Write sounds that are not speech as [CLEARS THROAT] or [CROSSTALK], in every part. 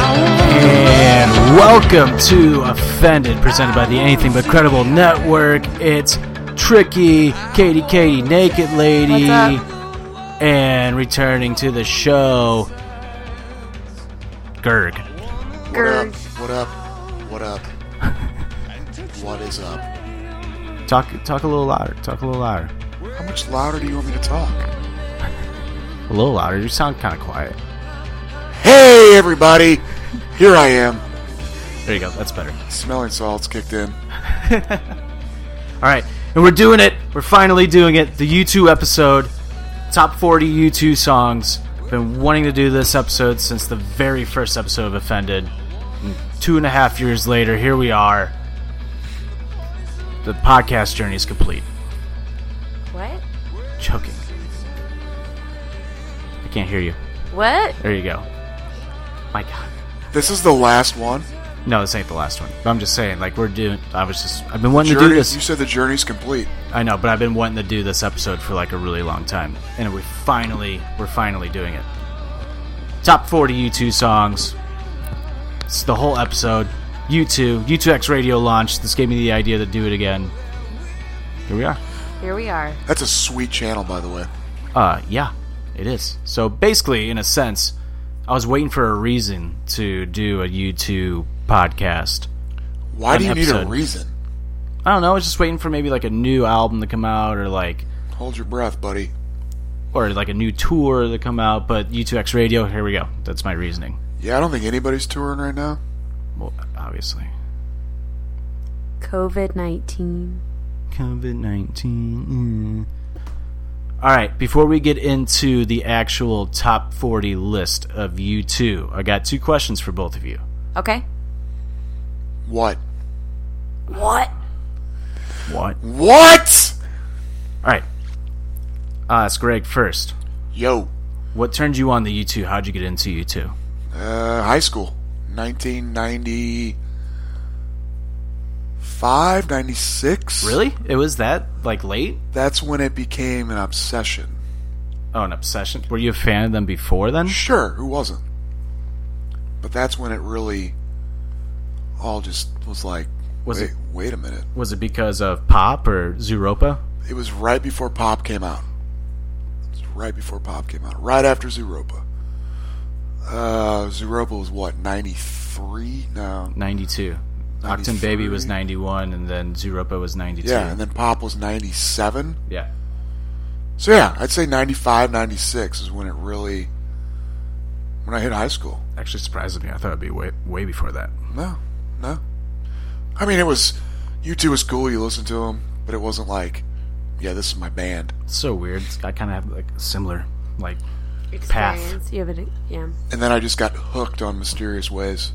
And welcome to Offended, presented by the Anything But Credible Network. It's Tricky, Katie Katie, Naked Lady, and returning to the show, Gerg. Grr. What up? What up? what is up? Talk, talk a little louder. Talk a little louder. How much louder do you want me to talk? A little louder. You sound kind of quiet. Hey, everybody! Here I am. There you go. That's better. Smelling salts kicked in. All right, and we're doing it. We're finally doing it. The U2 episode, top 40 U2 songs. Been wanting to do this episode since the very first episode of Offended. And two and a half years later, here we are. The podcast journey is complete. What? Choking. I can't hear you. What? There you go. My God. This is the last one. No, this ain't the last one. But I'm just saying, like we're doing. I was just. I've been wanting to Journey, do you this. said the journey's complete. I know, but I've been wanting to do this episode for like a really long time, and we finally we're finally doing it. Top 40 U2 songs. It's the whole episode. U2, U2X Radio launch. This gave me the idea to do it again. Here we are. Here we are. That's a sweet channel, by the way. Uh, yeah, it is. So basically, in a sense, I was waiting for a reason to do a U2 podcast. Why do you An need a episode. reason? I don't know. I was just waiting for maybe like a new album to come out or like Hold your breath, buddy. or like a new tour to come out, but U2X Radio, here we go. That's my reasoning. Yeah, I don't think anybody's touring right now. Well, obviously. COVID 19. COVID mm. 19. All right, before we get into the actual top 40 list of U2, I got two questions for both of you. Okay. What? What? What? All What? right. I'll ask Greg first. Yo, What turned you on to U2? How'd you get into U2? uh, high school. 1995, 96? Really? It was that, like, late? That's when it became an obsession. Oh, an obsession. Were you a fan of them before then? Sure, who wasn't? But that's when it really all just was like, Was wait, it- wait a minute. Was it because of Pop or Zuropa? It was right before Pop came out. It was right before Pop came out. Right after Zeropa. Uh, Zeropa was what, 93? No. 92. Octon Baby was 91, and then Zuropa was 92. Yeah, and then Pop was 97. Yeah. So yeah, I'd say 95, 96 is when it really when I hit high school. Actually, surprised me. I thought it'd be way way before that. No, no. I mean, it was U2 was cool. You listened to them, but it wasn't like, yeah, this is my band. It's so weird. I kind of have like a similar like Experience. You have it. Yeah. And then I just got hooked on Mysterious Ways.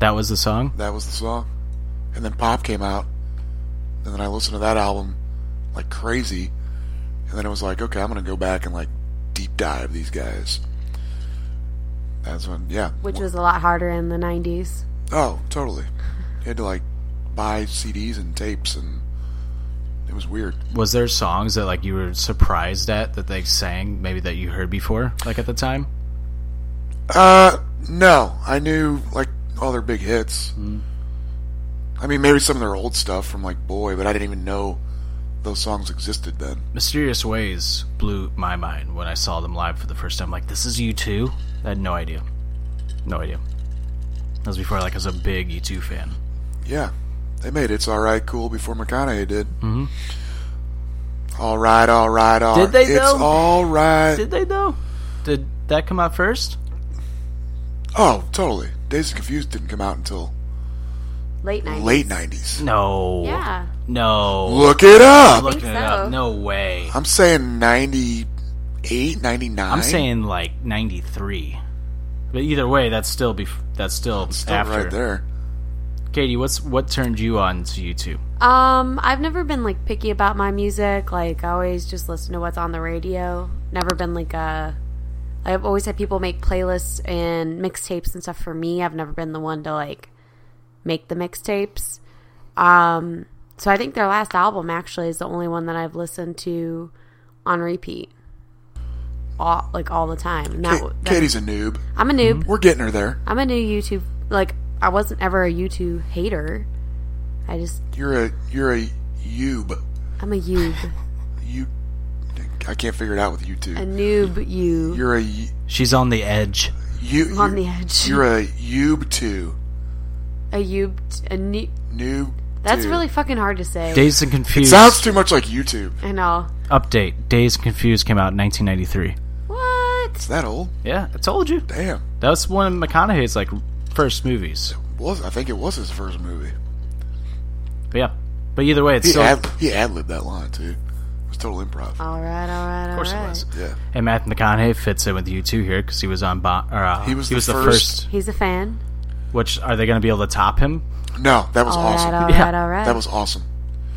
that was the song. That was the song. And then Pop came out, and then I listened to that album like crazy. And then it was like, okay, I'm gonna go back and like deep dive these guys. That's when, yeah. Which was a lot harder in the 90s. Oh, totally. You had to like buy CDs and tapes, and it was weird. Was there songs that like you were surprised at that they sang maybe that you heard before like at the time? Uh, no, I knew like all their big hits. Mm-hmm. I mean, maybe some of their old stuff from like Boy, but I didn't even know those songs existed then. Mysterious Ways blew my mind when I saw them live for the first time. Like this is U2. I had no idea. No idea. That was before like I was a big U2 fan. Yeah, they made it's all right, cool before McConaughey did. Mm-hmm. All right, all right, all. Did they, It's though? all right. Did they though? Did that come out first? oh, totally. Days of Confused didn't come out until Late 90s. late '90s. No. Yeah. No. Look it up. Looking it so. up. No way. I'm saying '98, '99. I'm saying like 93. But either way, that's still bef- that's still, still after. right there. Katie, what's what turned you on to YouTube? Um, I've never been like picky about my music. Like I always just listen to what's on the radio. Never been like a. I've always had people make playlists and mixtapes and stuff for me. I've never been the one to like make the mixtapes. Um, so I think their last album actually is the only one that I've listened to on repeat, all like all the time. And that- Ka- Mm-hmm. that- Katie's a noob. I'm a noob. We're getting her there. I'm a new YouTube. Like I wasn't ever a YouTube hater. I just You're a you're a yoob. I'm a noob, You, I can't figure it out with you two. a noob. You. You're a y- She's on the edge. you. I'm on you're- the edge. [LAUGHS] You're a yoob two. a you a new. Noob. That's two. really fucking hard to say. Dazed and Confused. sounds too much like YouTube. I know. Update. Dazed and Confused came out in 1993. What? Is that old? Yeah, I told you. Damn. That was one of McConaughey's like first movies. Was I think it was his first movie. But yeah. But either way, it's He still ad he ad libbed that line too. It was total improv. All right, all right, all right. of course it was. yeah. And Matthew McConaughey fits in with U2 here because he was on. Bo- or, uh, He was the the first- first. He's a fan. Which are they going to be able to top him? No, that was All right, awesome. all right, Yeah. all right. That was awesome.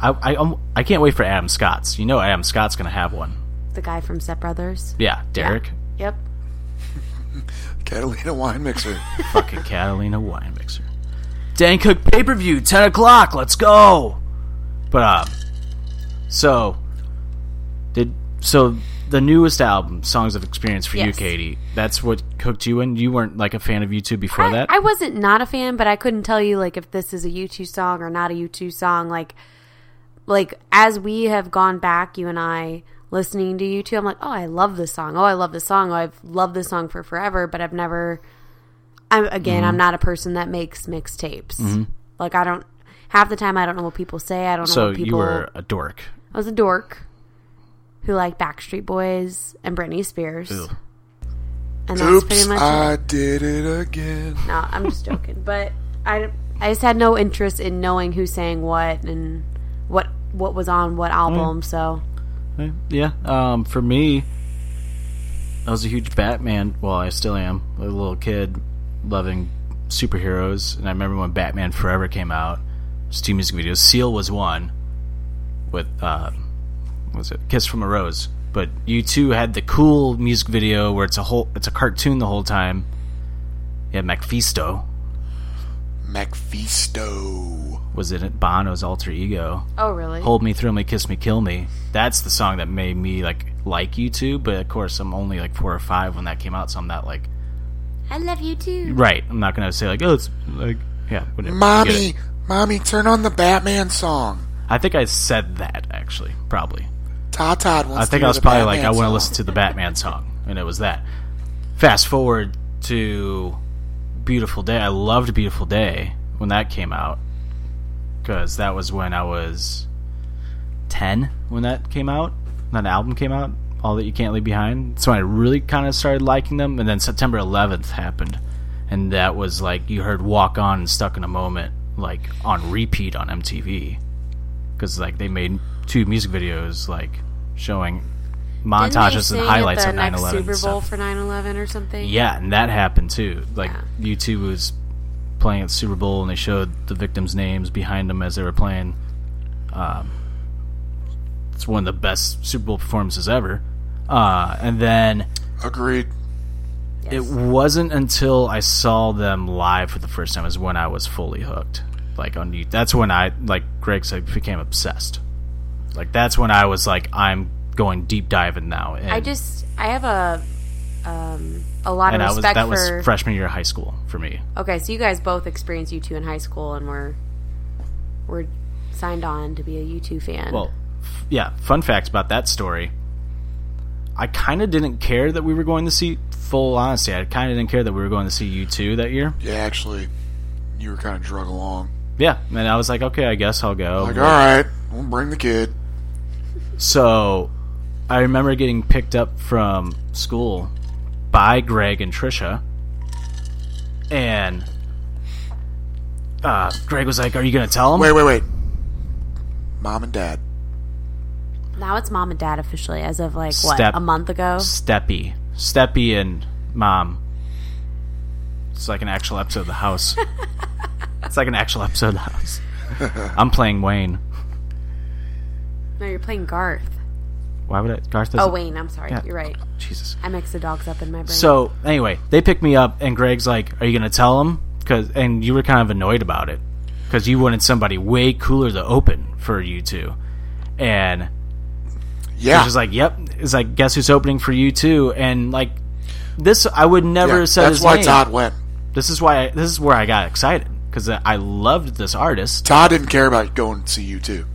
I, I um, I can't wait for Adam Scott's. You know Adam Scott's gonna have one. the guy from Step Brothers. Yeah, Derek, Yep. Catalina wine [LAUGHS] mixer. fucking [LAUGHS] Catalina wine mixer. Dan Cook pay per view, ten o'clock. Let's go. But uh, so did so the newest album, Songs of Experience for you, Yes. Katie. That's what hooked you in. You weren't like a fan of YouTube before I, that. I wasn't not a fan, but I couldn't tell you like if this is a U two song or not a U two song. Like, like as we have gone back, you and I listening to U two, I'm like, oh, I love this song. Oh, I love this song. Oh, I've loved this song for forever. But I've never. I'm again, Mm-hmm. I'm not a person that makes mixtapes. Like I don't half the time. I don't know what people say. I don't know so what people. you were a dork. I was a dork who liked Backstreet Boys and Britney Spears. Ew. And that's Oops, pretty much it. I did it again. No, I'm just joking. but I, I just had no interest in knowing who sang what and what what was on what Mm. album. So Eh, Yeah. Um, for me, I was a huge Batman. Well, I still am a little kid, loving superheroes. And I remember when Batman Forever came out. It's two music videos. Seal was one. With uh, what was it Kiss from a Rose? But you two had the cool music video where it's a whole it's a cartoon the whole time. Yeah, Mephisto MacFisto. was in it Bono's alter ego. oh really? Hold Me, Thrill Me, Kiss Me, Kill Me. That's the song that made me like like you two, but of course I'm only like four or five when that came out, so I'm not like I love you too. right. I'm not gonna say like oh it's like yeah whatever. you get Mommy, it. mommy, turn on the Batman song. I think I said that actually probably. Todd wants I think to I hear was the probably like Batman I want to song. listen to the Batman song, and it was that. Fast forward to Beautiful Day. I loved Beautiful Day when that came out because that was when I was ten when that came out. When That album came out. All That You Can't Leave Behind. That's when I really kind of started liking them. And then September 11th happened. And that was like, you heard Walk On and Stuck in a Moment, like on repeat on MTV. Because, like, they made two music videos, like, showing Didn't they montages sing and at highlights the of 9 next 11. Super Bowl for 9 11 or something? Yeah, and that happened too. Like Yeah. U two was playing at the Super Bowl, and they showed the victims' names behind them as they were playing. Um, it's one of the best Super Bowl performances ever. Uh, and then Agreed. it wasn't until I saw them live for the first time is when I was fully hooked. Like on you, that's when I like Greg said became obsessed. Like that's when I was like, I'm going deep diving now. And, I just, I have a um, a lot and of I was respect that was for. freshman year of high school for me. okay, so you guys both experienced U2 in high school and were, were signed on to be a U2 fan. Well, f- yeah, fun facts about that story. I kind of didn't care that we were going to see, full honesty, I kind of didn't care that we were going to see U2 that year. Yeah, actually, you were kind of drug along. Yeah, and I was like, okay, I guess I'll go. Like, all right, we'll bring the kid. So I remember getting picked up from school by Greg and Trisha, and uh, Greg was like, are you going to tell him? Wait, wait, wait. Mom and dad. now it's mom and dad officially as of like, what, Step- a month ago? Steppy. Steppy and Mom. It's like an actual episode of The [LAUGHS] House. it's like an actual episode of The House. I'm playing Wayne. No, you're playing Garth. Why would I? Garth Oh, doesn't. Wayne, I'm sorry. Yeah. You're right. Jesus. I mix the dogs up in my brain. So anyway, they pick me up, and Greg's like, "Are you gonna tell him?" Cause, and you were kind of annoyed about it because you wanted somebody way cooler to open for you two, and Yeah. It's just like, "Yep." It's like, "Guess who's opening for you two? And like, this I would Yeah, never have said that's his why name. Todd went. this is why I, this is where I got excited because I loved this artist Todd didn't care about going to see you too.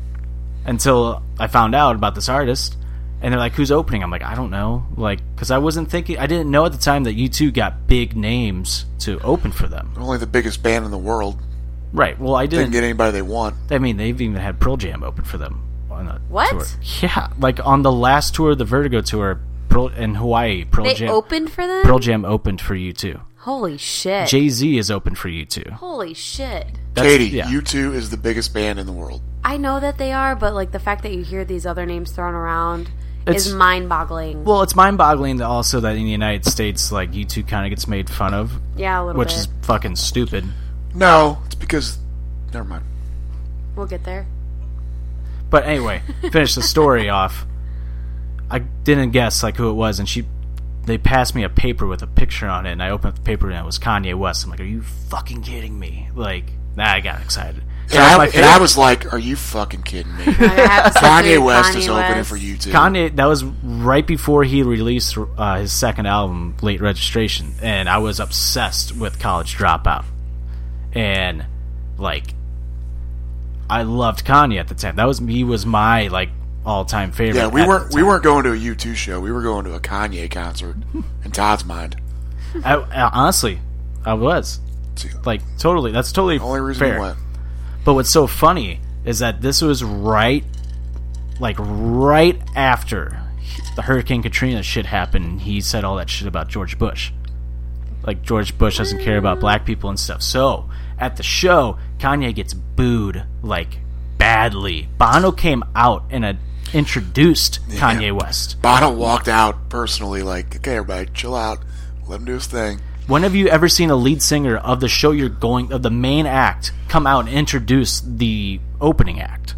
until I found out about this artist, and they're like, "Who's opening?" I'm like, "I don't know," like because I wasn't thinking, I didn't know at the time that you two got big names to open for them. Only the biggest band in the world Right. Well, I didn't didn't. get anybody they want. I mean, they've even had Pearl Jam open for them on a What? tour. Yeah, like on the last tour, the Vertigo tour, Pearl in Hawaii, Pearl they Jam. opened for them? Pearl Jam opened for you two. Holy shit. Jay Z is open for you two. Holy shit. That's- Katie, yeah. you two is the biggest band in the world. I know that they are, but like the fact that you hear these other names thrown around It's- is mind boggling. Well, it's mind-boggling that also that in the United States, like YouTube kind of gets made fun of, yeah, a little which bit. is fucking stupid. No, it's because. Never mind. We'll [LAUGHS] get there. But anyway, finish the story off. I didn't guess like who it was, and she, they passed me a paper with a picture on it, and I opened up the paper and it was Kanye West. I'm like, are you fucking kidding me? Like, nah, I got excited. So And that's I, my and favorite- I was like, are you fucking kidding me? [LAUGHS] I have to say Kanye West is opening West. for you two. Kanye, that was right before he released uh, his second album, Late Registration, and I was obsessed with College Dropout. And, like, I loved Kanye at the time. That was, he was my, like, all time favorite. yeah, we at weren't the we time. weren't going to a U two show. We were going to a Kanye concert in Todd's mind. I, I- honestly, I was. It's the Like, totally. That's totally only reason fair. we went. But what's so funny is that this was right, like right after the Hurricane Katrina shit happened. He said all that shit about George Bush, like George Bush doesn't care about black people and stuff. So at the show, Kanye gets booed like badly. Bono came out and uh, introduced Kanye West. Bono walked out personally, like, okay, everybody, chill out, let him do his thing. When have you ever seen a lead singer of the show you're going of the main act come out and introduce the opening act?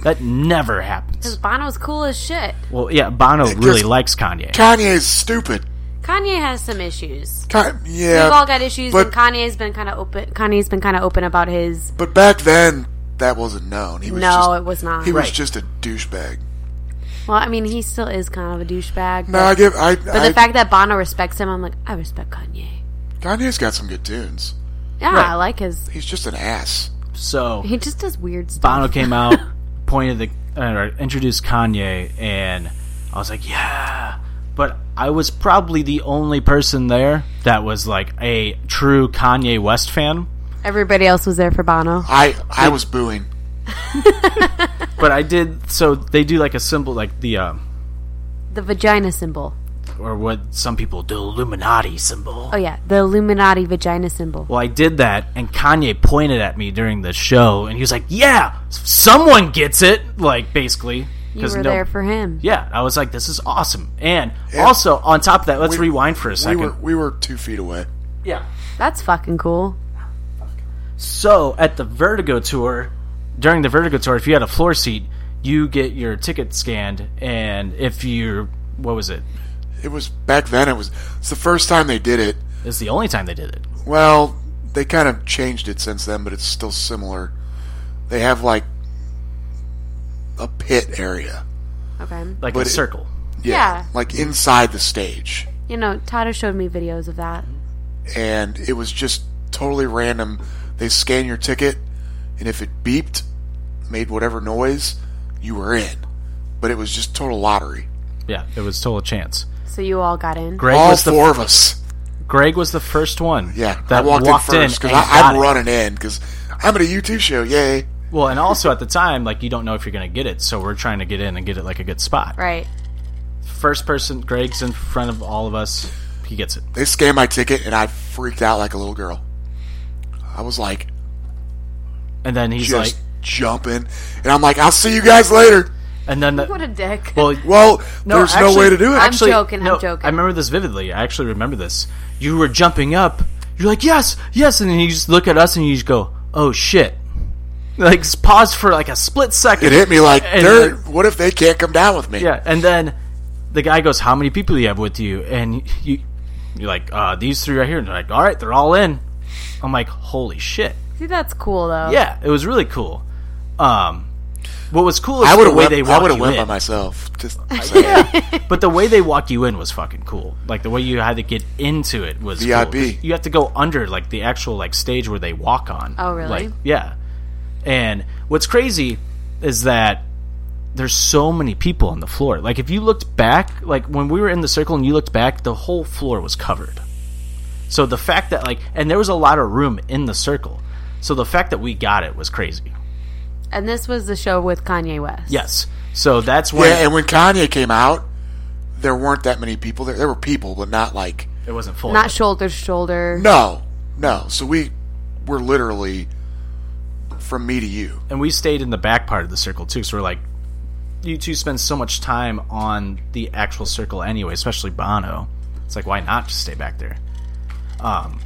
That never happens. Bono's cool as shit. Well, yeah, Bono really just- likes Kanye. Kanye's stupid. Kanye has some issues. Ka- yeah, We've all got issues, but- and Kanye's been kind of open. Kanye's been kind of open about his. but back then that wasn't known. He was No, just, it was not. He was Right. just a douchebag. Well, I mean, he still is kind of a douchebag. No, but- I give. I, but I the fact that Bono respects him, I'm like, I respect Kanye. Kanye's got some good tunes. Yeah, Right. I like his. He's just an ass. So He just does weird stuff. Bono [LAUGHS] came out, pointed the uh, introduced Kanye, and I was like, yeah. But I was probably the only person there that was like a true Kanye West fan. Everybody else was there for Bono. I I was booing. But I did so they do like a symbol like the um the vagina uh, symbol. or what some people the Illuminati symbol. Oh yeah, the Illuminati vagina symbol. Well, I did that, and Kanye pointed at me during the show, and he was like, "Yeah, someone gets it." Like basically, You were there for him. yeah, I was like, "This is awesome." And also on top of that, let's rewind for a We second. were we were two feet away. yeah. That's fucking cool. So at the Vertigo tour, during the Vertigo tour, if you had a floor seat, you get your ticket scanned, and if you're what was it? It was back then. It was it's the first time they did it. It's the only time they did it. Well, they kind of changed it since then, but it's still similar. They have like a pit area. Okay. Like But a it- circle. Yeah. Like inside the stage. You know, Todd has showed me videos of that. and it was just totally random. They scan your ticket, and if it beeped, made whatever noise, you were in. But it was just total lottery. Yeah, it was total chance. So you all got in. Greg All was the four of us. Greg was the first one. Yeah, that I walked, in first and because got I'm it. running in because I'm at a YouTube show. Yay! Well, and also at the time, like you don't know if you're gonna get it, so we're trying to get in and get it like a good spot. Right. [LAUGHS] First person, Greg's in front of all of us. He gets it. They scanned my ticket, and I freaked out like a little girl. I was like And then he's just like, jumping, and I'm like, "I'll see you guys later." and then What the, a dick. well, Well, there's no actually- way to do it. I'm joking, I'm no, joking. I remember this vividly. I actually remember this. You were jumping up. You're like, yes, yes, and then you just look at us and you just go, oh shit. Like s- pause for like a split second. it hit me like, And "They're- then- "What if they can't come down with me?" Yeah, and then the guy goes, "How many people do you have with you?" And you, you're like, uh, "These three right here." And they're like, "All right, they're all in." I'm like, "Holy shit!" See, that's cool though. Yeah, it was really cool. Um, what was cool is I would the have way went. they I walk would have you went by in. myself. [LAUGHS] Just but the way they walk you in was fucking cool. Like the way you had to get into it was cool. VIP. 'Cause You have to go under like the actual like stage where they walk on. Oh, really? Like, yeah. And what's crazy is that there's so many people on the floor. Like if you looked back, like when we were in the circle and you looked back, the whole floor was covered. So the fact that like and there was a lot of room in the circle. So the fact that we got it was crazy. And this was the show with Kanye West. Yes. So that's when yeah, and when Kanye came out, there weren't that many people there. There were people, but not like it wasn't full. Not shoulder to shoulder. no, no. So we were literally from me to you. and we stayed in the back part of the circle too. So we're like, you two spend so much time on the actual circle anyway, especially Bono. It's like, why not just stay back there? Um,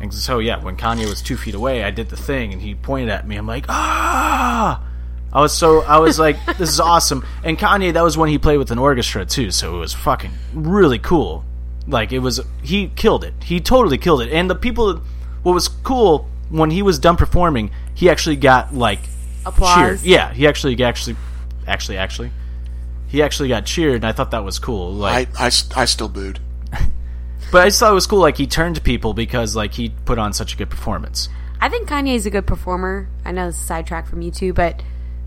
and so yeah, when Kanye was two feet away, I did the thing, and he pointed at me. I'm like, ah! I was so I was like, this is awesome. And Kanye, that was when he played with an orchestra too, so it was fucking really cool. Like it was, he killed it. He totally killed it. And the people, what was cool when he was done performing, he actually got like Applause. cheered. Yeah, he actually actually actually actually he actually got cheered, and I thought that was cool. I, Like, I, s- I still booed. but I just thought it was cool. Like he turned to people because like he put on such a good performance. I think Kanye's a good performer. I know this is a sidetrack from you too, but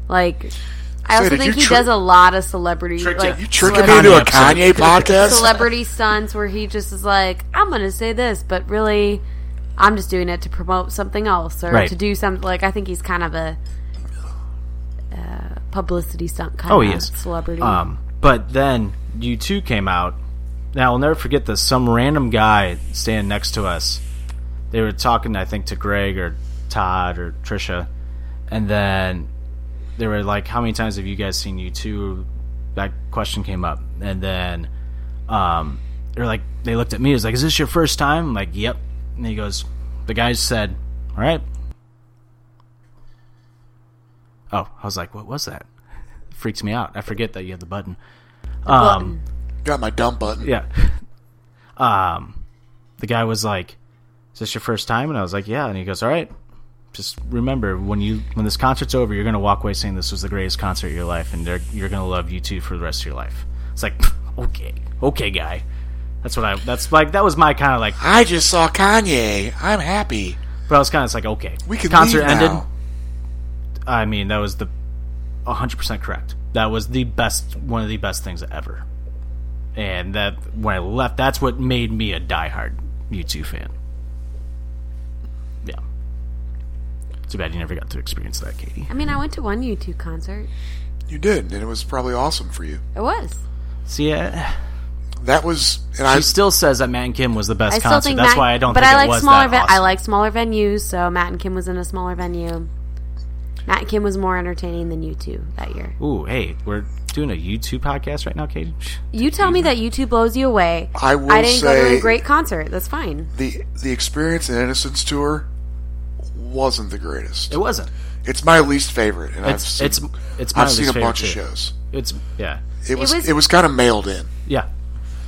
like I Say, also did think you he trick- does a lot of celebrity Tricked like you. You tricking celebrity- me into a Kanye Kanye podcast? celebrity stunts where he just is like, I'm gonna say this, but really I'm just doing it to promote something else or Right. to do something like I think he's kind of a uh, publicity stunt kind Oh, of he is. celebrity. Um, but then you two came out. Now I'll never forget this. Some random guy standing next to us. They were talking, I think, to Greg or Todd or Trisha, and then they were like, "How many times have you guys seen you two? That question came up, and then um, they're like, they looked at me. It was like, "Is this your first time?" I'm like, "Yep." And he goes, "The guy said, all right." Oh, I was like, "What was that?" freaks me out. I forget that you have the button. Um, Got my dump button. yeah. Um, the guy was like, "Is this your first time?" And I was like, "Yeah." And he goes, "All right, just remember when you when this concert's over, you're gonna walk away saying this was the greatest concert of your life, and they're, you're gonna love you too for the rest of your life." It's like, [LAUGHS] okay, okay, guy. That's what I. That's like that was my kind of like. I just saw Kanye. I'm happy. But I was kind of like, okay, We can concert leave ended. now. I mean, that was the 100% correct. That was the best, one of the best things ever. And that when I left, that's what made me a diehard U2 fan. Yeah. Too bad you never got to experience that, Katie. I mean I went to one U two concert. You did, and it was probably awesome for you. It was. See, yeah, That was, and she I still says that Matt and Kim was the best I still concert. think That's Matt, why I don't But think I like it was smaller. that awesome. I like smaller venues, so Matt and Kim was in a smaller venue. Matt and Kim was more entertaining than you two that year. Ooh, hey, we're doing a YouTube podcast right now, Katie. You tell me that you two blows you away. I will I didn't go to say- a great concert. That's fine. the the experience and innocence tour wasn't the greatest. It wasn't. It's my least favorite, and I've It's seen, it's it's my I've seen least a favorite bunch of too. shows. It's yeah, It was it was, was- kind of mailed in. yeah.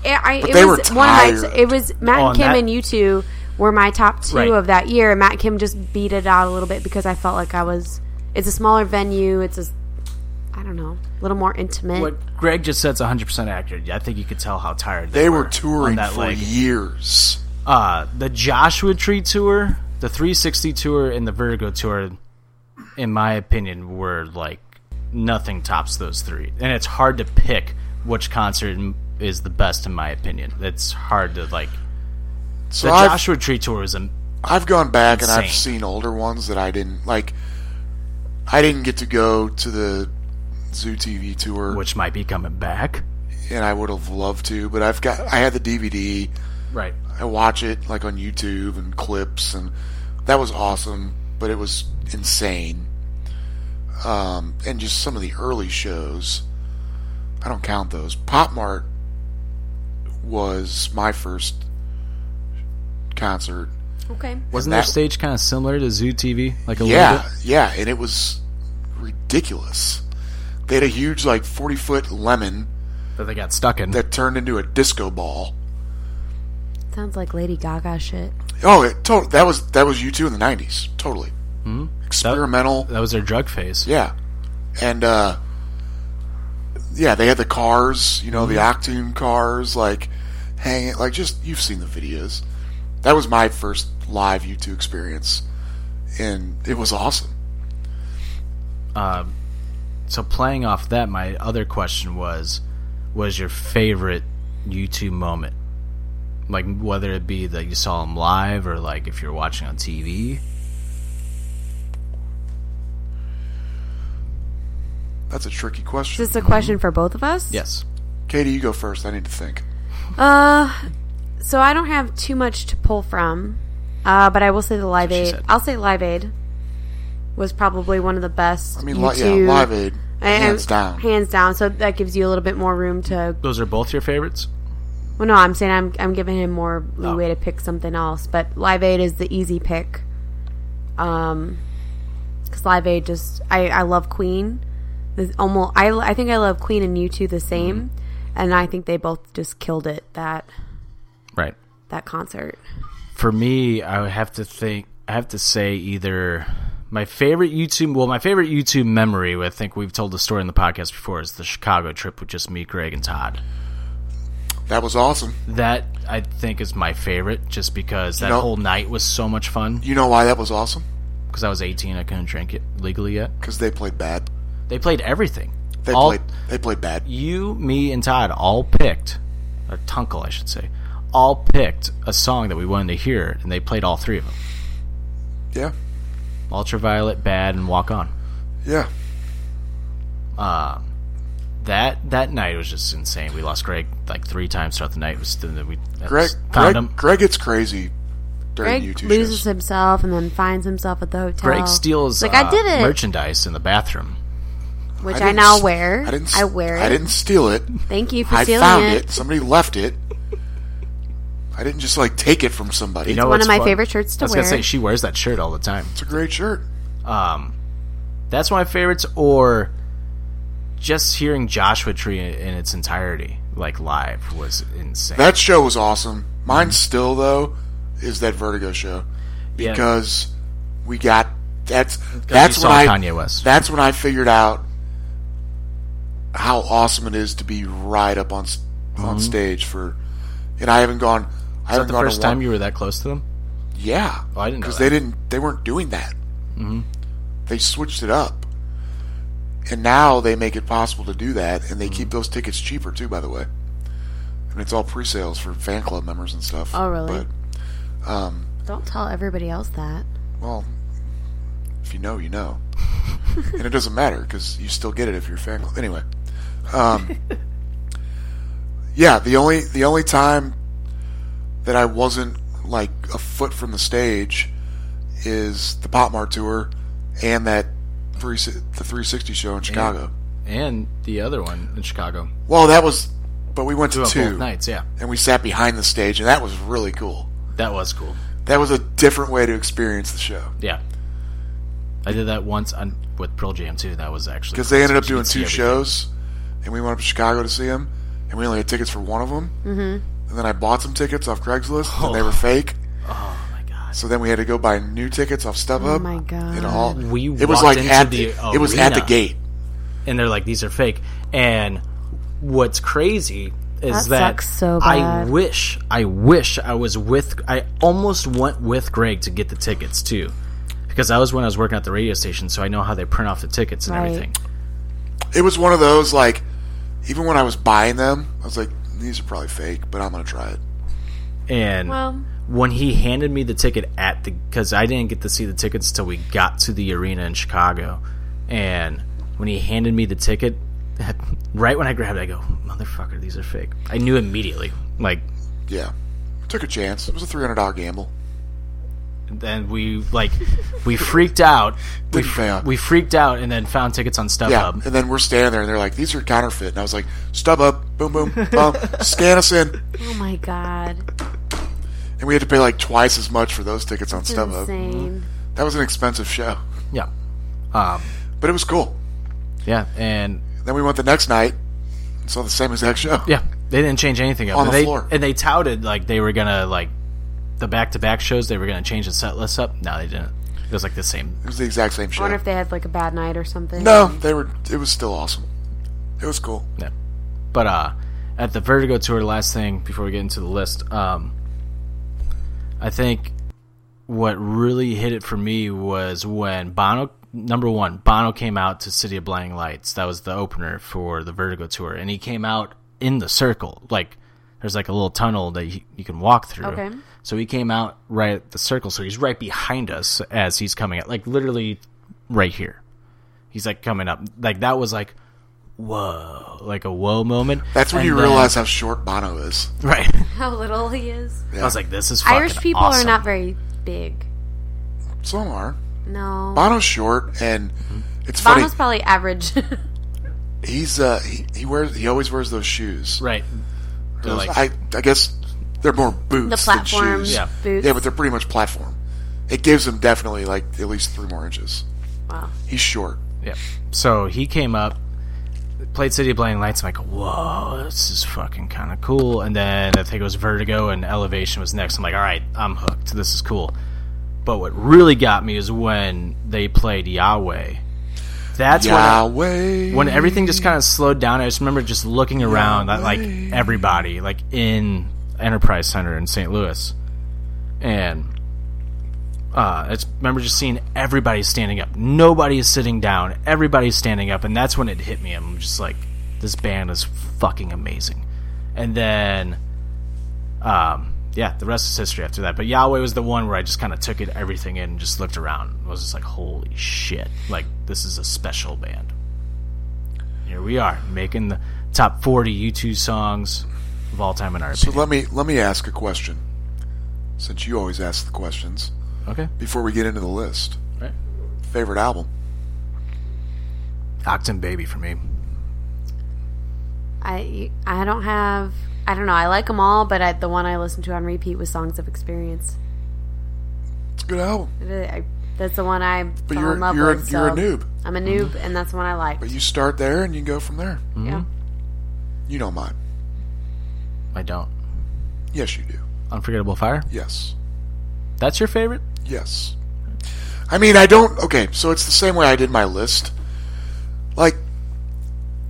It, I, But it they was were one of my. tired. It was Oh, Matt and and Kim that- and you two were my top two Right. of that year. and Matt and Kim just beat it out a little bit because I felt like I was. It's a smaller venue. It's a, I don't know, a little more intimate. What Greg just said's 100 percent accurate. I think you could tell how tired they, They were on touring that for leg. years. uh, the Joshua Tree tour, the 360 tour, and the Vertigo tour, in my opinion, were like nothing tops those three. And it's hard to pick which concert m- is the best, in my opinion. It's hard to like. So The I've, Joshua Tree tour is a I've gone back and I've Insane. seen older ones that I didn't like. I didn't get to go to the Zoo TV tour, which might be coming back. and I would have loved to, but I've got I had the DVD. Right. I watch it like on YouTube and clips, and that was awesome. But it was insane. Um, and just some of the early shows, I don't count those. Pop Mart was my first concert. okay. Wasn't that- their stage kind of similar to Zoo TV? Like a little Yeah, bit? yeah, and it was ridiculous. They had a huge like forty foot lemon That they got stuck in. that turned into a disco ball. Sounds like Lady Gaga shit. Oh, it tot that was that was you two in the nineties, totally. Experimental, that was their drug phase. yeah, and uh, yeah, they had the cars, you know, Mm-hmm. the Octune cars, like hanging, like just you've seen the videos. That was my first live U two experience, and it was awesome. so playing off that, my other question was, was your favorite YouTube moment? Like whether it be that you saw them live or like if you're watching on TV. That's a tricky Is question. this a question for both of us? Yes. Katie, you go first. I need to think. Uh, so I don't have too much to pull from, uh, but I will say the Live she Aid. said. I'll say Live Aid was probably one of the best. I mean, you li- yeah, two- Live Aid, and- hands down. Hands down. So that gives you a little bit more room to. Those are both your favorites? Well, no, I'm saying I'm I'm giving him more leeway to pick something else, but Live Aid is the easy pick. Um, because Live Aid just I I love Queen. This almost I I think I love Queen and U two the same, Mm-hmm. and I think they both just killed it that Right. that concert. For me, I would have to think I have to say either my favorite YouTube well, my favorite YouTube memory, I think we've told the story in the podcast before, is the Chicago trip with just me, Greg, and Todd. That was awesome. That I think is my favorite just because that know- whole night was so much fun. You know why that was awesome? Because I was eighteen, I couldn't drink it legally yet. Because they played bad. They played everything. They all, played. They played bad. You, me, and Todd all picked, or Tunkel, I should say, all picked a song that we wanted to hear, and they played all three of them: Yeah, Ultraviolet, Bad, and Walk On. yeah. That that night was just insane. We lost Greg like three times throughout the night. It Was then we Greg, found Greg, him. Greg gets crazy during Greg YouTube loses shows. himself and then finds himself at the hotel. Greg steals Oh. like uh, I did it, merchandise in the bathroom. which didn't I, now s- wear. I didn't. s- I wear it. I didn't steal it. Thank you for I stealing found it. it. Somebody left it. I didn't just like take it from somebody. You know One what's of my fun? favorite shirts to I was gonna wear. say she wears that shirt all the time. it's a great shirt. That's one of my favorites, or just hearing Joshua Tree in, in its entirety, like live, was insane. That show was awesome. Mine still though is that Vertigo show Yeah. because we got that's that's you saw when I Kanye West. that's when I figured out how awesome it is to be right up on s on stage for and I haven't gone I Mm-hmm. Is that haven't the gone first to one, time you were that close to them? yeah Oh, I didn't know because that. they didn't they weren't doing that mm-hmm. they switched it up and now they make it possible to do that Mm-hmm. and they keep those tickets cheaper too by the way and it's all pre-sales for fan club members and stuff Oh, really? but Don't tell everybody else that. Well, if you know, you know, [LAUGHS] and it doesn't matter because you still get it if you're a fan. Anyway, um, yeah, the only the only time that I wasn't like a foot from the stage is the Pop Mart tour and that three the 360 show in Chicago. and the other one in Chicago. Well, that was, but we went to Well, two Both nights, yeah, and we sat behind the stage, and that was really cool. that was cool. That was a different way to experience the show Yeah, I did that once on with Pearl Jam too. That was actually because cool, they ended so up you doing could see two everything. shows, and we went up to Chicago to see them, and we only had tickets for one of them. Mm-hmm. And then I bought some tickets off Craigslist, and they were fake. Oh my god! So then we had to go buy new tickets off StubHub. Oh my god. It all We it was walked like into at the the, it was at the arena. gate. And they're like, these are fake. And what's crazy is that, That sucks so I bad. wish, I wish I was with. I almost went with Greg to get the tickets too, because that was when I was working at the radio station, so I know how they print off the tickets and Right. everything. It was one of those like even when I was buying them, I was like these are probably fake, but I'm gonna try it. And Well, when he handed me the ticket at the because I didn't get to see the tickets till we got to the arena in Chicago, and when he handed me the ticket, [LAUGHS] right when I grabbed it, I go, "Motherfucker, these are fake." I knew immediately. Like Yeah, took a chance. It was a three hundred dollar gamble. then we like we freaked [LAUGHS] out. We, Didn't pay off. we freaked out and then found tickets on Yeah, StubHub. and then we're standing there, and they're like, "These are counterfeit," and I was like, "Stub up, boom, boom, [LAUGHS] boom, scan us in," oh my god. and we had to pay like twice as much for those tickets on StubHub. Insane. That was an expensive show, Yeah. Um, but it was cool. yeah, and Then we went the next night and saw the same exact show. yeah, they didn't change anything up. On the and they, floor. and they touted like they were gonna like the back-to-back shows. They were gonna change the set list up. No, they didn't. It was like the same. [LAUGHS] It was the exact same I show. wonder if they had like a bad night or something. no, they were. It was still awesome. It was cool. Yeah. But uh, at the Vertigo tour, last thing before we get into the list, um, I think what really hit it for me was when Bono, number one, Bono came out to City of Blinding Lights. That was the opener for the Vertigo tour, and he came out in the circle. Like there's like a little tunnel that you, you can walk through. Okay. So he came out right at the circle, so he's right behind us as he's coming out, like literally right here. He's like coming up. Like that was like whoa, like a whoa moment. That's when And you then- realize how short Bono is. [LAUGHS] right? [LAUGHS] How little he is. I was like, this is fucking Irish people awesome. are not very big. Some are. No. Bono's short, and it's funny. Mm-hmm. Bono's probably average. [LAUGHS] He's uh, he, he wears he always wears those shoes. right. They're Those- like, I I guess they're more boots. the platform Than shoes. Yeah. boots. Yeah, but they're pretty much platform. It gives him definitely like at least three more inches. wow. He's short. yeah. So he came up, played City of Blinding Lights. I'm like, whoa, this is fucking kind of cool. And then I think it was Vertigo and Elevation was next. I'm like, all right, I'm hooked. This is cool. But what really got me is when they played Yahweh. That's when I- Yahweh. when everything just kind of slowed down, I just remember just looking around at like everybody, like in Enterprise Center in St. Louis, and uh, I just remember just seeing everybody standing up. Nobody is sitting down. Everybody's standing up, and that's when it hit me. I'm just like, this band is fucking amazing. And then, um, yeah, the rest is history after that. But Yahweh was the one where I just kind of took it everything in and just looked around. I was just like, holy shit! Like this is a special band here we are making the top 40 U2 songs of all time in our so opinion. let me let me ask a question, since you always ask the questions okay, before we get into the list. right. Favorite album? Octane Baby for me. I I don't have. I don't know. I like them all, but I, the one I listened to on repeat was "Songs of Experience." It's a good album. It is- I- that's the one I But fell you're in love you're with. a, you're a so noob. Mm-hmm. I'm a noob, and that's the one I like. But you Mm-hmm. start there and you go from there. Yeah. You don't mind. I don't. Yes, you do. Unforgettable Fire. Yes. That's your favorite? Yes. I mean, I don't. Okay, so it's the same way I did my list. Like,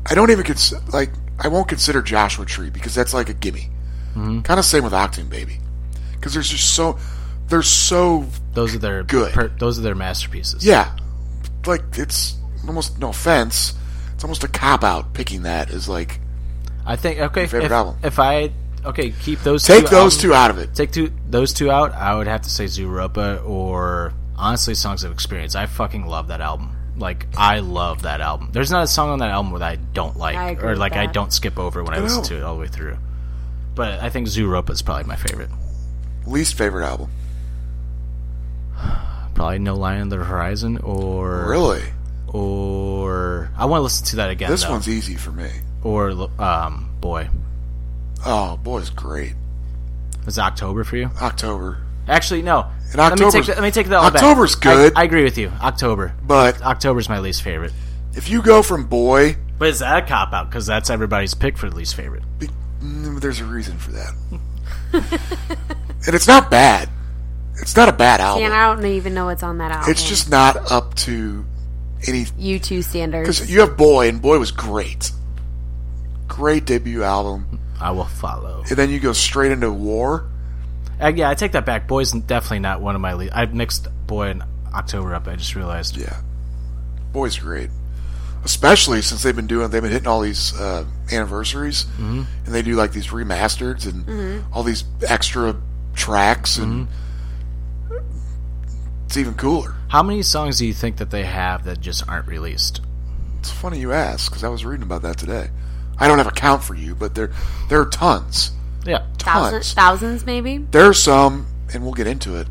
I don't even consider. Like, I won't consider Joshua Tree because that's like a gimme. Mm-hmm. Kind of same with Octane Baby, because there's just so they're so Those are their Good. those are their masterpieces. yeah. Like it's almost no offense. It's almost a cop out picking that is like I think okay. favorite if, album. If I okay, keep those two take those albums- two out of it. Take two those two out. I would have to say Zuropa or honestly Songs of Experience. I fucking love that album. Like I love that album. There's not a song on that album that I don't like I agree or with like I that. don't skip over when I good listen album. to it all the way through. but I think Zoo Rope is probably my favorite. Least favorite album. Probably No Line on the Horizon or Really? or I want to listen to that again. This though. one's easy for me. or um boy, Oh, boy's great. is it October for you? October. Actually, no. And Let me October's- take that, let me take that all back. October's I- good. I, agree with you. October. But October's my least favorite. if you go from boy, But is that a cop out? Because that's everybody's pick for least favorite. be- mm, there's a reason for that. and it's not bad. It's not a bad And album. I don't even know what's on that album. It's just not up to any you two standards. Because you have Boy, and Boy was great. Great debut album. I will follow. And then you go straight into War. Uh, yeah, I take that back. Boy's definitely not one of my least. I mixed Boy and October up. I just realized. Yeah. Boy's great. Especially since they've been doing, they've been hitting all these uh, anniversaries. mm And they do like these remasters and all these extra tracks. And it's even cooler. How many songs do you think that they have that just aren't released? It's funny you ask because I was reading about that today. I don't have a count for you, but there, there are tons. Yeah. Thousands, Tons. thousands maybe. there's some, and we'll get into it.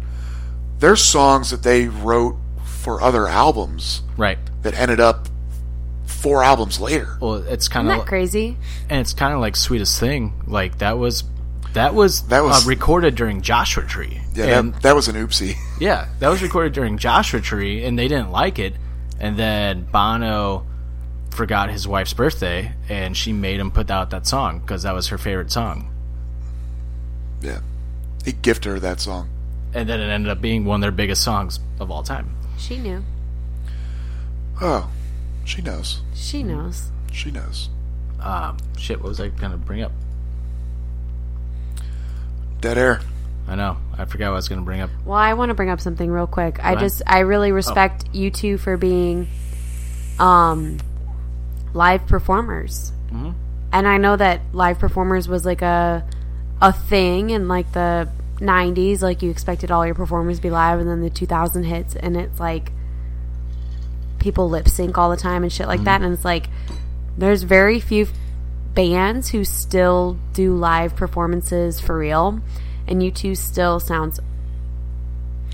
There's songs that they wrote for other albums Right. that ended up four albums later. Well, it's kind Isn't of that crazy? and it's kind of like sweetest thing. Like that was that was That was- uh, recorded during Joshua Tree. Yeah, And- that, that was an oopsie. [LAUGHS] Yeah, that was recorded during Joshua Tree, and they didn't like it. And then Bono forgot his wife's birthday, and she made him put out that song because that was her favorite song. yeah, he gifted her that song. And then it ended up being one of their biggest songs of all time. She knew. Oh, she knows. She knows. She knows. Um, shit, what was I going to bring up? Dead air. I know. I forgot what I was going to bring up. Well, I want to bring up something real quick. I ahead. just I really respect you two for being um live performers. And I know that live performers was like a a thing in like the 90s like you expected all your performers to be live and then the 2000 hits and it's like people lip sync all the time and shit like that and it's like there's very few bands who still do live performances for real and you two still sounds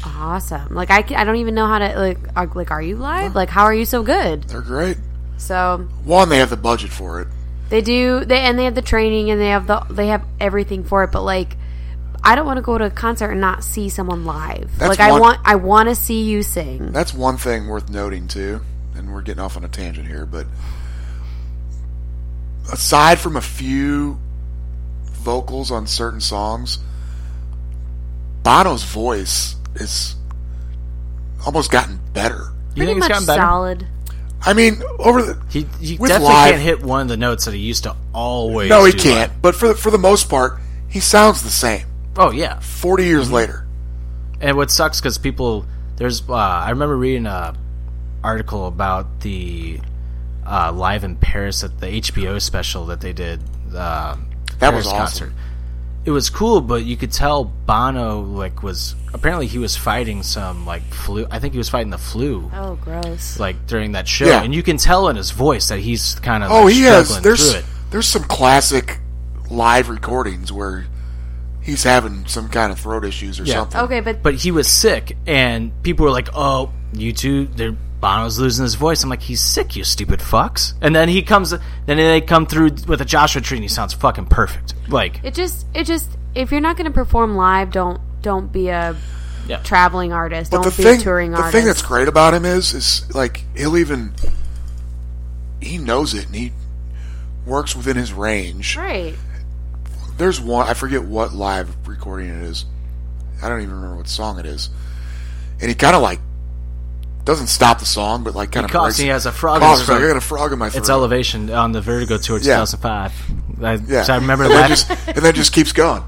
awesome like I, ca- I don't even know how to like are, like are you live like how are you so good They're great. so One, they have the budget for it. they do they and they have the training and they have the they have everything for it but like i don't want to go to a concert and not see someone live That's like i one- want i want to see you sing That's one thing worth noting too, and we're getting off on a tangent here, but aside from a few vocals on certain songs, Bono's voice is almost gotten better. you pretty think it's much gotten better? solid I mean, over the He, he With definitely live- can't hit one of the notes that he used to always. no, he do can't, but for the, for the most part, he sounds the same. live. Oh yeah, Forty years later, and what sucks because people there's uh, i remember reading a article about the uh, live in paris at the hbo special that they did uh, That was Paris awesome. it was cool but you could tell bono like was apparently he was fighting some like flu i think he was fighting the flu oh gross like during that show Yeah. and you can tell in his voice that he's kind of oh, like, he struggling has. There's through it there's some classic live recordings where he's having some kind of throat issues or Yeah. something. okay but but he was sick and people were like oh you two they're bono's losing his voice i'm like he's sick you stupid fucks and then he comes then they come through with a joshua tree and he sounds fucking perfect like it just it just if you're not going to perform live don't don't be a Yeah. traveling artist But don't the be thing, a touring the artist thing that's great about him is, is like he'll even he knows it and he works within his range. right There's one I forget what live recording it is. I don't even remember what song it is. And he kind of like doesn't stop the song, but like kind of coughs, he has a frog in his Like, I throat. got a frog in my throat. it's elevation on the vertigo tour Yeah. 2005 I, Yeah, so i remember [LAUGHS] and then that just, and then just keeps going.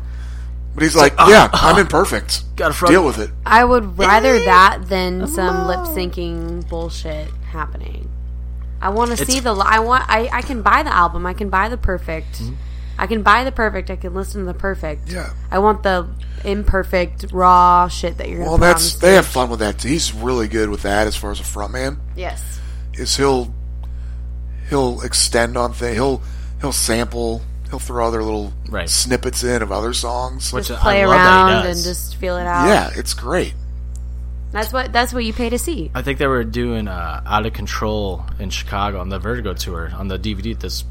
But he's like, yeah, I'm imperfect. uh-huh. Got a frog- Deal with it. i would rather that than Oh. some lip syncing bullshit happening i want to see the li- i want I, I can buy the album i can buy the perfect i can buy the perfect i can listen to the perfect Hmm? Yeah. i want the imperfect raw shit that you're gonna Well, put on that's the they stage. have fun with that. too. He's really good with that as far as a front man. yes is he'll he'll extend on thing. He'll he'll sample he'll throw other little Right. snippets in of other songs. Which just I play love that he around and does. just feel it out. yeah, it's great. that's what that's what you pay to see. I think they were doing uh, Out of Control in Chicago on the Vertigo tour on the DVD that's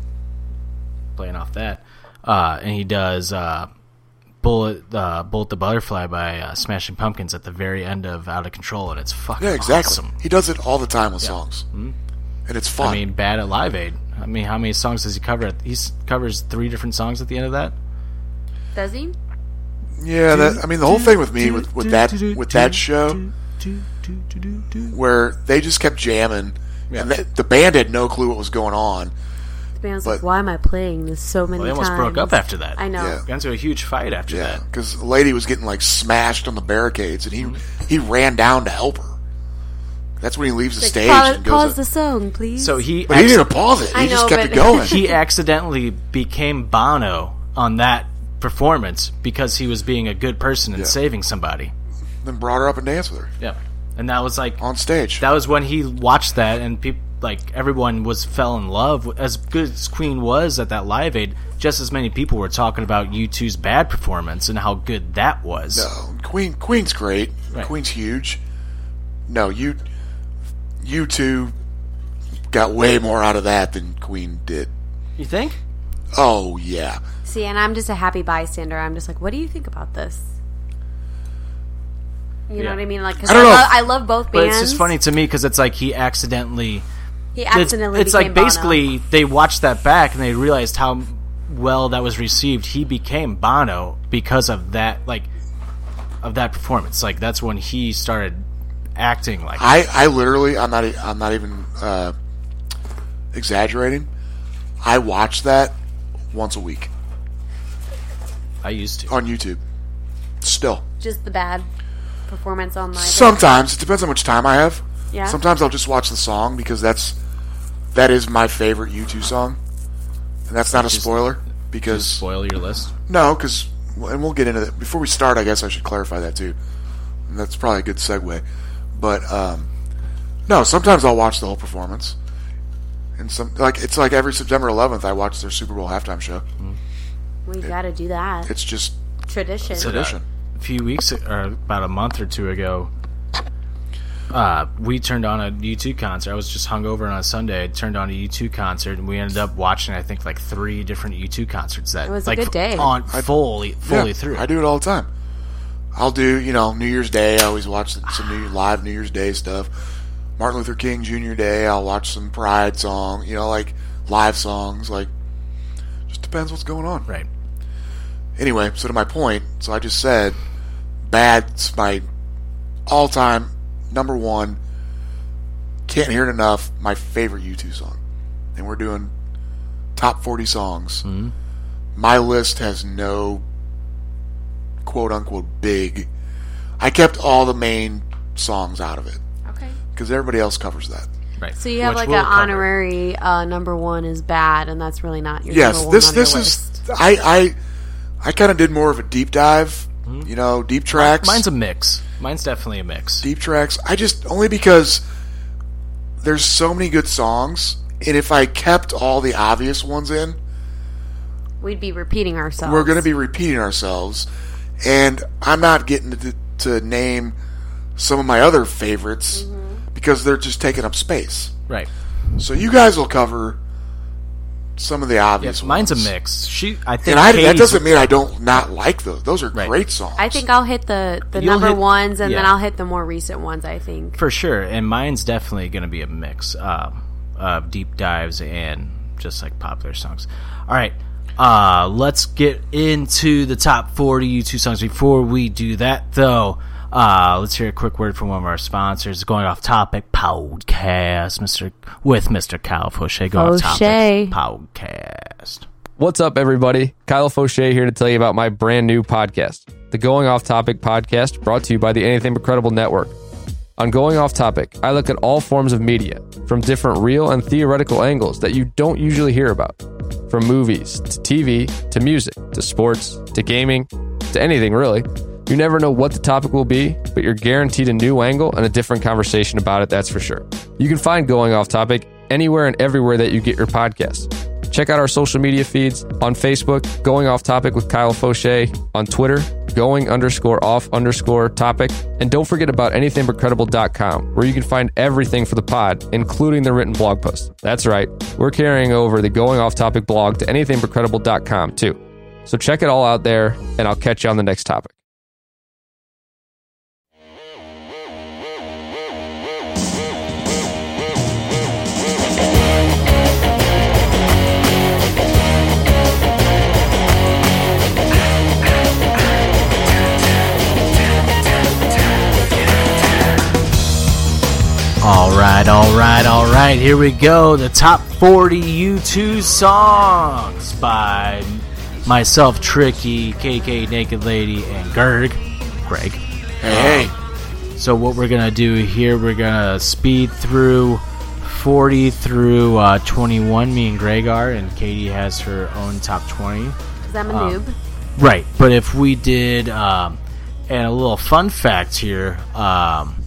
playing off that, uh, and he does uh, "Bullet uh, Bolt the Butterfly" by uh, Smashing Pumpkins at the very end of Out of Control, and it's fucking Yeah, exactly. awesome. Mm-hmm. He does it all the time with songs, and it's fun. I mean, bad at Live Aid. I mean, how many songs does he cover? He s- covers three different songs at the end of that. Does he? yeah, that, I mean the whole thing with me with, with that with that show where they just kept jamming, and the, the band had no clue what was going on. The band was But- like, "Why am I playing this so many They almost times?" broke up after that. I know. Yeah. Got into a huge fight after Yeah, that. because the lady was getting like smashed on the barricades, and he Mm-hmm. he ran down to help her. That's when he leaves the Like, stage pause, and pause goes. the song, please. So he but he didn't pause it. He I just know, kept but- it [LAUGHS] going. he accidentally became Bono on that performance because he was being a good person and Yeah. saving somebody. then brought her up and danced with her Yeah. And that was like on stage. that was when he watched that and people like everyone was fell in love as good as Queen was at that Live Aid, just as many people were talking about U2's bad performance and how good that was. No, Queen Queen's great. Right. Queen's huge. No, you you two got way more out of that than Queen did. You think? Oh yeah, see, and I'm just a happy bystander. I'm just like, "What do you think about this?" You Yeah. know what I mean? Like, 'cause I I, don't know. love, I love both But bands. it's just funny to me because it's like he accidentally He it's, accidentally it's like became Bono. basically they watched that back and they realized how well that was received he became bono because of that like of that performance like that's when he started acting like I I literally I'm not e- I'm not even uh, exaggerating. I watch that once a week i used to on YouTube. Still, just the bad performance on my sometimes it depends how much time I have. Yeah. Sometimes I'll just watch the song because that's that is my favorite U2 song, and that's not a spoiler because spoil your list No, because and we'll get into that before we start. I guess I should clarify that too. And that's probably a good segue. But um, no, sometimes I'll watch the whole performance, and some like it's like every September 11th I watch their Super Bowl halftime show. we got to do that It's just tradition. tradition. a few weeks or about a month or two ago uh, we turned on a U2 concert. I was just hungover on a Sunday. Turned on a U2 concert, and we ended up watching, I think, like three different U2 concerts. That was a like good day. on fully, fully Yeah, through. I do it all the time. I'll do you know New Year's Day. I always watch [SIGHS] some new live New Year's Day stuff. Martin Luther King Jr. Day. I'll watch some Pride song. You know, like live songs. Like just depends what's going on. Right. Anyway, so to my point, so I just said Bad's my all time number one. Can't hear it enough. My favorite U2 song. And we're doing top 40 songs. My list has no quote unquote big. I kept all the main songs out of it Okay. because everybody else covers that. Right. So you have Which like an we'll cover. honorary uh, number one is bad, and that's really not your yes number this one on your this is list. i i i kind of did more of a deep dive you know deep tracks Mine's a mix. Mine's definitely a mix. deep tracks i just only because there's so many good songs and if i kept all the obvious ones in we'd be repeating ourselves. we're going to be repeating ourselves and i'm not getting to, to name some of my other favorites Mm-hmm. because they're just taking up space Right. so you guys will cover some of the obvious Mine's a ones. mix. She, I think. and I, that Katie's- doesn't mean I don't not like those. Those are Right. great songs. I think I'll hit the the You'll number hit- ones, and then yeah. I'll hit the more recent ones. I think. for sure, and mine's definitely going to be a mix um, of deep dives and just like popular songs. All right, uh, let's get into the top forty U2 songs. Before we do that, though, uh, let's hear a quick word from one of our sponsors. Going off topic podcast, Mister with Mister Kyle Fauché. Going Fauché. off topic podcast. What's up, everybody? Kyle Fauché here to tell you about my brand new podcast, the Going Off Topic podcast, brought to you by the Anything But Credible Network. On Going Off Topic, I look at all forms of media from different real and theoretical angles that you don't usually hear about. From movies to TV to music to sports to gaming to anything really. You never know what the topic will be, but you're guaranteed a new angle and a different conversation about it, that's for sure. You can find Going Off Topic anywhere and everywhere that you get your podcasts. Check out our social media feeds on Facebook, Going Off Topic with Kyle Fauché, on Twitter, Going underscore off underscore topic, and don't forget about anythingbutcredible.com, where you can find everything for the pod, including the written blog post. That's right, we're carrying over the Going Off Topic blog to anythingbutcredible.com too. So check it all out there, and I'll catch you on the next topic. All right, all right, all right. Here we go. The top 40 U2 songs by myself, Tricky, KK, Naked Lady, and Gerg. Greg. Hey, hey, So what we're gonna do here, we're gonna speed through 40 through uh, 21. Me and Greg are, and Katie has her own top 20. Because I'm a Uh, noob. Right, but if we did, um, and a little fun fact here, um,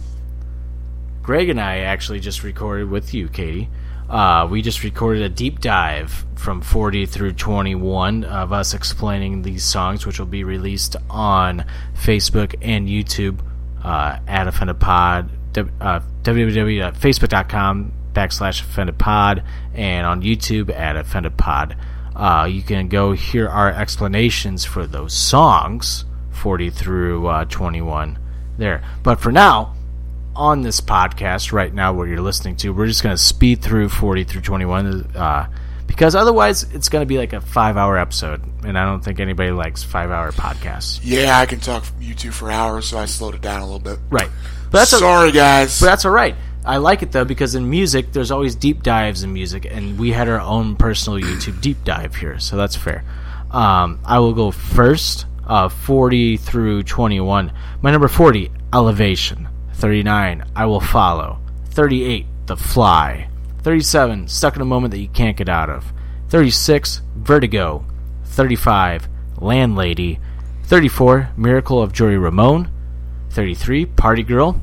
Greg and I actually just recorded with you, Katie. Uh, we just recorded a deep dive from 40 through 21 of us explaining these songs, which will be released on Facebook and YouTube uh, at Offended Pod, w- uh, www.facebook.com backslash Offended Pod, and on YouTube at Offended Pod. Uh, you can go hear our explanations for those songs, 40 through uh, 21 there. But for now, on this podcast right now where you're listening to we're just going to speed through 40 through 21 uh, because otherwise it's going to be like a five hour episode and i don't think anybody likes five hour podcasts yeah, I can talk you two for hours, so I slowed it down a little bit. right but that's, a, Sorry, guys. but that's all right i like it though because in music there's always deep dives in music and we had our own personal youtube deep dive here so that's fair um, i will go first uh, 40 through 21 my number 40 elevation 39 i will follow 38 the fly 37 stuck in a moment that you can't get out of 36 vertigo 35 landlady 34 miracle of jory ramone 33 party girl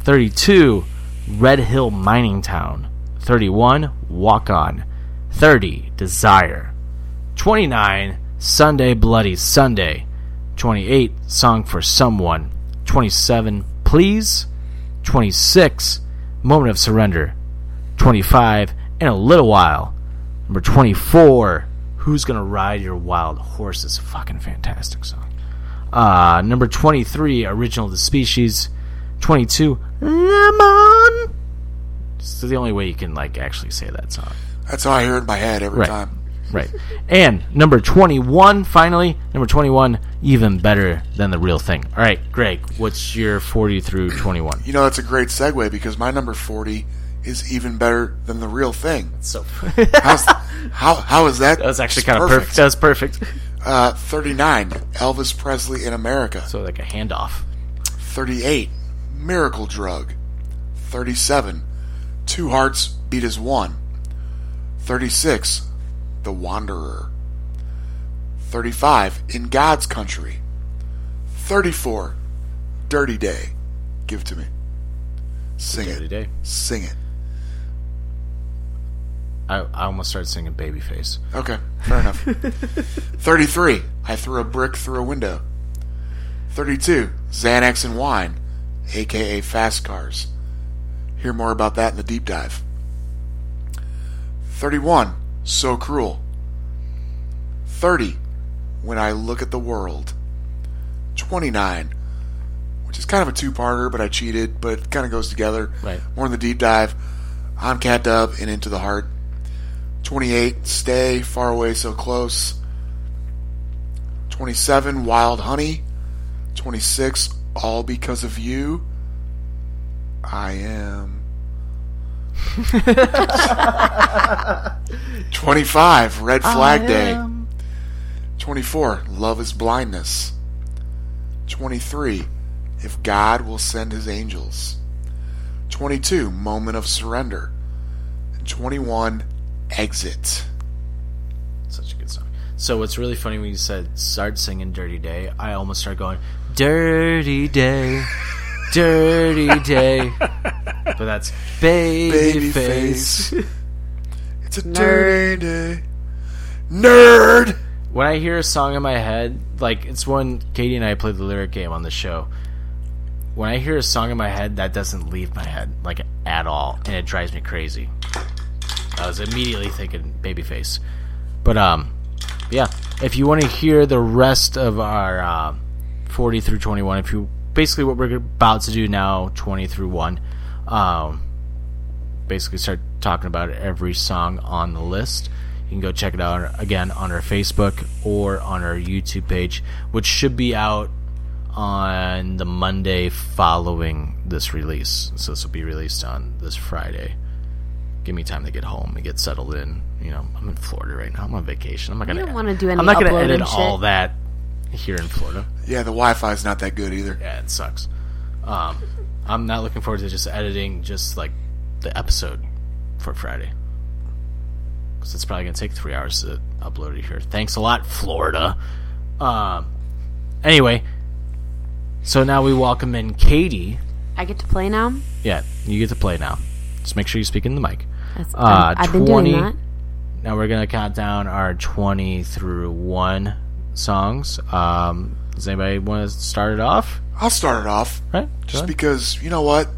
32 red hill mining town 31 walk on 30 desire 29 sunday bloody sunday 28 song for someone 27 please 26 moment of surrender 25 in a little while number 24 who's gonna ride your wild horse is a fucking fantastic song uh, number 23 original the species 22 lemon this is the only way you can like actually say that song That's how I hear it in my head every Right. time. [LAUGHS] Right. And number 21, finally, number 21, even better than the real thing. All right, Greg, what's your 40 through 21? You know, that's a great segue because my number 40 is even better than the real thing. [LAUGHS] So that How's, how, how is that? was actually kind of perfect. That was perfect. Uh, 39, Elvis Presley in America. So, like a handoff. 38, Miracle Drug. 37, Two Hearts Beat as One. 36, The Wanderer. 35, In God's Country. 34, Dirty Day. Give to me. Sing Dirty it. Day. Sing it. I, I almost started singing Babyface. Okay, [LAUGHS] fair enough. 33. I threw a brick through a window. 32. Xanax and wine, aka fast cars. Hear more about that in the deep dive. 31. So cruel. 30. When I look at the world. 29. Which is kind of a two parter, but I cheated, but it kind of goes together. Right. More in the deep dive. I'm Cat Dub and Into the Heart. 28 stay far away so close 27 wild honey 26 all because of you i am 25 red flag day 24 love is blindness 23 if god will send his angels 22 moment of surrender and 21 exit Such a good song. So, what's really funny when you said start singing Dirty Day, I almost started going, Dirty Day, Dirty Day. but that's Babyface. baby face. it's a dirty day. Nerd. When I hear a song in my head, like it's one Katie and I played the lyric game on the show. When I hear a song in my head, that doesn't leave my head like at all, and it drives me crazy. I was immediately thinking Babyface, but um, yeah. If you want to hear the rest of our uh, forty through twenty-one, if you basically what we're about to do now, twenty through one, um, basically start talking about every song on the list. You can go check it out again on our Facebook or on our YouTube page, which should be out on the Monday following this release. So this will be released on this Friday. Give me time to get home and get settled in. You know, I'm in Florida right now. I'm on vacation. I'm not You gonna. don't wanna do any I'm not gonna uploading edit all shit. that here in Florida. Yeah, the Wi-Fi's not that good either. Yeah, it sucks. Um, I'm not looking forward to just editing just like the episode for Friday because it's probably gonna take three hours to upload it here. Thanks a lot, Florida. Um, anyway, so now we welcome in Katie. I get to play now. Yeah, you get to play now. Just make sure you speak in the mic. That's, Uh, I've been doing 20. that. Now we're gonna count down our twenty through one songs. Um, does anybody want to start it off? I'll start it off Right? just Go ahead. because you know what?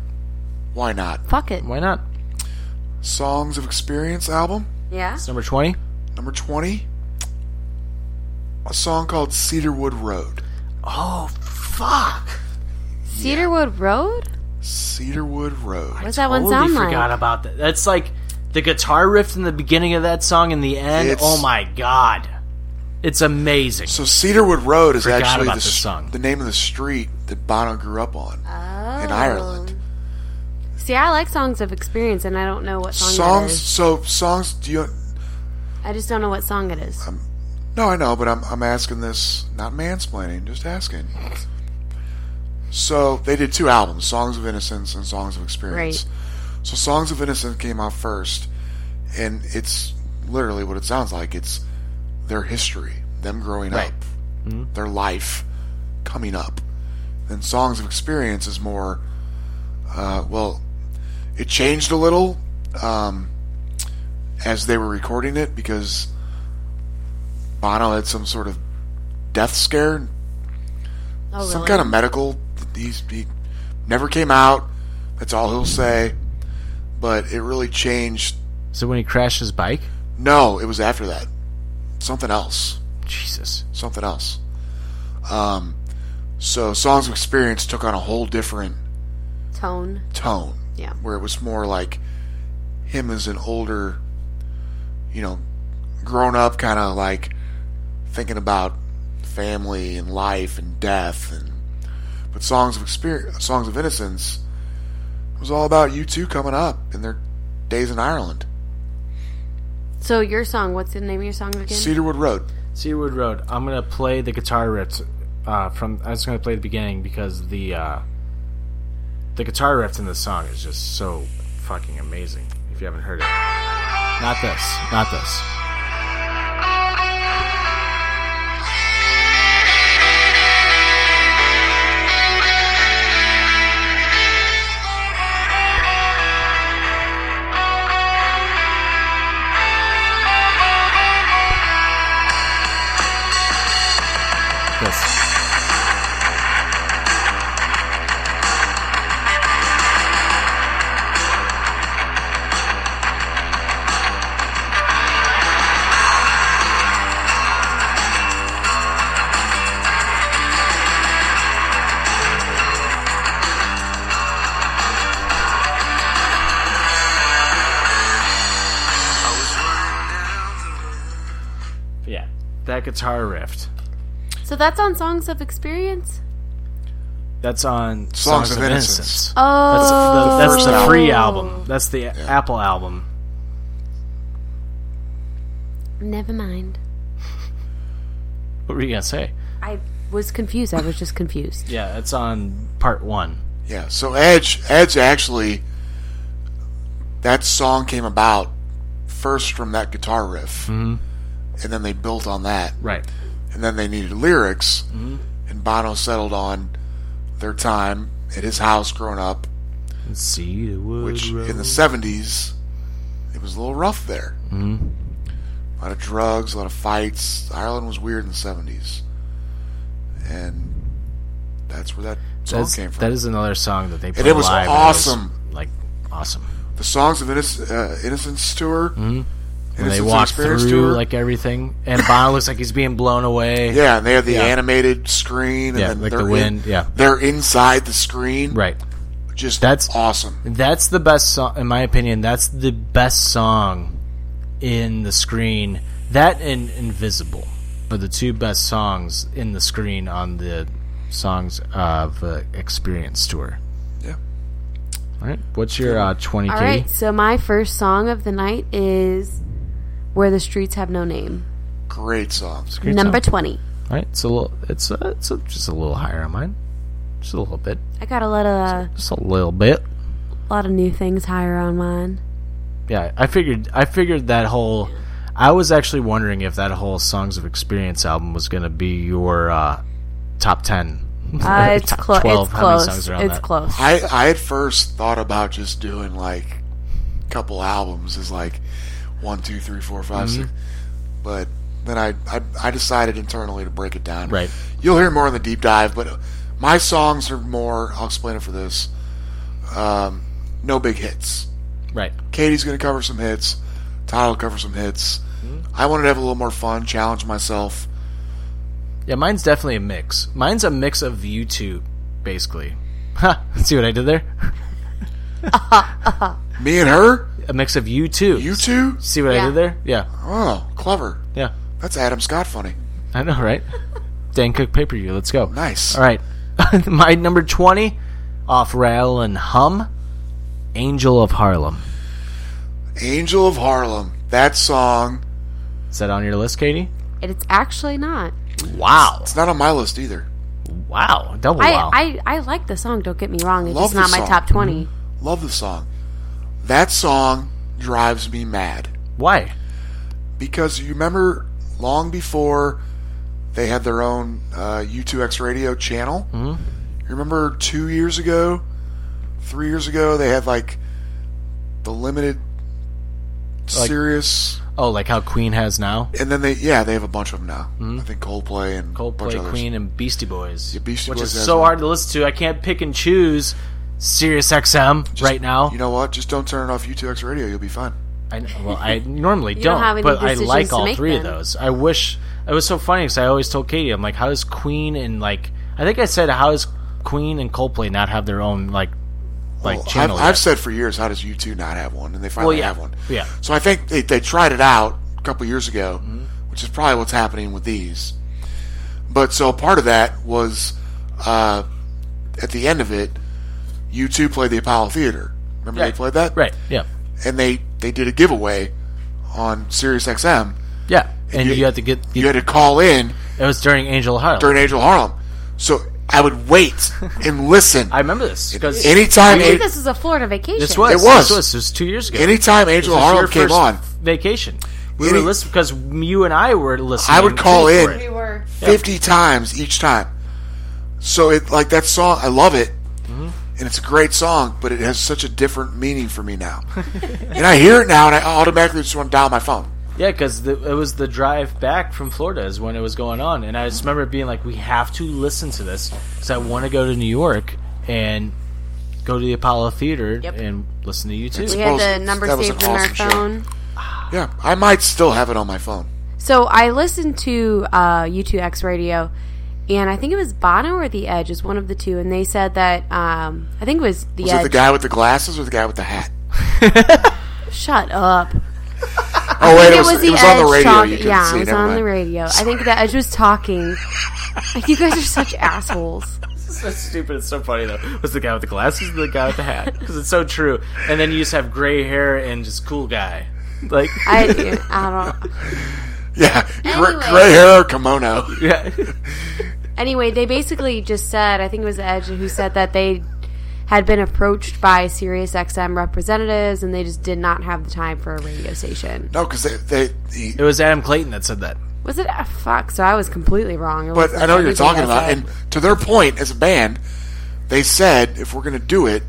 Why not? Fuck it. Why not? Songs of Experience album Yeah. It's number twenty. number twenty. A song called Cedarwood Road. Oh fuck! Cedarwood Road. Cedarwood Road. What's that one totally sound like? forgot about that. That's like the guitar riff in the beginning of that song and the end. It's- oh my god, it's amazing. So Cedarwood Road is Forgot actually about the, this s- song. the name of the street that Bono grew up on in Oh. Ireland. See, I like songs of experience, and I don't know what song Songs. It is. So songs. Do you? I just don't know what song it is. Um, No, I know, but I'm I'm asking this, not mansplaining, just asking. So they did two albums, Songs of Innocence and Songs of Experience. So Songs of Innocence came out first, and it's literally what it sounds like. It's their history, them growing Right. up, their life coming up. Then Songs of Experience is more, uh, well, it changed a little um, as they were recording it because Bono had some sort of death scare oh, really? some kind of medical. He's, he never came out. That's all he'll say. But it really changed. So when he crashed his bike, No, it was after that. Something else. Jesus, Something else. Um, so Songs of Experience took on a whole different tone. tone. Yeah. Where it was more like him as an older, you know, grown up kind of like thinking about family and life and death and but songs of experience, songs of innocence was all about you two coming up in their days in Ireland. So your song. What's the name of your song again? Cedarwood Road. Seawood Road. I'm gonna play the guitar riff uh, from. I was gonna play the beginning because the uh, the guitar riff in this song is just so fucking amazing. If you haven't heard it, not this, not this. This. Yeah, that guitar riff. so that's on songs of experience. That's on Songs of Innocence. That's Oh, the, that's first the album. free album. That's the Apple album. never mind. What were you gonna say? I was confused. I was [LAUGHS] just confused. Yeah, it's on part one. Yeah. So Edge, Edge actually, that song came about first from that guitar riff, and then they built on that. Right. and then they needed lyrics, Mm-hmm. and Bono settled on their time at his house growing up, See the wood which road. in the 70s, it was a little rough there. Mm-hmm. lot of drugs, a lot of fights. Ireland was weird in the seventies, and that's where that song That's, came from. that is another song that they played it was live. awesome. It was, like awesome. the songs of Innoc- uh, Innocence tour, mm-hmm. When they walk through tour. like everything, and Bono looks like he's being blown away. yeah, and they have the animated screen, and Yeah, then like they're the in- wind, yeah. they're inside the screen, Right. Just That's- that's awesome. That's the best song, in my opinion. That's the best song in the screen. That and Invisible are the two best songs in the screen on the songs of uh, Experience tour. Yeah. All right. What's your uh, 20K? All right, so my first song of the night is "Where the Streets Have No Name," Great songs. Great number song. twenty. All right. It's a little, it's, uh it's a, just a little higher on mine. Just a little bit. I got a lot of Just a little bit. a lot of new things higher [LAUGHS] on mine. Yeah, I figured. I figured that whole. I was actually wondering if that whole "Songs of Experience" album was going to be your uh, top ten. [LAUGHS] Uh, it's, Top clo- 12, it's how many close. songs It's are on that? close. I I at first thought about just doing like a couple albums as like one, two, three, four, five, six. but then I, I I decided internally to break it down. Right. You'll hear more in the deep dive, but my songs are more. I'll explain it for this. Um, no big hits. Right. Katie's going to cover some hits. Todd will cover some hits. I wanted to have a little more fun, challenge myself. Yeah, mine's definitely a mix. Mine's a mix of you two, basically. Ha! [LAUGHS] See what I did there? Me and her, A mix of you two. you two. See what I Yeah. did there? Yeah. Oh, clever. Yeah. That's Adam Scott funny. I know, right? Dan Cook pay per view. Let's go. Nice. All right. [LAUGHS] My number twenty, off Rail and Hum, "Angel of Harlem." Angel of Harlem. That song. Is that on your list, Katie? And it's actually not. Wow. It's not on my list either. Wow. Double Oh, wow. I, I I like the song. Don't get me wrong. It's Love just not the my song. top twenty. Love the song. That song drives me mad Why? because you remember long before they had their own uh, U2X radio channel. Mm-hmm. You remember two years ago, three years ago, they had like the limited Like- serious, Oh, like how Queen has now? and then they yeah they have a bunch of them now. I think Coldplay and a Mm-hmm. bunch of Coldplay, others. Queen, and Beastie Boys. Yeah, Beastie which Boys is has so one. hard to listen to. I can't pick and choose Sirius XM Just- right now. You know what? Just don't turn it off U2X radio. You'll be fine. I, well, [LAUGHS] I normally You don't, don't have any but I decisions like to all make three of then. those. I wish it was so funny because I always told Katie, I'm like, how does Queen and like I think I said how does Queen and Coldplay not have their own like like Well, I've, channel? I've yet? said for years, how does U2 not have one? And they finally Well, yeah. have one. Yeah. Mm-hmm. So I think they, they tried it out a couple years ago, which is probably what's happening with these. But so part of that was uh, at the end of it, U2 played the Apollo Theater. Remember Right. they played that? right? Yeah, And they, they did a giveaway on Sirius XM. yeah. And you- you, had to get You had to call in it was during Angel of Harlem. during Angel Harlem. So I would wait and listen. [LAUGHS] I remember this because anytime, I think a- this is a Florida vacation. this was It was. this was, this was two years ago. anytime Angel This was your Harlem came first on, Vacation. We Any- were listening because you and I were listening. I would call for in. it. We were. 50 times each time. So it like that song, I love it. Mm-hmm. And it's a great song, but it has such a different meaning for me [LAUGHS] now. and I hear it now and I automatically just want to dial my phone. Yeah, because it was the drive back from Florida is when it was going on, and I just remember being like, "We have to listen to this because I want to go to New York and go to the Apollo Theater Yep. and listen to you [LAUGHS] too." We It's- had Supposedly. the number That was saved an on our awesome show. phone. Yeah, I might still have it on my phone. So I listened to uh, U2X Radio, and I think it was Bono or The Edge is one of the two, and they said that um, I think it was The Was Edge. it the guy with the glasses or the guy with the hat? Shut up. Oh wait, it it was, was, it the was Edge on the radio. talk- You can yeah, see. it was Never on mind. the radio. [LAUGHS] I think the Edge was talking. Like, you guys are such assholes. so stupid. It's so funny though. Was the guy with the glasses and the guy with the hat? [LAUGHS] Because it's so true. And then you just have gray hair and just cool guy. Like [LAUGHS] I, I don't. Yeah, Anyway. gray, gray hair kimono. yeah, Anyway, they basically just said, I think it was Edge who said that they had been approached by Sirius XM representatives and they just did not have the time for a radio station. No, because they, they he, it was Adam Clayton that said that. Was it? ah, fuck, so I was completely wrong. It But was I know what you're everything talking I about. said. And to their point, as a band, they said if we're going to do it,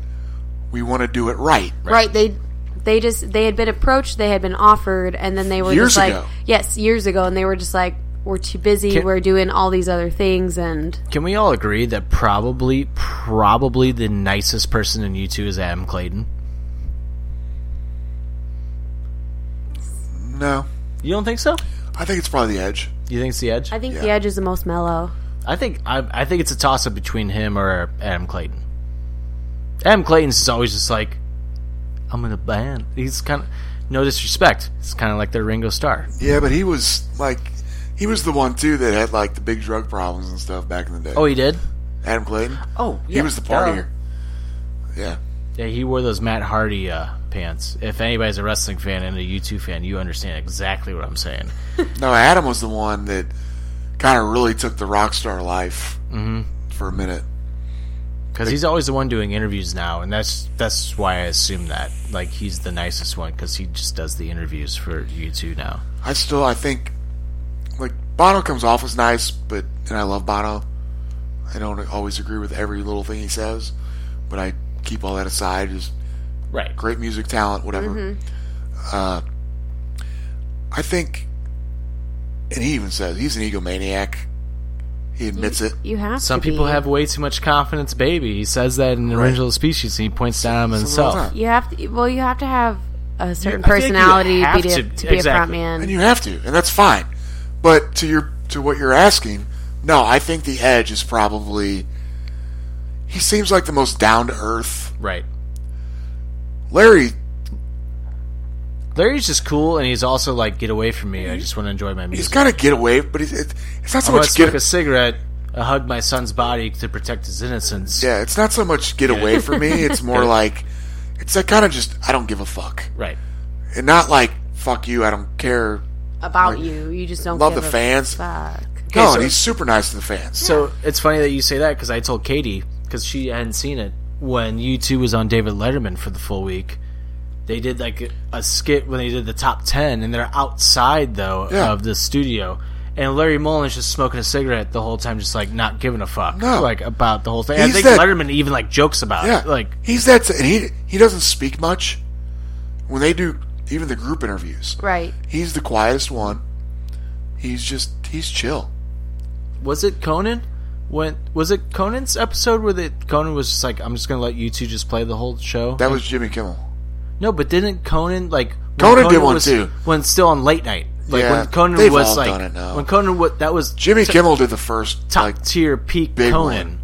we want to do it right. right, they They just they had been approached, they had been offered, and then they were Years just like, ago. yes, years ago, and they were just like, we're too busy, Can- we're doing all these other things, and Can we all agree that probably, probably the nicest person in U2 is Adam Clayton? No, You don't think so? I think it's probably the edge. You think it's the edge? I think the Yeah. Edge is the most mellow. I think I, I think it's a toss up between him or Adam Clayton. Adam Clayton's is always just like, I'm in a band. He's kind of no disrespect. It's kind of like the Ringo Starr. Yeah, but he was like, he was the one too that had like the big drug problems and stuff back in the day. Oh, he did. Adam Clayton. Oh, he was the partier. Yeah, Yeah, he wore those Matt Hardy uh, pants. If anybody's a wrestling fan and a U2 fan, you understand exactly what I'm saying. no, Adam was the one that kind of really took the rock star life Mm-hmm. for a minute. Because he's always the one doing interviews now, and that's that's why I assume that. Like he's the nicest one because he just does the interviews for U2 now. I still, I think, like Bono comes off as nice, but and I love Bono. I don't always agree with every little thing he says, but I keep all that aside. Just Right. great music talent, whatever. Uh, I think, and he even says he's an egomaniac. He admits it. You have Some to be. people have way too much confidence, baby. He says that in Right. Original Species, and he points down on It's a real himself. time. You have to. Well, you have to have a certain I feel like you personality to have be, to- to, to be a front exactly. man. and you have to, and that's fine. But to your to what you're asking, no, I think the edge is probably. He seems like the most down to earth. Right. Larry Larry's just cool, and he's also like, "Get away from me! I just want to enjoy my He's music." got to get away, but it's, it- it's not so I'm gonna much smoke get. Oh, a cigarette, I hug my son's body to protect his innocence. Yeah, it's not so much get away from me. [LAUGHS] It's more like it's that kind of just I don't give a fuck, Right. and not like fuck you, I don't care. about Like, you. You just don't love give the a fans. Fuck. No, so- and he's super nice to the fans. So it's funny that you say that because I told Katie because she hadn't seen it when U2 was on David Letterman for the full week. They did like a- a skit when they did the top ten, and they're outside though Yeah. of the studio. And Larry Mullen's just smoking a cigarette the whole time, just like not giving a fuck, No. like about the whole thing. I He's think that- Letterman even like jokes about yeah, it, like he's that, and he he doesn't speak much when they do even the group interviews. Right. He's the quietest one. He's just he's chill. was it Conan? When was it Conan's episode where the Conan was just like, "I'm just gonna let you two just play the whole show"? That was Jimmy Kimmel. no, but didn't Conan like when Conan did one, was- too. when still on late night? Like Yeah, when Conan they've was all like done it now. when Conan was that was Jimmy Kimmel did the first top like tier peak big Conan. one.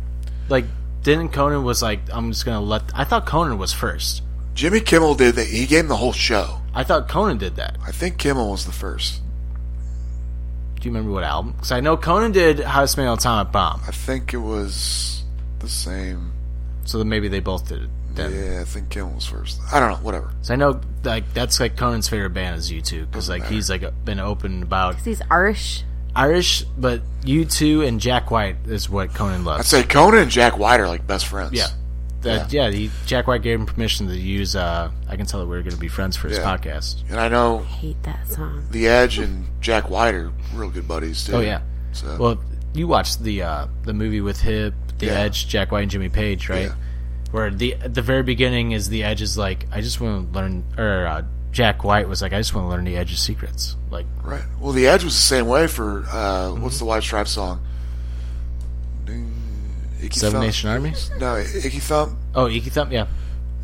Like didn't Conan was like, "I'm just gonna let." I thought Conan was first. Jimmy Kimmel did the he gave him the whole show. I thought Conan did that. I think Kimmel was the first. Do you remember what album? Because I know Conan did How to Make an Atomic Bomb, I think it was the same. so then maybe they both did it. Then. Yeah, I think Kimmel was first. I don't know. Whatever. So I know like that's like Conan's favorite band is U2 because like he's like been open about He's Irish. Irish, but U2 and Jack White is what Conan I'd loves. say Conan and Jack White are like best friends. yeah. That, yeah, he, Jack White gave him permission to use. Uh, I can tell that we're going to be friends for his Yeah. podcast. And I know Hate that song. The Edge and Jack White are real good buddies too. Oh yeah. So Well, you watched the uh, the movie with Hip, The Yeah. Edge, Jack White, and Jimmy Page, right? Yeah. Where the at the very beginning is the Edge is like, I just want to learn, or uh, Jack White was like, I just want to learn the Edge's secrets. Like, right. Well, The Edge was the same way for uh, Mm-hmm. what's the White Stripes song? Icky Seven Thump. Nation Army? No, Icky Thump oh, Icky Thump, yeah.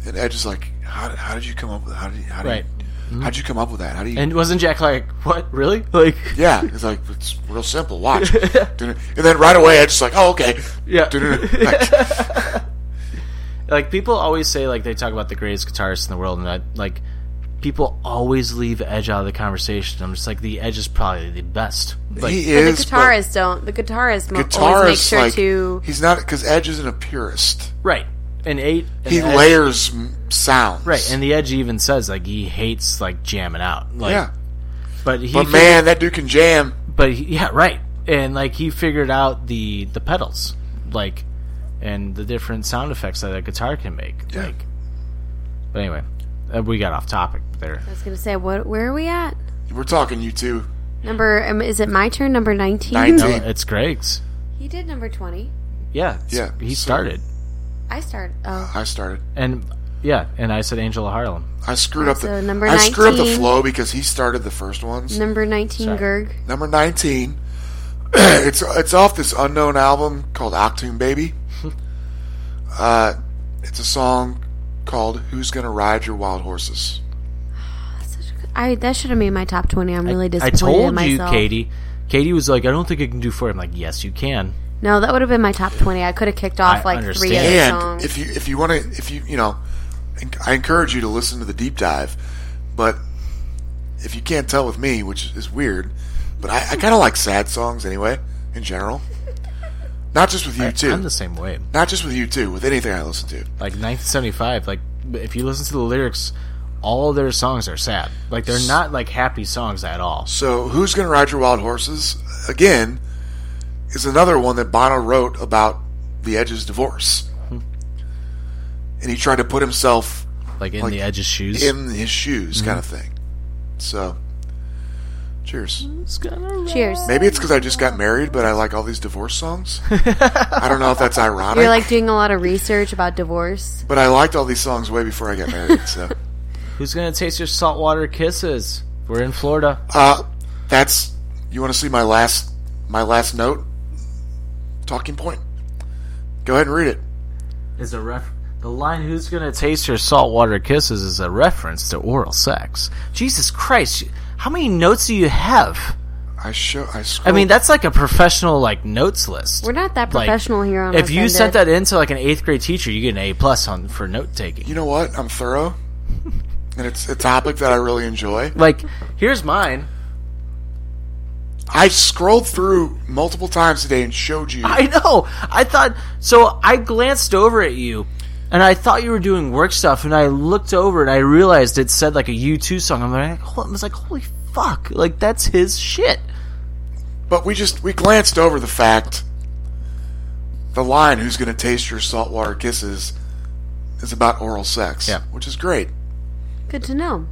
and Edge is like, how, did- how did you come up with how did you, how did Right. Mm-hmm. you, how'd you come up with that? How do you? And wasn't Jack like, what, really? Like, yeah, it's like it's real simple. [LAUGHS] Watch, and then right away, Edge's like, oh okay, Yeah. [LAUGHS] Like, like people always say like they talk about the greatest guitarist in the world and I, like people always leave edge out of the conversation i'm just like the edge is probably the best like he But the is but- guitarists don't. The guitarists mo- always make guitarist sure like to. he's not because Edge isn't a purist. right and eight and He Edge- layers m- sounds, right and the edge even says like he hates like jamming out like yeah, but he but fig- man, that dude can jam. but he, yeah right and like he figured out the the pedals like and the different sound effects that a guitar can make Yeah. like but anyway uh, we got off topic there I was gonna say, what? Where are we at? We're talking you two, Number? Um, is it my turn? Number nineteen. nineteen. it's greg's [LAUGHS] He did number twenty. yeah Yeah, he so- started [SIGHS] I started. Oh, I started. And yeah, and I said Angela Harlem. I screwed up So the number I screwed up the 19. flow because he started the first ones. Number 19, Sorry. Gerg. Number 19. [CLEARS THROAT] it's it's off this unknown album called Octune Baby. uh, it's a song called Who's Gonna Ride Your Wild Horses. I that should have made my top 20. I'm really I disappointed in told you, myself. Katie. Katie was like, I don't think I can do four. I'm like, yes, you can. No, that would have been my top 20. I could have kicked off I like understand. three other Yeah, And songs. if you if you want to if you you know, en- I encourage you to listen to the deep dive. But if you can't tell with me, which is weird, but I, I kind of like sad songs anyway in general. Not just with you too. I'm the same way. Not just with you too. With anything I listen to. Like 1975. Like if you listen to the lyrics, all their songs are sad. Like they're not like happy songs at all. So, Who's Gonna Ride Your Wild Horses, again, is another one that Bono wrote about the Edge's divorce. And he tried to put himself Like in Like, the Edge's shoes. in his shoes, kind of thing. So, cheers. Cheers. Maybe it's because I just got married, but I like all these divorce songs. I don't know if that's ironic, You're like doing a lot of research about divorce. but I liked all these songs way before I got married. So, Who's gonna taste your saltwater kisses? We're in Florida. uh, that's you want to see my last my last note talking point. Go ahead and read it. is a ref. The line "Who's gonna taste your saltwater kisses" is a reference to oral sex. Jesus Christ, how many notes do you have? I show. I I scroll. mean, that's like a professional like notes list. We're not that Like, professional here on If you Offended. sent that in to like an eighth grade teacher, you get an A plus on for note taking. you know what? I'm thorough, and it's a topic that I really enjoy. Like, here's mine. [LAUGHS] I scrolled through multiple times today and showed you. I know. I thought so. I glanced over at you, and I thought you were doing work stuff. And I looked over, and I realized it said like a U two song. I'm like, hol- I was like, holy fuck! Like that's his shit. but we just we glanced over the fact. The line "Who's going to taste your saltwater kisses" is about oral sex, Yeah. which is great. Good to know.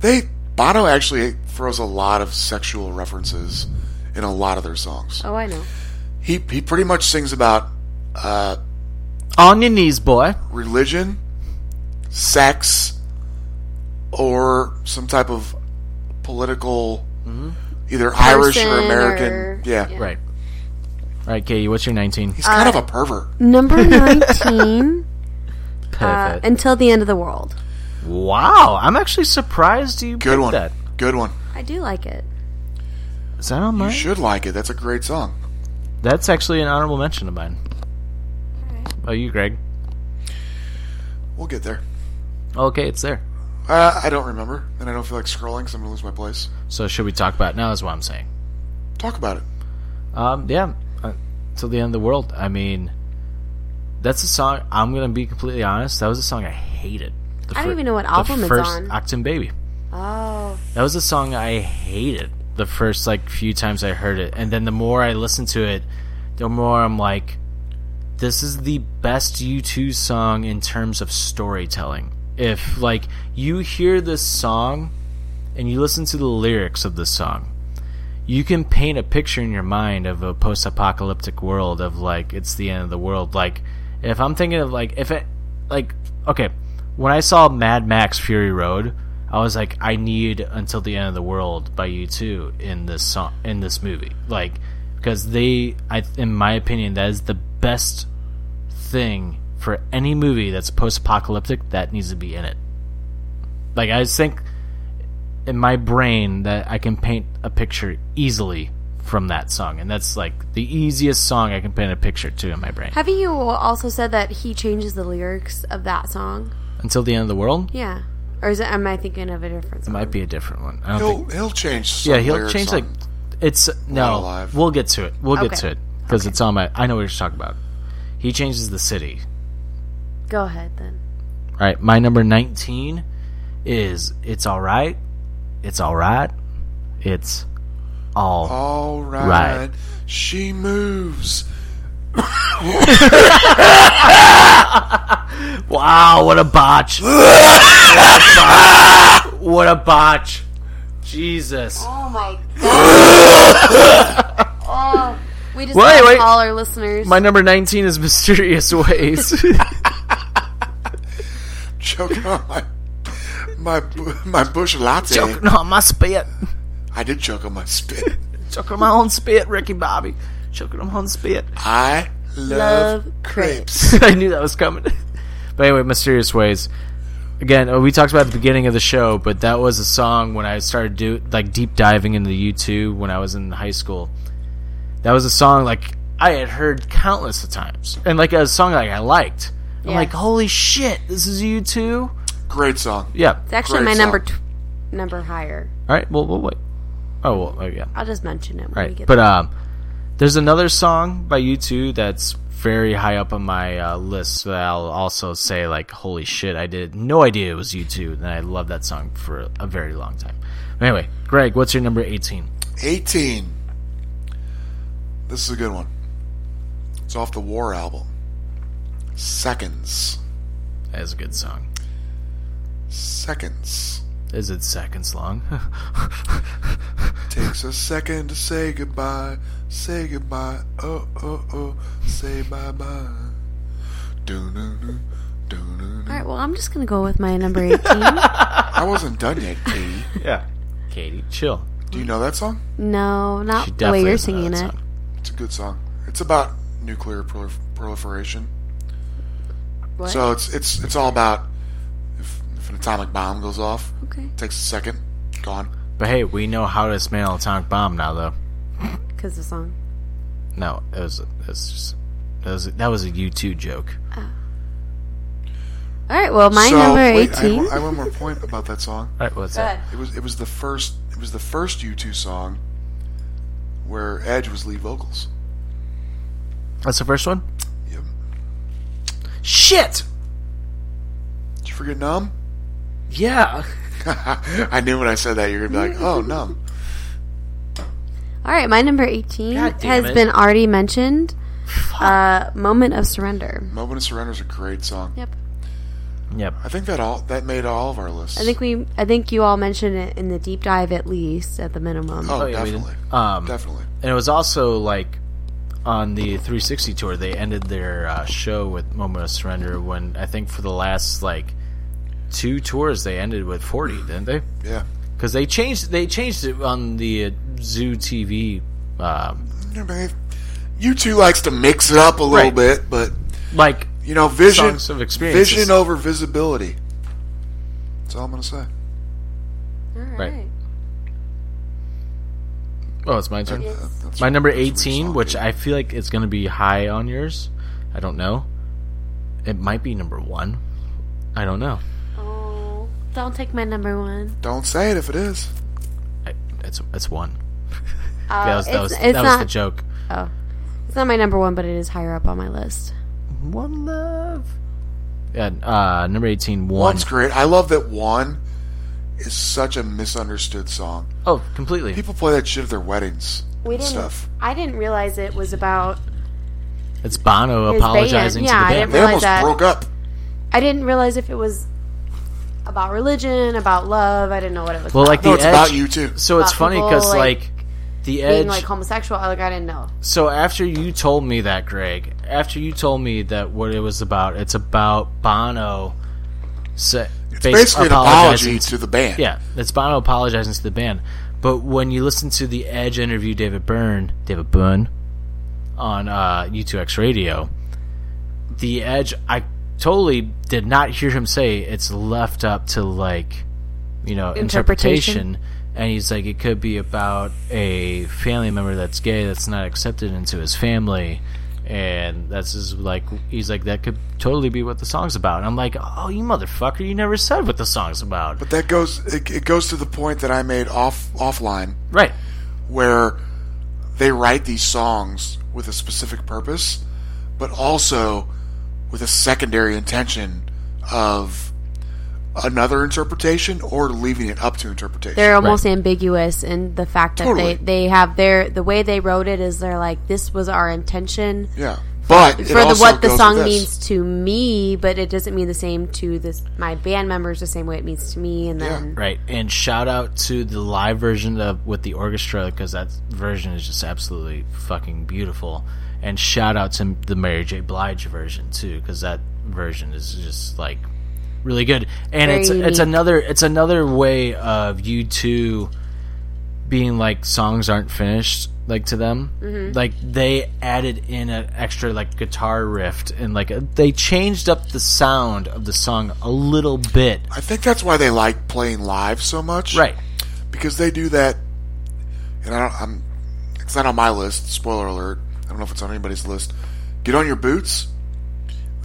They Bono actually throws a lot of sexual references in a lot of their songs. Oh, I know. He he pretty much sings about uh, On your knees, boy. religion, sex, or some type of political, either Irish or Mm-hmm. Person American. or- yeah. yeah. Uh, Right. All right, Katie, what's your 19? he's kind of a pervert. Number 19, uh, Pivot. Until the End of the World. wow, I'm actually surprised you Good picked one. that. Good one. I do like it. Is that on You mine? should like it. That's a great song. That's actually an honorable mention of mine. Oh, you, Greg. We'll get there. Okay, it's there. Uh, I don't remember, and I don't feel like scrolling because I'm gonna lose my place. So should we talk about it now is what I'm saying. Talk about it. Um, yeah, uh, till the end of the world. I mean, that's a song, I'm going to be completely honest, that was a song I hated. The I don't fir- even know what the album it's first on. Acton Baby. Oh. That was a song I hated the first like few times I heard it, and then the more I listened to it, the more I'm like, this is the best U2 song in terms of storytelling. If like you hear this song and you listen to the lyrics of this song, you can paint a picture in your mind of a post-apocalyptic world of like it's the end of the world. Like if I'm thinking of like if it like okay, when I saw Mad Max Fury Road, I was like, I need Until the End of the World by you 2 in this song in this movie, like because they, I in my opinion, that is the best thing for any movie that's post-apocalyptic that needs to be in it. Like I just think in my brain that I can paint a picture easily from that song, and that's like the easiest song I can paint a picture to in my brain. Haven't you also said that he changes the lyrics of that song? Until the end of the world. Yeah. Or is it, am I thinking of a different It song? might be a different one. I don't think He'll he'll change. Some yeah, he'll lyrics change on- like it's no. Alive. We'll get to it. We'll Okay. get to it because it's on my. I know what you're talking about. He changes the city. Go ahead then. All right, my number nineteen is it's all right. It's all right. It's all All right. Right. She moves. Wow, what a botch. [LAUGHS] what, a botch. What a botch. Jesus. Oh my god. oh. We just Wait, lost wait. all our listeners. My number 19 is Mysterious Ways. choking on my [LAUGHS] my bu- my bush [LAUGHS] latte. Choking on my spit. I did choke on my spit. Choking on my own spit, Ricky Bobby. Choking on my own spit. I love, Love crepes. [LAUGHS] I knew that was coming. but anyway, Mysterious Ways. Again, uh, we talked about it at the beginning of the show, but that was a song when I started do like deep diving into U2 when I was in high school. That was a song like I had heard countless of times, and like a song like I liked. I'm Yeah. like, holy shit, this is U2. Great song. Yeah. It's actually Great my song. number t- number higher. All right. Well, we'll wait. Oh well. Oh yeah. I'll just mention it when we Right. get But there. um, there's another song by U2 that's very high up on my uh, list that I'll also say like, holy shit, I did no idea it was U2, and I love that song for a very long time. Anyway, Greg, what's your number 18? 18. This is a good one. It's off the War album. Seconds. That is a good song. Seconds. Is it seconds long? [LAUGHS] Takes a second to say goodbye. Say goodbye. Oh, oh, oh. Say bye bye. Do, do, do. Do, do, All do. right, well, I'm just going to go with my number 18. I wasn't done yet, Katie. yeah. Katie, chill. Do you know that song? no, She not the way definitely you're doesn't know singing that it. song. It's a good song. It's about nuclear prolif- proliferation. What? So it's it's it's all about if, if an atomic bomb goes off, okay. takes a second, gone. But hey, we know how to smell an atomic bomb now, though. Because the song. No, it was, it was just that was that was a U2 joke. All right, well, my so, number wait, I have 18. one- I, have one more point about that song. All right, what's Go that? ahead. It was it was the first it was the first U2 song where Edge was lead vocals. That's the first one. Yep. Shit. Did you forget Numb? [LAUGHS] Yeah. I knew when I said that you were gonna be like, [LAUGHS] oh Numb. All right, my number 18 God damn has it. been already mentioned. Uh, Moment of Surrender. Moment of Surrender is a great song. Yep. Yep. I think that all that made all of our lists. I think we I think you all mentioned it in the deep dive at least at the minimum. Oh, Oh, yeah, we did. definitely, Um, definitely. and it was also like on the 360 tour they ended their uh, show with moment of surrender when i think for the last like two tours they ended with 40 [SIGHS] didn't they Yeah. because they changed they changed it on the uh, zoo tv um, Yeah, but U2 likes to mix it up a little Right. bit, but like you know, vision Songs of experiences. vision over visibility. That's all I'm gonna say. All right. Right. oh it's my turn That- that's- my number that's a weird 18 song, which dude. i feel like it's going to be high on yours i don't know it might be number one i don't know Oh, don't take my number one. don't say it if it is. I, it's, it's one Oh, that was, that it's, was, it's that was not the joke Oh. It's not my number one, but it is higher up on my list. One love. Yeah, uh, number 18, one. One's great. I love that one is such a misunderstood song. Oh, completely. People play that shit at their weddings We and didn't. stuff. I didn't realize it was about. It's Bono His apologizing band. Yeah, to I the didn't band. They almost realize that. broke up. I didn't realize if it was about religion, about love. I didn't know what it was. Well, about. like the No, it's edge. about you too. So it's About funny people, because like, like, the being edge. like homosexual. Like I didn't know. so after you told me that, Greg, after you told me that what it was about, it's about Bono. Sa- It's basically an apology to the band. Yeah, it's Bono apologizing to the band. But when you listen to the Edge interview David Byrne, David Byrne, on uh, U2X Radio, the Edge, I totally did not hear him say it's left up to like, you know, Interpretation. interpretation. And he's like, it could be about a family member that's gay that's not accepted into his family. And that's just like, he's like, that could totally be what the song's about. And I'm like, oh, you motherfucker, you never said what the song's about. But that goes it, it goes to the point that I made off offline Right. where they write these songs with a specific purpose, but also with a secondary intention of another interpretation or leaving it up to interpretation. They're almost ambiguous in the fact that Totally. they they have their the way they wrote it is they're like this was our intention yeah, but it for the also what the goes song with this. means to me, but it doesn't mean the same to this my band members the same way it means to me. And then Right, and shout out to the live version of with the orchestra because that version is just absolutely fucking beautiful. And shout out to the Mary J. Blige version too because that version is just like really good. And Very it's it's unique. another it's another way of you two being like songs aren't finished like to them. Mm-hmm. Like they added in an extra like guitar riff and like they changed up the sound of the song a little bit. I think that's why they like playing live so much. Right. because they do that, and I don't, I'm. It's not on my list. Spoiler alert! I don't know if it's on anybody's list. Get on your boots.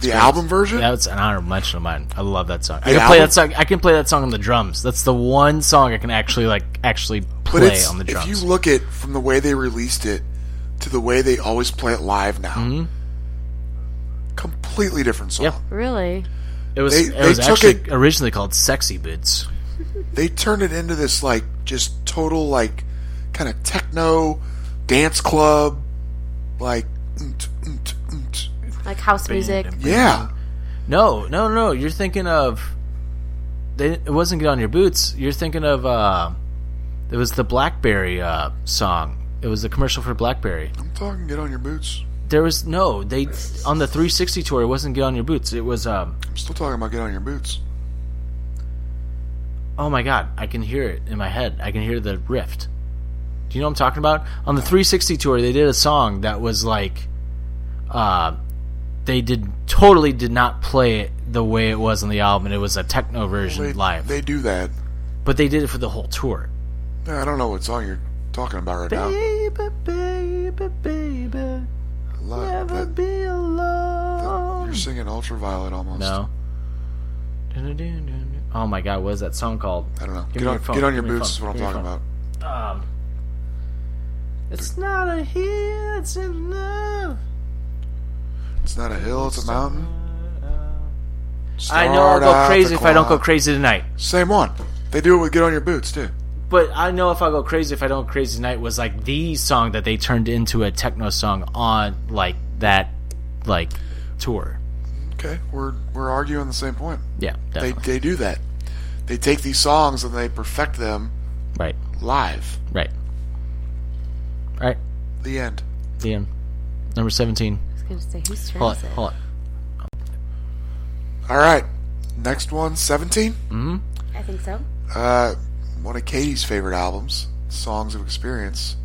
The album version. That's an honorable mention of mine. I love that song. I The can play album- that song. I can play that song on the drums. That's the one song I can actually like actually but play it's on the drums. if you look at from the way they released it to the way they always play it live now, Mm-hmm. completely different song. Yep. Really? it was they- it they was took actually it- originally called Sexy Boots. They turned it into this like just total like kind of techno dance club like. mm-t, mm-t, mm-t. Like house music. Yeah, No, no, no. You're thinking of they, it wasn't get on your boots. You're thinking of uh, it was the BlackBerry uh, song. It was the commercial for BlackBerry. I'm talking. Get on your boots. There was no they on the 360 tour. It wasn't get on your boots. It was um, I'm still talking about get on your boots. oh my god, I can hear it in my head. I can hear the rift. Do you know what I'm talking about? On the 360 tour, they did a song that was like, uh, they did totally did not play it the way it was on the album. and It was a techno version They, live, they do that. but they did it for the whole tour. Yeah, I don't know what song you're talking about right now. Baby, baby, baby, I love that- be alone. You're singing ultraviolet almost. No. Dun-dun-dun-dun. Oh my god, what is that song called? I don't know. Give Get me on, your phone. get on your Give me your boots is phone. what I'm Give me your talking phone. about. Um, it's not a hill, it's a love. It's not a hill, it's a mountain. I know I'll Start go out crazy the if I don't go clock. crazy tonight. Same one. They do it with get on your boots too. But I know if I go crazy if I don't go crazy tonight was like the song that they turned into a techno song on like that like tour. Okay, we're we're arguing the same point. Yeah, They definitely. they do that. They take these songs and they perfect them right, live. right, right. The end. The end. Number seventeen. I was going to say, whose turn Hold is it, it? hold it. All right. Next one, 17. I think so. Uh, one of Katie's favorite albums, Songs of Experience,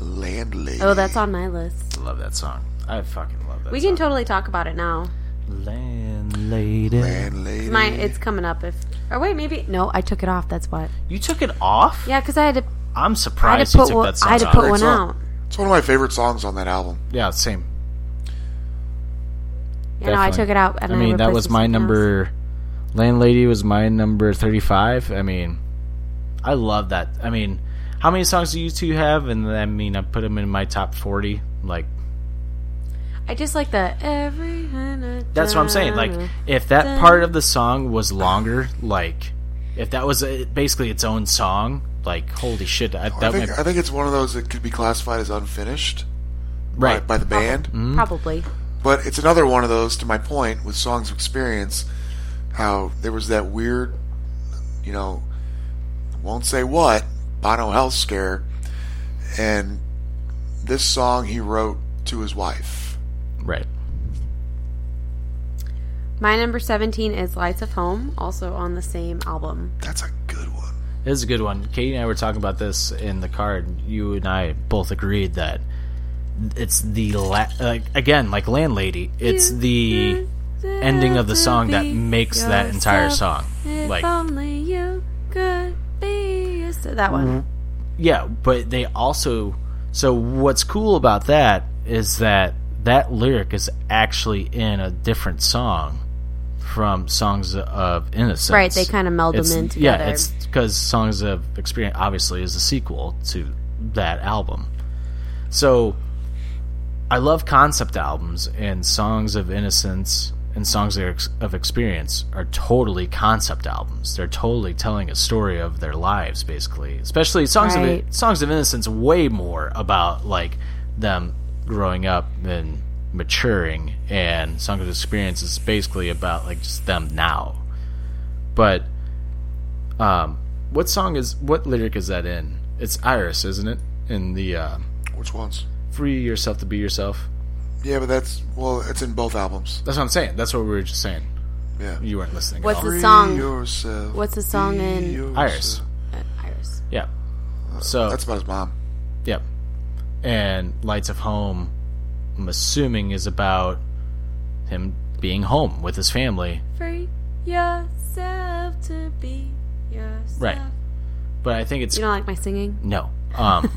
Landlady. Oh, that's on my list. Love that song. I fucking love that. We can totally talk about it now. Landlady. Landlady. My, it's coming up if. Or wait, maybe no. I took it off. That's what. You took it off? Yeah, because I had to. I'm I had surprised to you put took one. that I song had to off. put one song. out. it's one of my favorite songs on that album. yeah, same. You know, I Definitely. took it out. And I mean, that replaced was it my with something else. number. Landlady was my number thirty-five. I mean, I love that. I mean, how many songs do you two have? And I mean, I put them in my top forty. Like I just like the every. that's what I'm saying. Like if that part of the song was longer, like if that was uh basically its own song, like holy shit, I, I that think, might, I think it's one of those that could be classified as unfinished by, right. by the band. mm. probably. But it's another one of those, to my point, with Songs of Experience, how there was that weird, you know, won't say what, Bono health scare, and this song he wrote to his wife. right. My number seventeen is Lights of Home, also on the same album. That's a good one. This is a good one. Katie and I were talking about this in the card. You and I both agreed that it's the la- like again, like landlady. It's the ending of the song that makes that entire song. If Like only you could be yourself. that one. Mm-hmm. yeah, but they also so what's cool about that is that that lyric is actually in a different song from Songs of Innocence. Right, they kinda meld them It's- in together. Yeah, it's because Songs of Experience obviously is a sequel to that album. So I love concept albums, and Songs of Innocence and Songs of Ex- of Experience are totally concept albums. They're totally telling a story of their lives, basically. Especially Songs of Right. Songs of Innocence, way more about like them growing up and maturing, and Songs of Experience is basically about like just them now. But um, what song is what lyric is that in? It's Iris, isn't it? In the uh, Which ones? "Free Yourself to Be Yourself." Yeah, but that's well, it's in both albums. That's what I'm saying. That's what we were just saying. Yeah. You weren't listening. What's at all. The song. Free yourself. What's the song be in- yourself. Iris? Uh, Iris. Yeah. So That's about his mom. Yep. And Lights of Home, I'm assuming, is about him being home with his family. Free yourself to be yourself. Right. But I think it's. You don't like my singing? no. Um,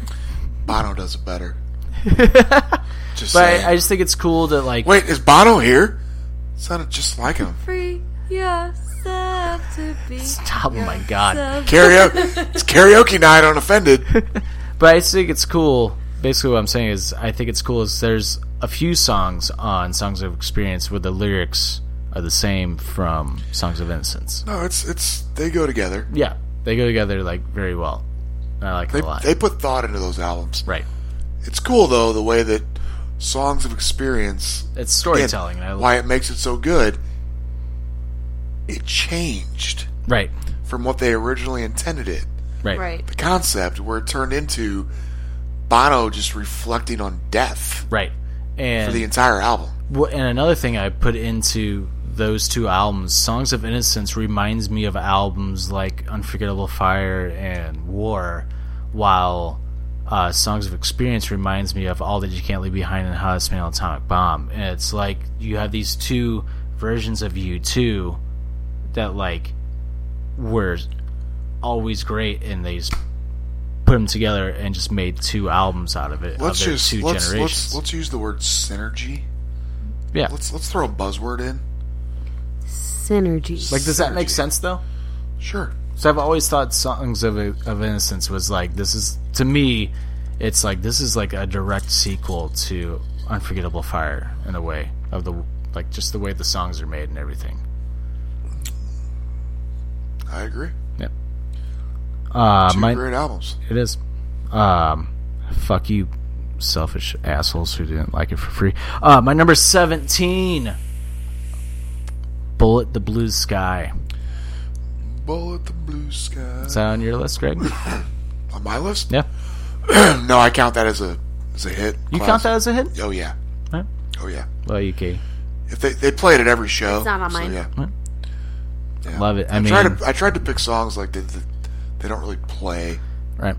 Bono does it better. just but saying. I, I just think it's cool that, like. Wait, is Bono here? Sounded just like him. Free yourself to be. Stop, oh my god. yourself. [LAUGHS] Karaoke. it's karaoke night on Offended. But I just think it's cool. Basically, what I'm saying is, I think it's cool is there's a few songs on Songs of Experience where the lyrics are the same from Songs of Innocence. No, it's it's they go together. Yeah. They go together, like, very well. And I like They it a lot. they put thought into those albums. right. It's cool though the way that songs of experience It's again, storytelling. and I, why it makes it so good. It changed Right. from what they originally intended it. Right. Right. The concept where it turned into Bono just reflecting on death Right. And for the entire album. Well, and another thing I put into those two albums, "Songs of Innocence" reminds me of albums like "Unforgettable Fire" and "War," while uh, "Songs of Experience" reminds me of "All That You Can't Leave Behind" and "How to Smell an Atomic Bomb." And it's like you have these two versions of you two that like were always great, and they just put them together and just made two albums out of it. Let's of their just two let's, generations. let's let's use the word synergy. yeah. Let's let's throw a buzzword in. Synergy. Like, does that make sense though? Sure. So I've always thought "Songs of of Innocence" was like this is to me, it's like this is like a direct sequel to "Unforgettable Fire" in a way of the like just the way the songs are made and everything. I agree. Yep. Uh, Two my, great albums. it is. Um, fuck you, selfish assholes who didn't like it for free. Uh, my number seventeen, "Bullet the Blue Sky." Bullet the blue sky. Is that on your list, [LAUGHS] Greg? On my list? Yeah. No, I count that as a as a hit. You count that as a hit? Oh yeah. Huh? Oh yeah. Well, you can. If they they play it at every show. It's not on so, mine. yeah. Huh? Yeah. Love it. I, I mean, tried to I tried to pick songs like that that they don't really play. Right.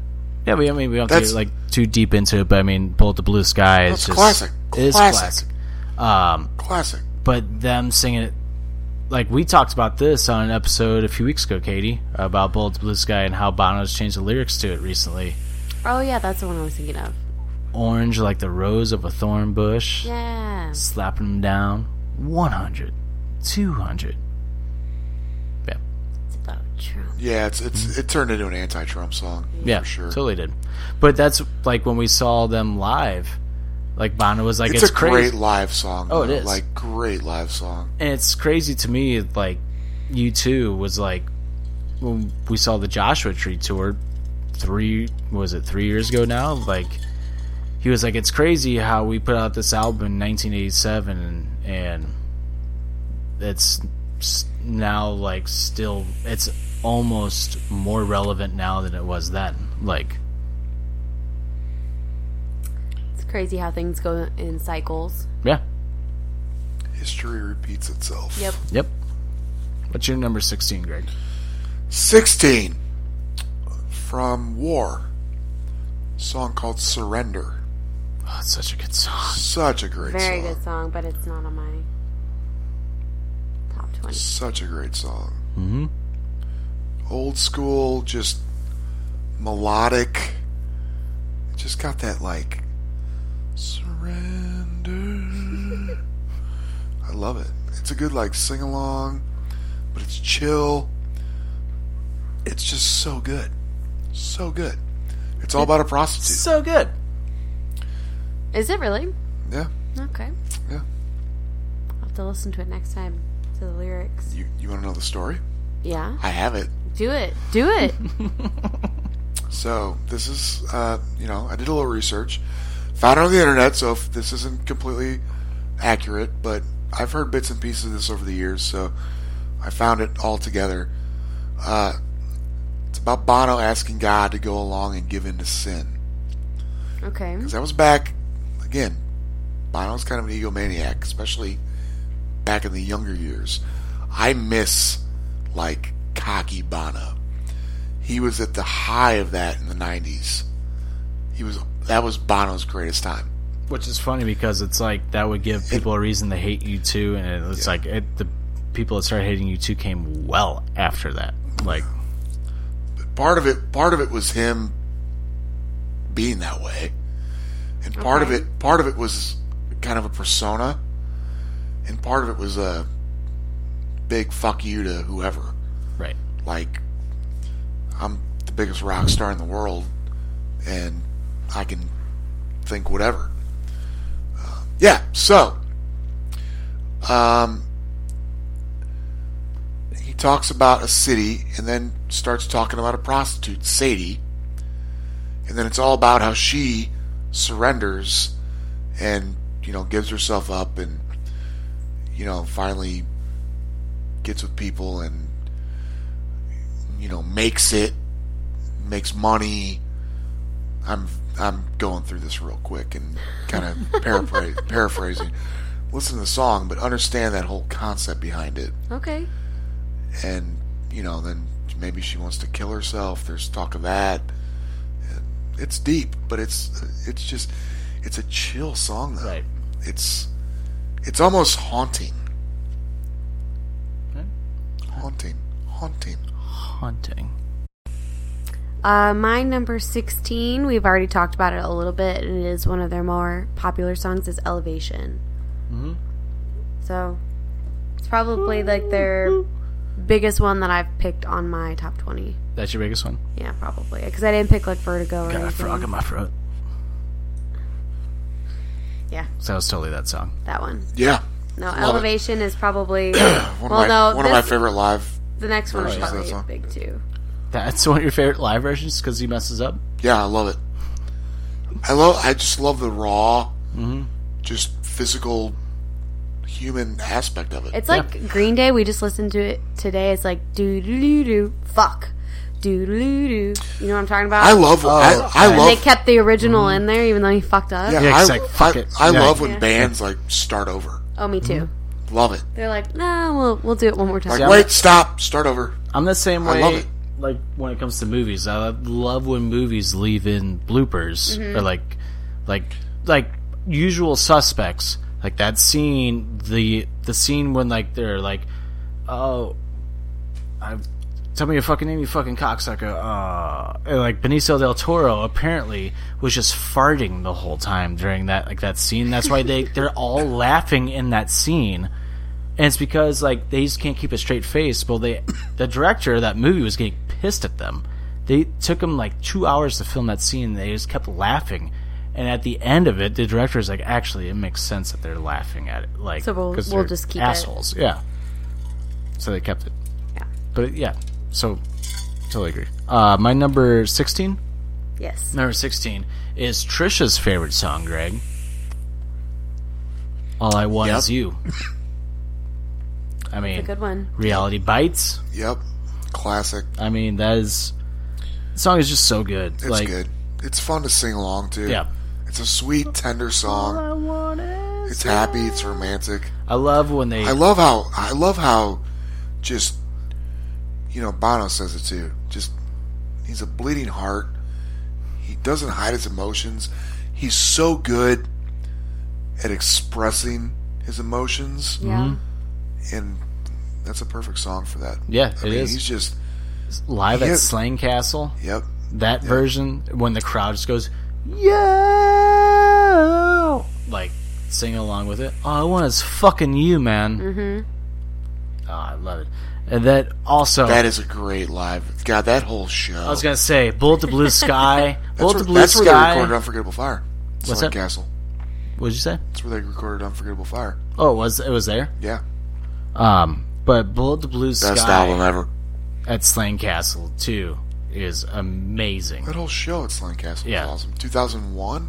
Yeah, we, I mean, we don't That's- get like too deep into it, but I mean, "Bullet the Blue Sky" is That's just classic. it is Classic. classic. Um, Classic. but them singing it, like we talked about this on an episode a few weeks ago, Katie, about "Bullet the Blue Sky" and how Bono's changed the lyrics to it recently. Oh, yeah, that's the one I was thinking of. Orange like the rose of a thorn bush, Yeah. slapping them down. 100, 200. Yeah, It's about Trump. Yeah, it's it's it turned into an anti-Trump song. Mm-hmm. yeah, for sure. totally did. But that's like when we saw them live. Like Bono was like, It's, it's, a crazy. great live song. Oh, it though. is. Like great live song. and it's crazy to me like you too was like when we saw the joshua tree tour three what was it three years ago now like he was like it's crazy how we put out this album in 1987 and, and it's s- now like still it's almost more relevant now than it was then like It's crazy how things go in cycles. yeah History repeats itself. Yep. yep what's your number 16 greg 16 from War. Song called Surrender. oh it's such a good song Such a great Very song. good song, but it's not on my top 20. Such a great song. Mm-hmm. Old school, just melodic. It just got that like surrender. I love it. It's a good like sing along, but it's chill. It's just so good. So good. It's all about a prostitute. so good Is it really? yeah. Okay. Yeah. I'll have to listen to it next time to the lyrics. You you want to know the story? Yeah. I have it. Do it. Do it. So this is, uh, you know, I did a little research, found it on the internet. So if this isn't completely accurate, but I've heard bits and pieces of this over the years, so I found it all together. Uh, it's about Bono asking God to go along and give in to sin, [LAUGHS] Okay. because that was back again. Bono's kind of an egomaniac, especially back in the younger years. I miss like Cocky Bana. He was at the high of that in the '90s. He was that was Bono's greatest time. Which is funny because it's like that would give people a reason to hate you too, and it's like it, the people that started hating you too came well after that. Like, part of it part of it was him being that way and part Okay. of it part of it was kind of a persona and part of it was a big fuck you to whoever right? like I'm the biggest rock star in the world and I can think whatever Uh, yeah so um he talks about a city and then starts talking about a prostitute, Sadie. And then it's all about how she surrenders and, you know, gives herself up and, you know, finally gets with people and, you know, makes it, makes money. I'm I'm going through this real quick and kind of paraphrase, paraphrasing. Listen to the song, but understand that whole concept behind it Okay. and you know then maybe she wants to kill herself there's talk of that And it's deep but it's it's just it's a chill song though Right. it's it's almost haunting haunting haunting Haunting. Uh, my number 16, we've already talked about it a little bit, and it is one of their more popular songs, is Elevation. Mm-hmm. So, it's probably like their biggest one that I've picked on my top 20. That's your biggest one. Yeah, probably. Because I didn't pick like Vertigo or Got a anything. frog in my throat. Yeah, So that was totally that song. that one. yeah No, Love it. Elevation is [COUGHS] probably. one well, of my, no, one of my this- favorite live the next one is versions of that probably song. big too. That's one of your favorite live versions because he messes up. yeah i love it i love i just love the raw Mm-hmm. just physical human aspect of it It's like Green Day. We just listened to it today. It's like doo doo doo doo. Fuck. Doo doo doo. You know what I'm talking about? i love Oh, I, I And love they kept the original in there, even though he fucked up. Yeah, Yeah, I, it's like, fuck I, it. I Yeah. love when Yeah. bands like start over. Oh, me too. Love it. They're like, nah, we'll we'll do it one more time. Mm-hmm. Like, Yeah. wait, stop, start over. I'm the same I way. love it. Like when it comes to movies, I love when movies leave in bloopers or like, like, like usual suspects. Like that scene, the the scene when like they're like, oh, I tell me your fucking name, you fucking cocksucker. Uh, and, like Benicio del Toro apparently was just farting the whole time during that like that scene. That's why they they're [LAUGHS] all laughing in that scene. And it's because like they just can't keep a straight face. Well, they the director of that movie was getting pissed at them. They took them like two hours to film that scene. And they just kept laughing, and at the end of it, the director is like, "Actually, it makes sense that they're laughing at it." Like, So we'll- 'cause we'll they're just keep it. assholes. Yeah. So they kept it. Yeah. But yeah, so totally agree. Uh, my number sixteen. Yes. Number sixteen is Trisha's favorite song, Greg. All I want Yep. is you. I mean, A Mm-hmm. good one. Reality Bites. Yep. Classic. I mean, that is the song is just so good. It's like, good. It's fun to sing along to. Yeah. It's a sweet, tender I song. want it. It's happy, it's romantic. I love when they. I love how I love how just you know, Bono says it too. Just he's a bleeding heart. He doesn't hide his emotions. He's so good at expressing his emotions. Yeah. and that's a perfect song for that. Yeah, I it mean, is. He's just live Yeah. at Slang Castle. yep, That version when the crowd just goes, yeah, like singing along with it. All I want is fucking you, man. Mm-hmm. Oh, I love it. And that also, that is a great live. God, that whole show. Oh. I was gonna say, Bullet to Blue Sky. [LAUGHS] that's Bullet where, to Blue that's where Sky. they recorded Unforgettable Fire. What's Sling that? Castle. What'd you say? That's where they recorded Unforgettable Fire. Oh, it was it was there? Yeah, Um, but Bullet to Blue best Sky album ever. at Slang Castle too is amazing. That whole show at Sling Castle Yeah. was awesome. Two thousand one.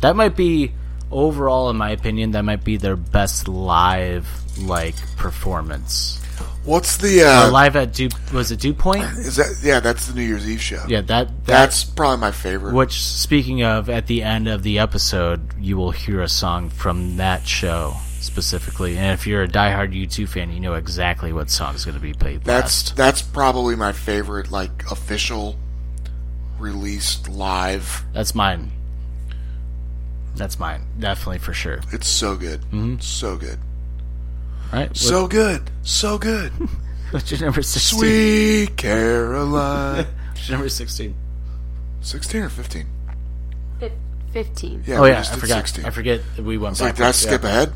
That might be overall, in my opinion, that might be their best live like performance. What's the? Uh, Uh, live at Dew was it Dew Point? is that? Yeah, that's the New Year's Eve show. Yeah, that that's that's probably my favorite. which. Speaking of, at the end of the episode, you will hear a song from that show. specifically. And if you're a diehard U2 fan, you know exactly what song's going to be played That's last. that's probably my favorite like official released live. That's mine. That's mine. Definitely for sure. It's so good. Mm-hmm. So good. All right. what- So good. So good. [LAUGHS] what's your number 16? Sweet Caroline. [LAUGHS] What's your number 16? 16 or 15? Fif- Fifteen. Yeah, Oh, we yeah. just I did forgot. 16. I forget that we went It's back. like, did I skip ahead?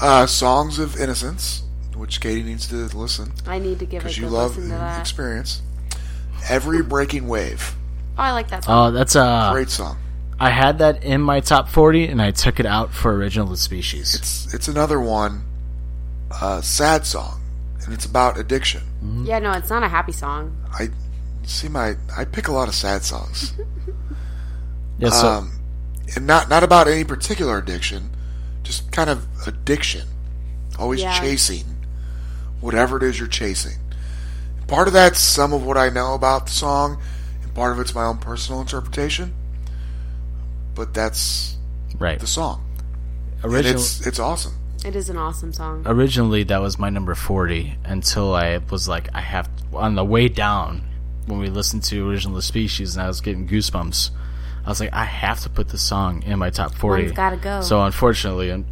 Uh, Songs of Innocence, which Katie needs to listen I need to give it because a you good love listen to and that. experience. Every Breaking Wave. Oh, I like that song. Oh, that's uh, Great song. I had that in my top 40 and I took it out for original species. It's, it's another one, uh, sad song, and it's about addiction. Um, yeah, no, it's not a happy song. I see my I pick a lot of sad [LAUGHS] songs. Yeah, so um, and not not about any particular addiction, just kind of addiction, always Yeah. chasing whatever it is you're chasing. Part of that's some of what I know about the song, and part of it's my own personal interpretation. But that's right. the song, and Original, it's it's awesome. It is an awesome song. [CLEARS THROAT] originally that was my number 40 until I was like I have on the way down when we listened to original species and I was getting goosebumps. I was like I have to put this song in my top 40. One's gotta go. So unfortunately, and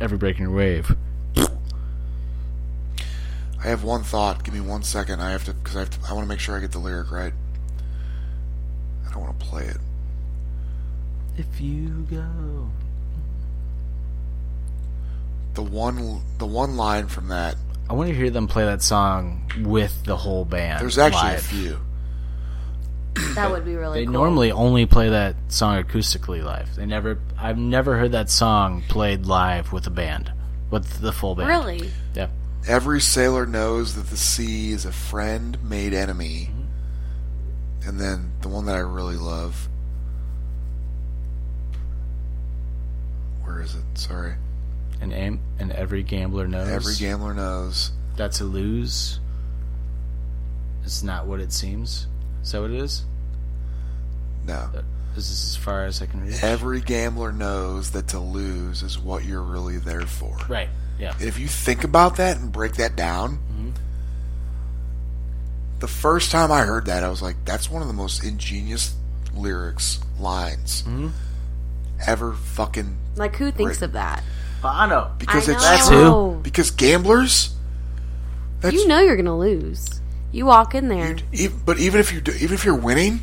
every breaking wave. I have one thought. Give me one second. I have to because I have to, I want to make sure I get the lyric right. I don't want to play it. If you go. The one the one line from that I want to hear them play that song with the whole band. There's actually live. a few. That would be really They cool. normally only play that song acoustically live. They never I've never heard that song played live with a band. With the full band. Really? Yeah. Every sailor knows that the sea is a friend made enemy. Mm-hmm. And then the one that I really love. Where is it? Sorry. And aim and every gambler knows Every gambler knows. that to lose is not what it seems. Is that what it is? No. That- Is this as far as I can read? Every gambler knows that to lose is what you're really there for. Right. Yeah. If you think about that and break that down, Mm-hmm. the first time I heard that, I was like, that's one of the most ingenious lyrics, lines Mm-hmm. ever fucking. Like who thinks Right. of that? Bono. Because I it's know. true. Because gamblers. That's, You know you're gonna lose. You walk in there. e- but even if you do, even if you're winning,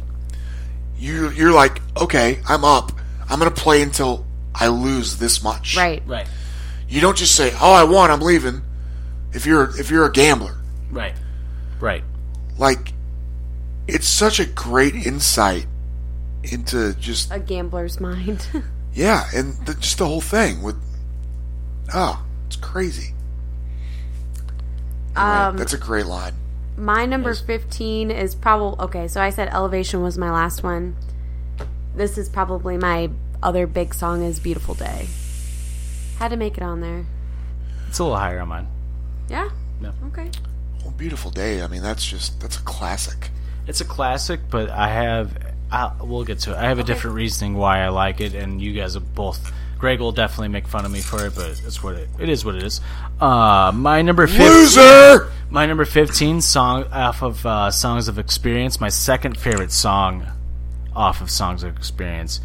you you're like, okay, I'm up. I'm gonna play until I lose this much. Right. Right. You don't just say, oh, I won, I'm leaving. If you're if you're a gambler, Right. Right. like it's such a great insight into just A gambler's mind. [LAUGHS] yeah and the, just the whole thing with oh it's crazy Anyway, that's a great line my number 15 is probably. Okay, so I said Elevation was my last one. This is probably my other big song is Beautiful Day. Had to make it on there. It's a little higher on mine. Yeah? Yeah. Okay. well, beautiful day i mean that's just that's a classic It's a classic, but I have. I, we'll get to it. I have a different reasoning why I like it, and you guys have both. Greg will definitely make fun of me for it, but it's what it, it is. What it is. Uh, my number fifteen. loser My number fifteen song off of uh, Songs of Experience. My second favorite song off of Songs of Experience.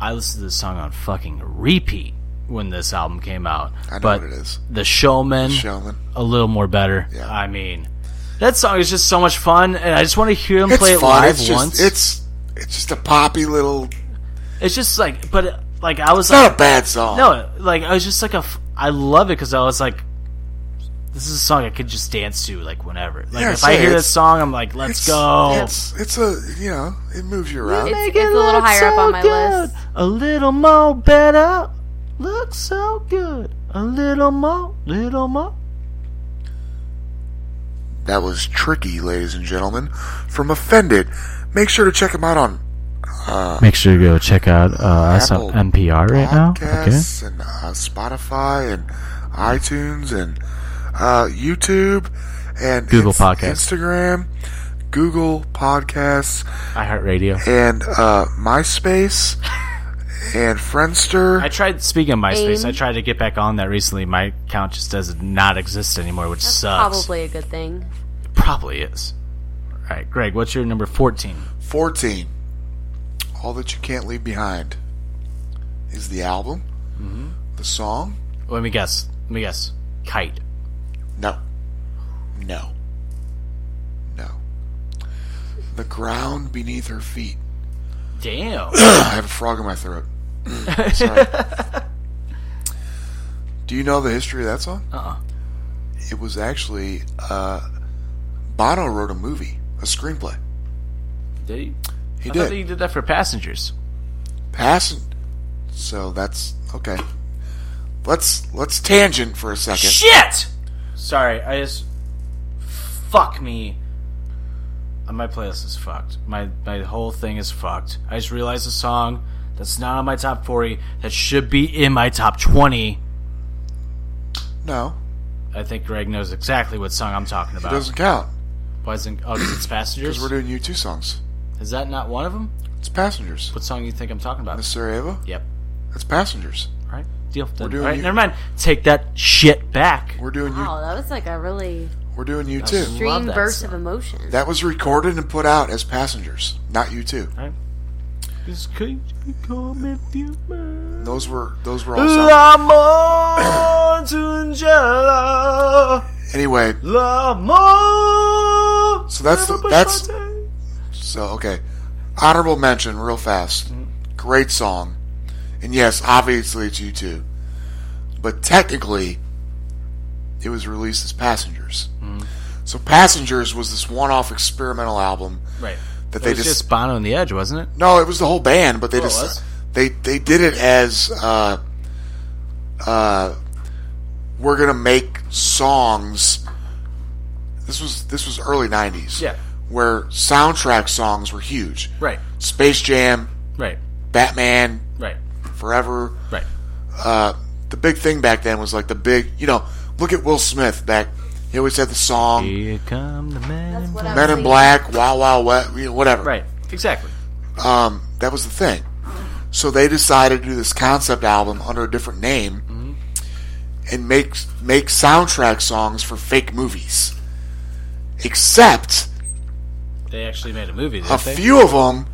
I listened to this song on fucking repeat when this album came out. i know but what it is The Showman showman a little more better. Yeah. I mean, that song is just so much fun, and I just want to hear him it's play it fun live it's just once. It's, it's it's just a poppy little just like, but like I was not a like, bad song no, like I was just like a, f- I love it because I was like, this is a song I could just dance to like whenever. Like Yeah, if say I hear it's- this song, I'm like, let's it's, go. it's it's a you know it moves you around It's, it's a little higher up on my list. A little more better. Looks so good. A little more, little more. That was Tricky, ladies and gentlemen, from Offended. Make sure to check him out on Make sure you go check out uh, us Apple on NPR right now. Okay. podcasts and uh, Spotify and iTunes and uh, YouTube and Google Inst- Podcasts. Instagram, Google Podcasts, iHeartRadio. and uh, MySpace and Friendster. I tried speaking of MySpace. AIM. I tried to get back on that recently. My account just does not exist anymore, which sucks. Probably a good thing. Probably is. All right, Greg, what's your number 14? 14. All That You Can't Leave Behind is the album, Mm-hmm. the song. Let me guess. Let me guess. Kite. No. No. No. The ground beneath her feet. [CLEARS THROAT] Damn. I have a frog in my throat. [CLEARS THROAT] [LAUGHS] Sorry. Do you know the history of that song? Uh-uh. It was actually uh, Bono wrote a movie, a screenplay. did he? He I did. thought he did that for passengers. Passing. So that's okay. Let's let's tangent for a second. Shit! Sorry, I just. Fuck me. Uh, My playlist is fucked. My my whole thing is fucked. I just realized a song that's not on my top forty that should be in my top twenty. No, I think Greg knows exactly what song I'm talking it about. doesn't count Why isn't oh, [CLEARS THROAT] 'cause it's passengers? because we're doing U two songs. is that not one of them? It's passengers. What song do you think I'm talking about? Miss Sarajevo. Yep. It's passengers. All right. Deal. Then. doing All right. you- Never mind. Take that shit back. We're doing U. Wow, Oh, that was like a really We're doing U That's- two. extreme that burst song. of emotion. That was recorded and put out as passengers, not U two. All right. Just could you come if you might. Those were those were all. songs. La Mongela, Anyway, La Mon- So that's the- Never push that's- my day. so okay, honorable mention, real fast. Mm-hmm. Great song, and yes, obviously it's U two, but technically, it was released as Passengers. Mm-hmm. So Passengers was this one-off experimental album right. that It they was just, just Bono and the Edge, wasn't it? no, it was the whole band, but they Oh, it was? just they they did it as uh, uh, we're gonna make songs. This was this was early '90s, Yeah. where soundtrack songs were huge. Right, Space Jam, right, Batman right, Forever. right. Uh, the big thing back then was like the big, you know, look at Will Smith back. He always had the song Here come the men. That's in what black. I Men was in Black, Wow Wow Wet, you know, whatever. Right, exactly. Um, that was the thing. So they decided to do this concept album under a different name Mm-hmm. and make make soundtrack songs for fake movies. Except They actually made a movie, didn't a they? few of them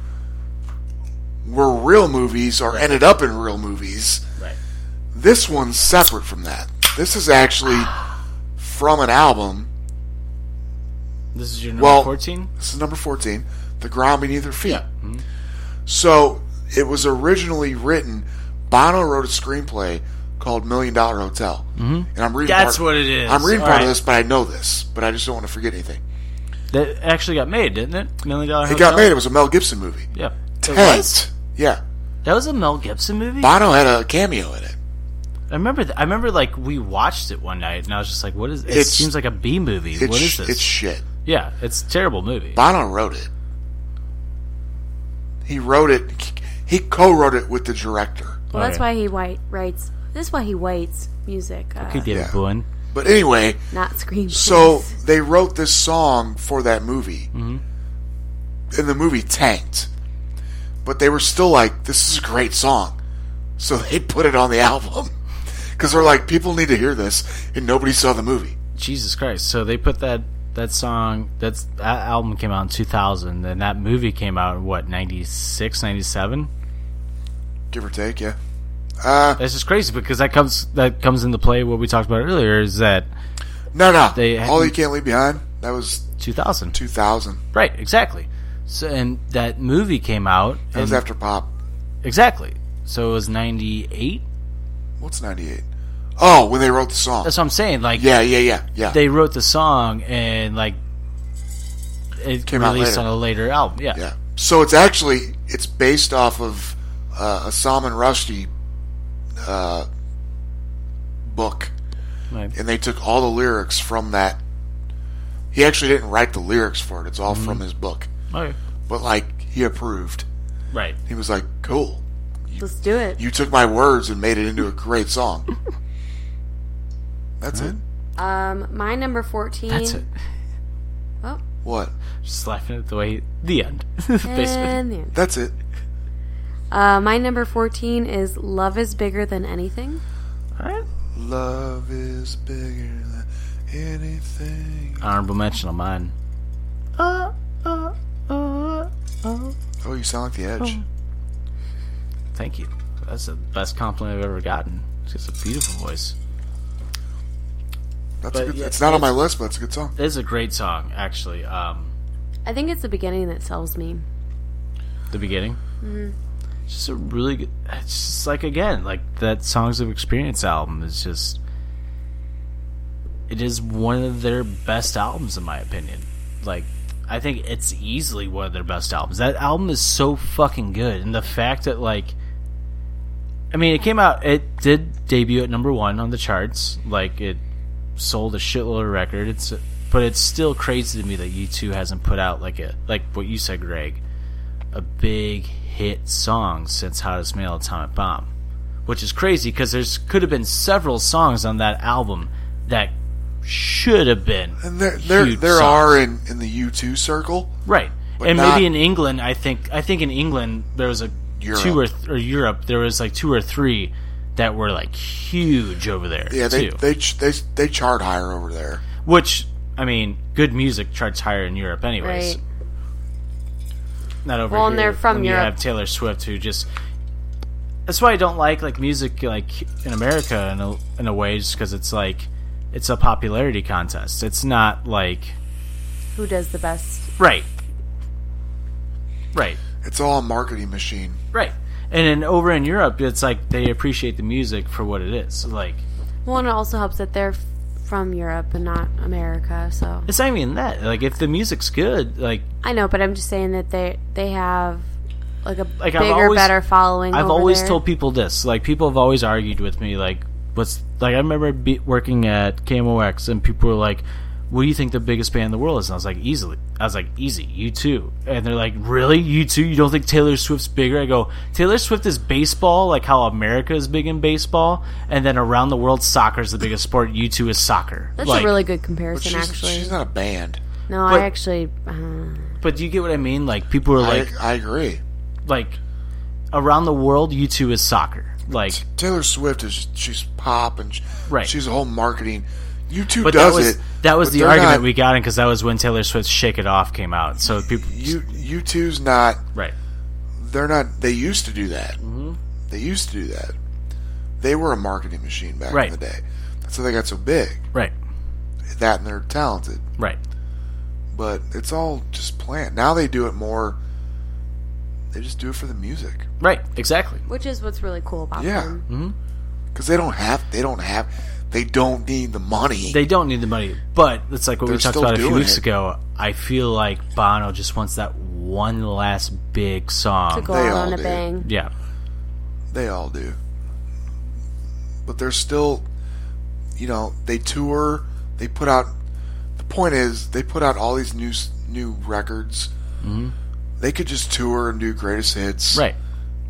were real movies or ended up in real movies. Right. This one's separate from that. This [SIGHS] is actually from an album. This is your number Well- 14? This is number 14, The Ground Beneath Her Feet. Mm-hmm. So it was originally written, Bono wrote a screenplay called Million Dollar Hotel. Mm-hmm. And I'm reading That's part, what it is. I'm reading All part right. of this, but I know this, but I just don't want to forget anything. That actually got made, didn't it? Million Dollar It got Hotel? made. It was a Mel Gibson movie. Yeah. It Tanked. was? Yeah. That was a Mel Gibson movie? Bono had a cameo in it. I remember. Th- I remember like we watched it one night, and I was just like, "What is? It It's- seems like a B movie. It's, What is this? It's shit. yeah, it's a terrible movie. Bono wrote it. He wrote it. He co-wrote it with the director. Well, that's Okay. why he white writes. This is why he waits music, uh, Okay, David Yeah. Bowen. But anyway, not screen. so they wrote this song for that movie, Mm-hmm. and the movie tanked. But they were still like, "This is a great song," so [LAUGHS] they put it on the album because they're like, "People need to hear this," and nobody saw the movie. Jesus Christ! So they put that that song that's that album came out in 2000, and that movie came out in what 96, 97. Give or take, yeah. Uh, That's just crazy because that comes that comes into play what we talked about earlier is that no, no. They had- All you can't leave behind. That was 2000, two thousand. right? Exactly. So and that movie came out That was in- after pop. exactly. So it was 98. What's ninety eight? Oh, when they wrote the song. That's what I'm saying. Like Yeah, yeah, yeah, yeah. they wrote the song and like it Came out released later. on a later album. Yeah. yeah. So it's actually it's based off of uh, a Salman Rushdie uh, book, Right. and they took all the lyrics from that. He actually didn't write the lyrics for it; it's all from his book. Okay. But like he approved. Oh, Right. He was like, "Cool, let's do it. you took my words and made it into a great song." That's it. Um, my number fourteen. That's it. Oh, [LAUGHS] What? Uh, Just laughing at the way the end. the basement. and the end. That's it. Uh, my number 14 is Love is Bigger Than Anything. All right. Love is bigger than anything. Honorable mention on mine. Oh, you sound like the Edge. Thank you. That's the best compliment I've ever gotten. She's a beautiful voice. That's a But good, yeah, it's not on my list, but it's a good song. It is a great song, actually. Um, I think it's the beginning that sells me. the beginning. Mm-hmm. It's just a really good. It's just like again, like that Songs of Experience album is just. It is one of their best albums, in my opinion. Like, I think it's easily one of their best albums. That album is so fucking good, and the fact that like. I mean, it came out. It did debut at number one on the charts. Like it sold a shitload of record. It's, but it's still crazy to me that U two hasn't put out like a like what you said, Greg, a big hit song since How to Smell Atomic Bomb, which is crazy because there's could have been several songs on that album that should have been And there, there, huge there songs. are in, in the U2 circle. Right. But and not- maybe in England, I think I think in England there was a Europe. two or th- or Europe there was like two or three that were like huge over there Yeah, they, too. they, ch- they, they chart higher over there. Which I mean, good music charts higher in Europe, anyways. Right. Not over Well, here. and they're from when You Europe. have Taylor Swift who just. That's why I don't like like music like in America in a, in a way, just because it's like it's a popularity contest. It's not like Who does the best? right, right. It's all a marketing machine. Right. And then over in Europe, it's like they appreciate the music for what it is. Like Well, and it also helps that they're f- from Europe and not America, so. it's not even that. Like if the music's good, like I know, but I'm just saying that they they have like a Like, I've bigger, always- better following. I've over always there. told people this. Like people have always argued with me. Like what's like I remember be, working at KMOX and people were like, "What do you think the biggest band in the world is?" And I was like, "Easily." I was like, "Easy, you too." And they're like, "Really, you too? You don't think Taylor Swift's bigger?" I go, "Taylor Swift is baseball, like how America is big in baseball, and then around the world, soccer is the biggest sport. You too is soccer." That's Like- a really good But comparison, she's, actually. she's not a band. no, but- I actually. Uh, But do you get what I mean? Like people are like I, I agree. like around the world, U two is soccer. Like Taylor Swift is she's pop and sh Right. she's a whole marketing. U2 but that does was it. that was but the they're argument not- we got in because that was when Taylor Swift's Shake It Off came out. So people U, U2's not. right. They're not. They used to do that. Mm-hmm. They used to do that. They were a marketing machine back Right. in the day. That's how they got so big. Right. That and they're talented. Right. But it's all just planned. Now they do it more. They just do it for the music. Right. Exactly. which is what's really cool about Yeah. Mm-hmm. them. Because they don't have. They don't have. They don't need the money. They don't need the money. But it's like what They're we talked still about a few doing weeks it. ago. I feel like Bono just wants that one last big To song. go They out all on a do. bang. Yeah. They all do. But they're still, you know, they tour. They put out. The point is, they put out all these new s- new records. They could just tour and do greatest hits, Mm-hmm. Right.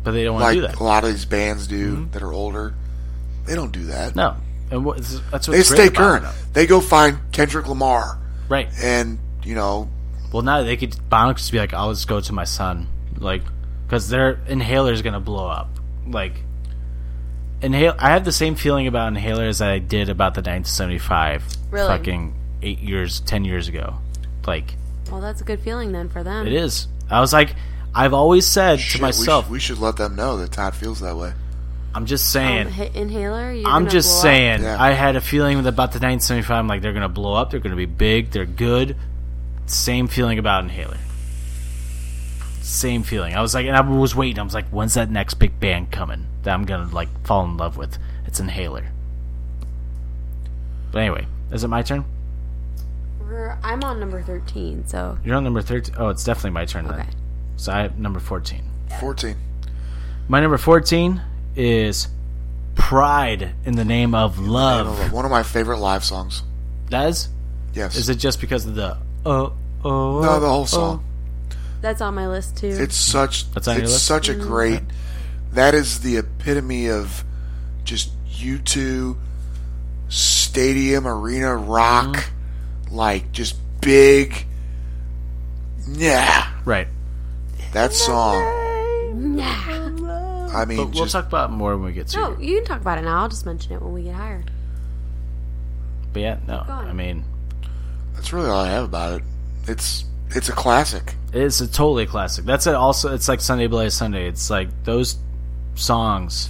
But they don't want Like to do that. Mm-hmm. a lot of these bands do that are older. They don't do that. No. And what, that's what's they stay great about current. them. They go find Kendrick Lamar, Right. and you know, Well, now they could Bono could just be like, "I'll just go to my son," like, because their inhaler is gonna blow up. Like, inhale. I have the same feeling about inhaler as I did about the 1975, Really? fucking eight years, ten years ago. Like, Well, that's a good feeling then for them. it is. I was like, I've always said shit, to we myself, should- we, should let them know that Todd feels that way. I'm just Um, saying. hi- inhaler. You're I'm gonna blow just up. saying. Yeah. I had a feeling with about the 975. I'm like, they're gonna blow up. They're gonna be big. They're good. Same feeling about Inhaler. Same feeling. I was like, and I was waiting. I was like, when's that next big band coming that I'm gonna like fall in love with? It's Inhaler. But anyway, is it my turn? We're- I'm on number thirteen, so You're on number 13. Oh, it's definitely my turn Okay. then. So I have number 14. Fourteen. My number 14 is Pride in the Name of Love. One of my favorite live songs. That is Yes. Is it just because of the oh oh? no, the whole song. that's on my list too. It's such That's on your it's list? such a great that is the epitome of just you two stadium arena rock Mm-hmm. like just big yeah Right. that song yeah. I mean, But we'll just talk about it more when we get to No, it. you can talk about it now. I'll just mention it when we get higher. But yeah, no, going. I mean, that's really all I have about it. It's it's a classic. It's a totally classic. That's it. Also, it's like Sunday Bloody Sunday. It's like those songs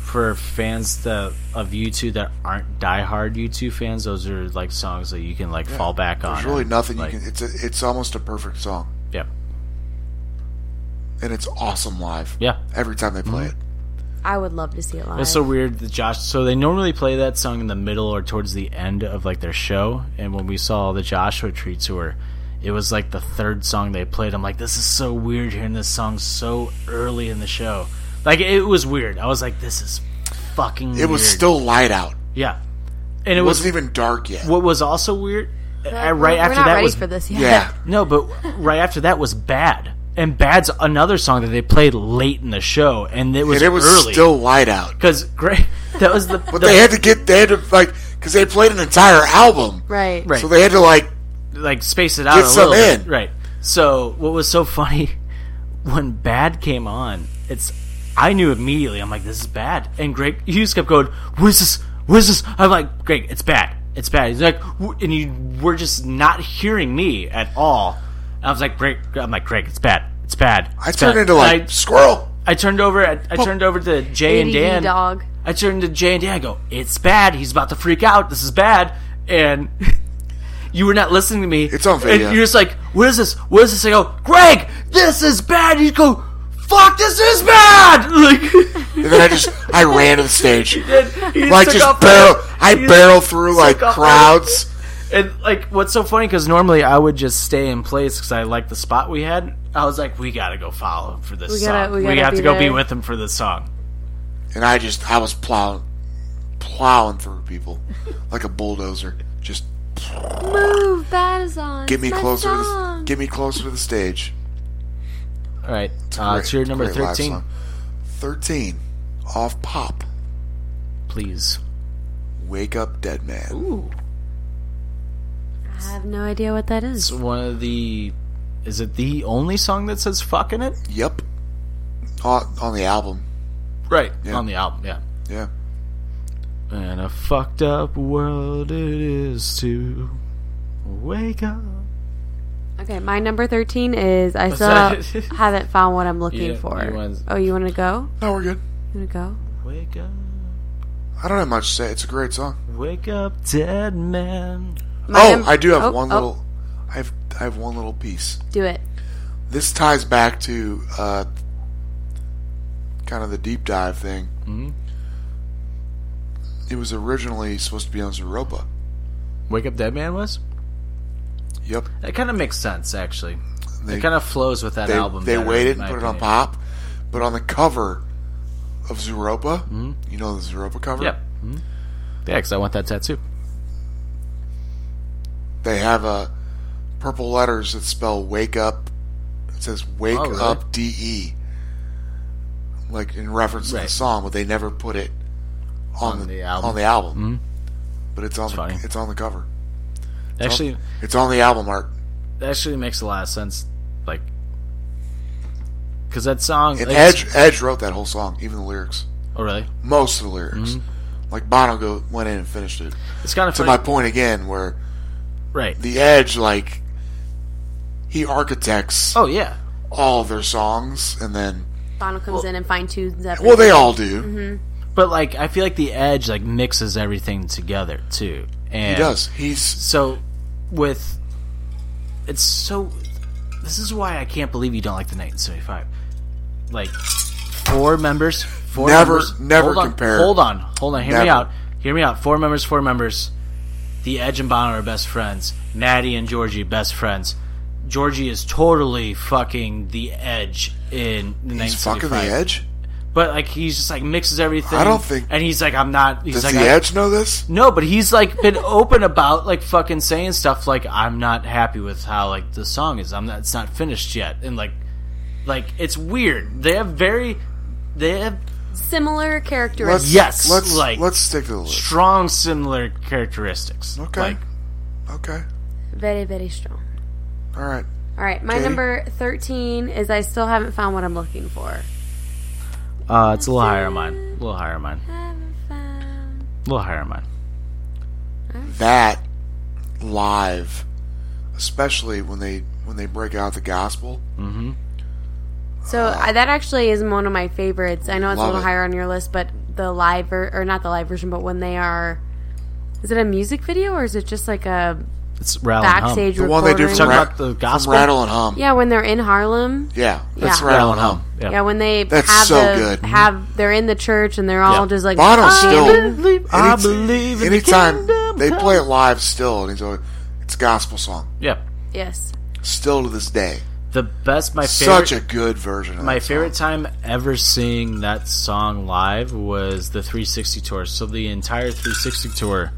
for fans that of U2 that aren't diehard U2 fans. Those are like songs that you can like fall back on. There's really and, nothing like, you can. It's a, it's almost a perfect song, Yeah, and it's awesome live. yeah. Every time they play it, I would love to see it live. It's so weird that Josh. So they normally play that song in the middle or towards the end of like their show. And when we saw the Joshua Tree tour, it was like the third song they played. I'm like, this is so weird hearing this song so early in the show. Like it was weird. I was like, this is fucking. it weird. was still light out. yeah, and it It was wasn't even dark yet. what was also weird. uh, right we're after not that ready was for this yet. yeah, no, but right after that was bad. And bad's another song that they played late in the show, and it was and it was early still light out. because great. [LAUGHS] That was the But they had to get they had to like because they played an entire album, [LAUGHS] Right. Right. so they had to like like space it out Get a some little bit. in. Right. So what was so [LAUGHS] funny when Bad came on, it's I knew immediately. I'm like, this is bad. And Greg Hughes kept going, "What is this? What is this?" I'm like, Greg, it's bad. It's bad. He's like, "W-" and you were just not hearing me at all. And I was like, Greg, I'm like, Greg, it's bad. It's bad. I It's turned bad." into like I- squirrel. I turned over. I, I turned over to Jay and ADD Dan. dog. I turned to Jay and Dan. I go, "It's bad. He's about to freak out. This is bad." And [LAUGHS] you were not listening to me. It's on And video. you're just like, "What is this? What is this?" I go, "Greg, this is bad." You go, "Fuck, this is bad!" [LAUGHS] Like, And then I just [LAUGHS] I ran to the stage, he like took just off barrel. running. I He barrel through like off crowds. And like, what's so funny? Because normally I would just stay in place because I like the spot we had. I was like, "We gotta go follow him for this We gotta- song. we gotta have be to go be there." with him for this song." and I just I was plowing plowing through people like a bulldozer. Just Move, that is on. get me It's my closer to the, song. get me closer to the stage. All right, uh, it's your number Great live thirteen, song. Thirteen, off pop. please. Wake up, dead man. Ooh. I have no idea what that is. It's one of the. Is it the only song that says "fuck" in it? Yep, on, on the album. Right Yeah. on the album, yeah. Yeah, And a fucked up world it is to wake up. Okay, my number thirteen is I that? still [LAUGHS] haven't found what I'm looking Yeah, for. you wanna- oh, you want to go? no, we're good. You want to go? Wake up, I don't have much to say. It's a great song. wake up, dead man. My oh, num- I do have oh, one oh, little. I have I have one little piece. Do it. This ties back to uh, kind of the deep dive thing. Mhm. It was originally supposed to be on Zeropa. Wake up, dead man was. Yep. That kind of makes sense, actually. They it kind of flows with that they, album. they better, waited in and my put it on opinion. pop, but on the cover of Zeropa, you know the Zeropa cover. Mm-hmm. Yep. Mhm. Yeah, because I want that tattoo. They have uh, purple letters that spell "Wake Up." It says "Wake Oh, really? Up DE," like in reference to the Right. song, but they never put it on, On the album. Mm-hmm. On the album, but it's on the, funny. it's on the cover. Actually, It's on the album art. that actually makes a lot of sense. Like, because that song. And like, Edge Edge wrote that whole song, even the lyrics, Oh, really? most of the lyrics. Mm-hmm. Like Bono go, went in and finished it. It's kind of To funny. my point again, where right. the edge like he architects Oh yeah. all their songs and then Bono comes in and fine tunes everything. well they all do Mm-hmm. But like I feel like the edge like mixes everything together too. And he does he's So with it's so this is why I can't believe you don't like the 1975. Like four members, four Never- members. never hold on, compare. Hold on, hold on. Hear me Never. out. Hear me out. Four members, four members. The Edge and Bono are best friends. Natty and Georgie best friends. Georgie is totally fucking the Edge in the he's 1975. fucking the edge But like he's just like mixes everything. I don't think- And he's like, I'm not. He's does like, the I- edge know this no, but he's like been open about like fucking saying stuff like I'm not happy with how like the song is. I'm not. It's not finished yet. And like, like it's weird. They have very, they have Similar let's characteristics. Yes, let's like- let's stick to the list strong similar characteristics. okay Like, okay Very, very strong. all right All right, my Okay. number 13 is I still haven't found what I'm looking for. Uh, it's a little higher on mine. A little higher on mine. Haven't found- A little higher on mine. that live, especially when they when they break out the gospel. So I, that actually is one of my favorites. I know it's a Love little it. higher on your list, but the live ver- or not the live version, but when they are, is it a music video or is it just like a It's rattle and hum. backstage The one recording? they do from, Talking Ra- about the from gospel? Rattle and Hum. yeah, when they're in Harlem. yeah, that's Yeah. Rattle and Hum. Yeah. Yeah, when they That's have so the, good. have they're in the church and they're all Mm-hmm. Yeah. just like Bono's "Oh, still- yeah." Believe- I believe in the anytime kingdom they come. play it live, still, and he's always, it's a gospel song, Yeah. Yes. still to this day. The best, my favorite. Such a good version. Of my that song. favorite time ever seeing that song live was the 360 tour. So the entire 360 tour.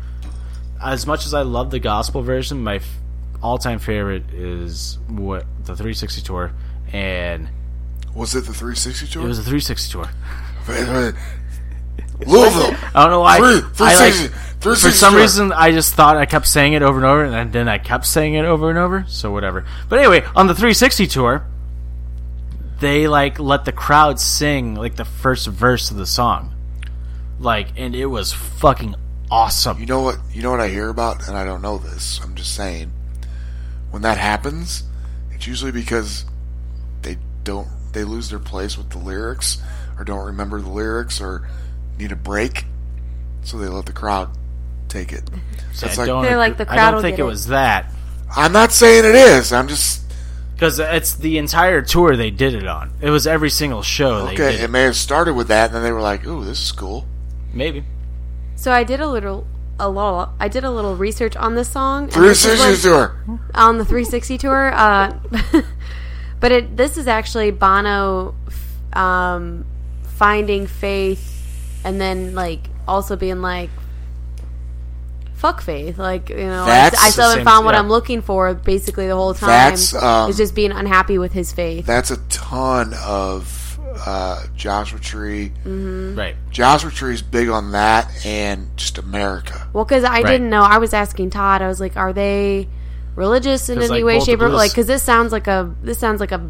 As much as I love the gospel version, my f- all-time favorite is what the 360 tour, and was it the 360 tour? it was a 360 tour. [LAUGHS] Louisville. I don't know why. Three- I like- 360 for 360 some tour. reason, I just thought I kept saying it over and over, and then I kept saying it over and over. So whatever. But anyway, on the 360 tour, they like let the crowd sing like the first verse of the song, like, and it was fucking You awesome. know what? You know what I hear about, and I don't know this. I'm just saying. When that happens, it's usually because they don't they lose their place with the lyrics, or don't remember the lyrics, or need a break, so they let the crowd [LAUGHS] take it. That's I like- don't They're like, agree- the I crowd don't will think get it it. was that I'm not saying it is. I'm just because it's the entire tour they did it on. It was every single show they okay. did. It It. may have started with that, and then they were like, "Ooh, this is cool." Maybe. So I did a little a little I did a little research on this song. and Three this is what- sisters to her. on the 360 tour. Uh, [LAUGHS] but it, this is actually Bono f- um, finding faith and then like also being like, fuck faith. Like, you know, I, That's I still the haven't same- found what yeah. I'm looking for basically the whole time. That's, um, is just being unhappy with his faith. That's a ton of uh, Joshua Tree. Mm. Right. Joshua Tree's big on that, and just America. Well, because I didn't know. I was asking Todd. I was like, "Are they religious in 'Cause, any like, way, both shape, the or blues- like?" Because this sounds like a this sounds like a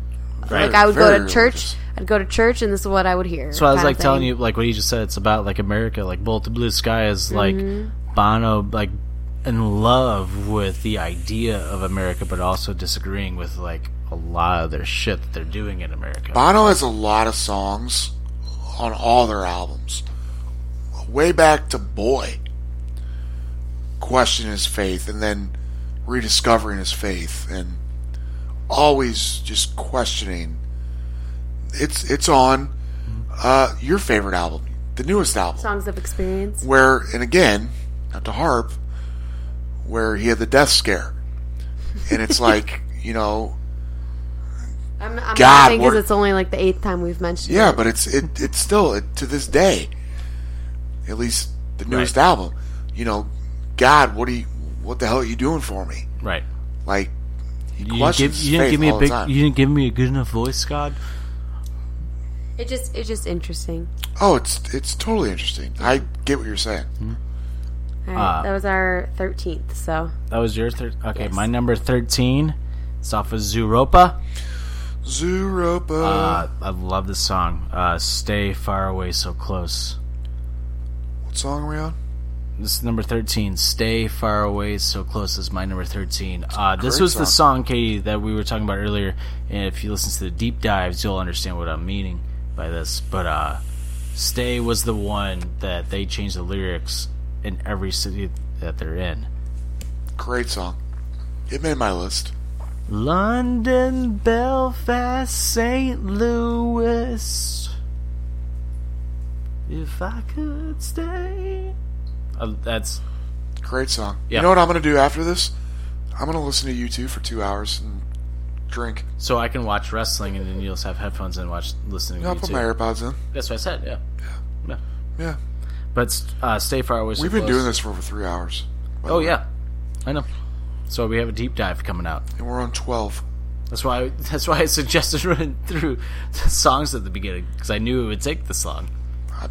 Very- like I would go very to church. religious. I'd go to church, and this is what I would hear. So I was kinda like telling thing. you, like what you just said, it's about like America, like Bolt the Blue Sky is Mm-hmm. like Bono, like in love with the idea of America, but also disagreeing with like a lot of their shit that they're doing in America. Bono has a lot of songs on all their albums. Way back to Boy, question his faith, and then rediscovering his faith, and always just questioning. It's it's on uh, your favorite album, the newest album, songs of experience. where and again, not to harp, where he had the death scare, and [LAUGHS] it's like you know I'm, I'm God, laughing because what- it's only like the eighth time we've mentioned. Yeah, it. but it's it it's still it, to this day, at least the newest Right. album. You know, God, what do you what the hell are you doing for me? right? Like he You, didn't give, questions you didn't faith give me all a the big, time. you didn't give me a good enough voice, God. it just it's just interesting. Oh, it's it's totally interesting. I Mm-hmm. get what you're saying. All right, Uh, that was our thirteenth. So That was your third. Okay, Yes. my number thirteen. It's off of Zuropa. Zuropa, Uh, I love this song. Uh, Stay far away, so close. Uh, what song are we on? This is number 13. Stay far away, so close is my number 13. Uh, this Great was the song. song, Katie, that we were talking about earlier. And if you listen to the deep dives, you'll understand what I'm meaning by this. But uh, Stay was the one that they changed the lyrics in every city that they're in. Great song. It made my list. London, Belfast, St. Louis. If I could stay. Uh, that's. Great song. Yeah. You know what I'm gonna do after this? I'm gonna listen to you two for two hours and drink. So I can watch wrestling, and then you'll just have headphones and watch listening You know, to I'll put my YouTube. AirPods in. That's what I said. Yeah. Yeah. Yeah, But uh, stay far away. so we've been close. doing this for over three hours. by the Oh way. yeah, I know. So we have a deep dive coming out. and we're on 12. That's why. [LAUGHS] That's why I suggested [LAUGHS] running through the songs at the beginning because I knew it would take this long. I,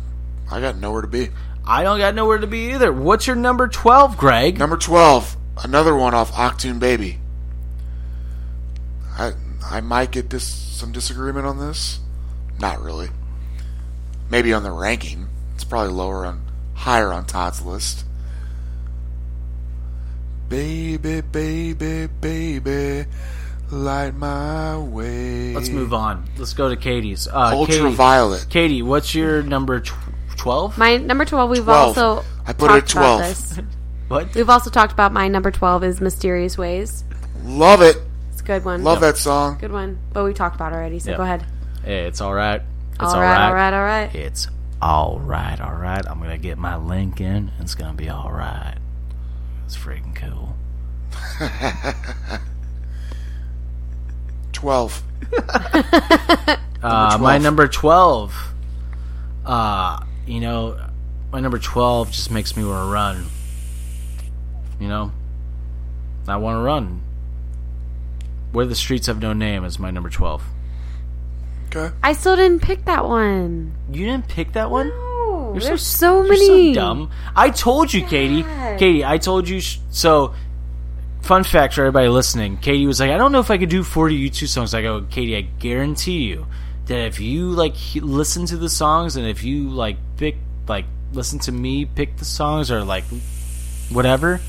I got nowhere to be. I don't got nowhere to be either. What's your number twelve, Greg? Number 12, another one off Octoon Baby. I I might get dis- some disagreement on this. Not really. Maybe on the ranking. It's probably lower on higher on Todd's list. Baby, baby, baby, light my way. Let's move on. Let's go to Katie's. Uh, Ultraviolet. Katie, Katie, what's your number? Twelve. My number 12, we've 12. also. I put it at talked about 12. this. what? We've also talked about my number 12 is Mysterious Ways. Love it. It's a good one. Love that song. Good one. But we talked about it already, so Yeah. go ahead. Hey, it's all right. It's all right, all right, all right. It's all right, all right. I'm gonna get my link in. and It's gonna be all right. It's freaking cool. 12. Uh, my 12. number twelve. Uh, you know, my number twelve just makes me want to run. You know, I want to run. Where the streets have no name is my number twelve. Okay. I still didn't pick that one. You didn't pick that one. Oh, You're so there's so, You're many. so dumb. I told you, Katie. God. Katie, I told you. Sh- so, fun fact for everybody listening: Katie was like, "I don't know if I could do 40 U2 songs." I go, Katie, I guarantee you that if you like he- listen to the songs and if you like pick like listen to me pick the songs or like whatever,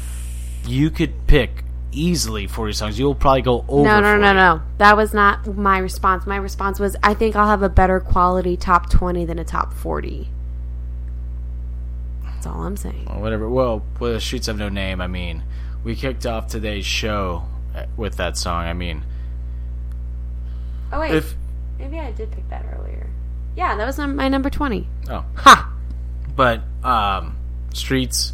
you could pick easily 40 songs. You'll probably go over. No, no, 40. no, no. That was not my response. My response was I think I'll have a better quality top 20 than a top 40. That's all I'm saying. Well, Oh, whatever. Well, well, the streets have no name. I mean, we kicked off today's show uh, with that song. I mean, Oh, wait. if Maybe I did pick that earlier. Yeah, that was num- my number 20. oh. Ha! but um, streets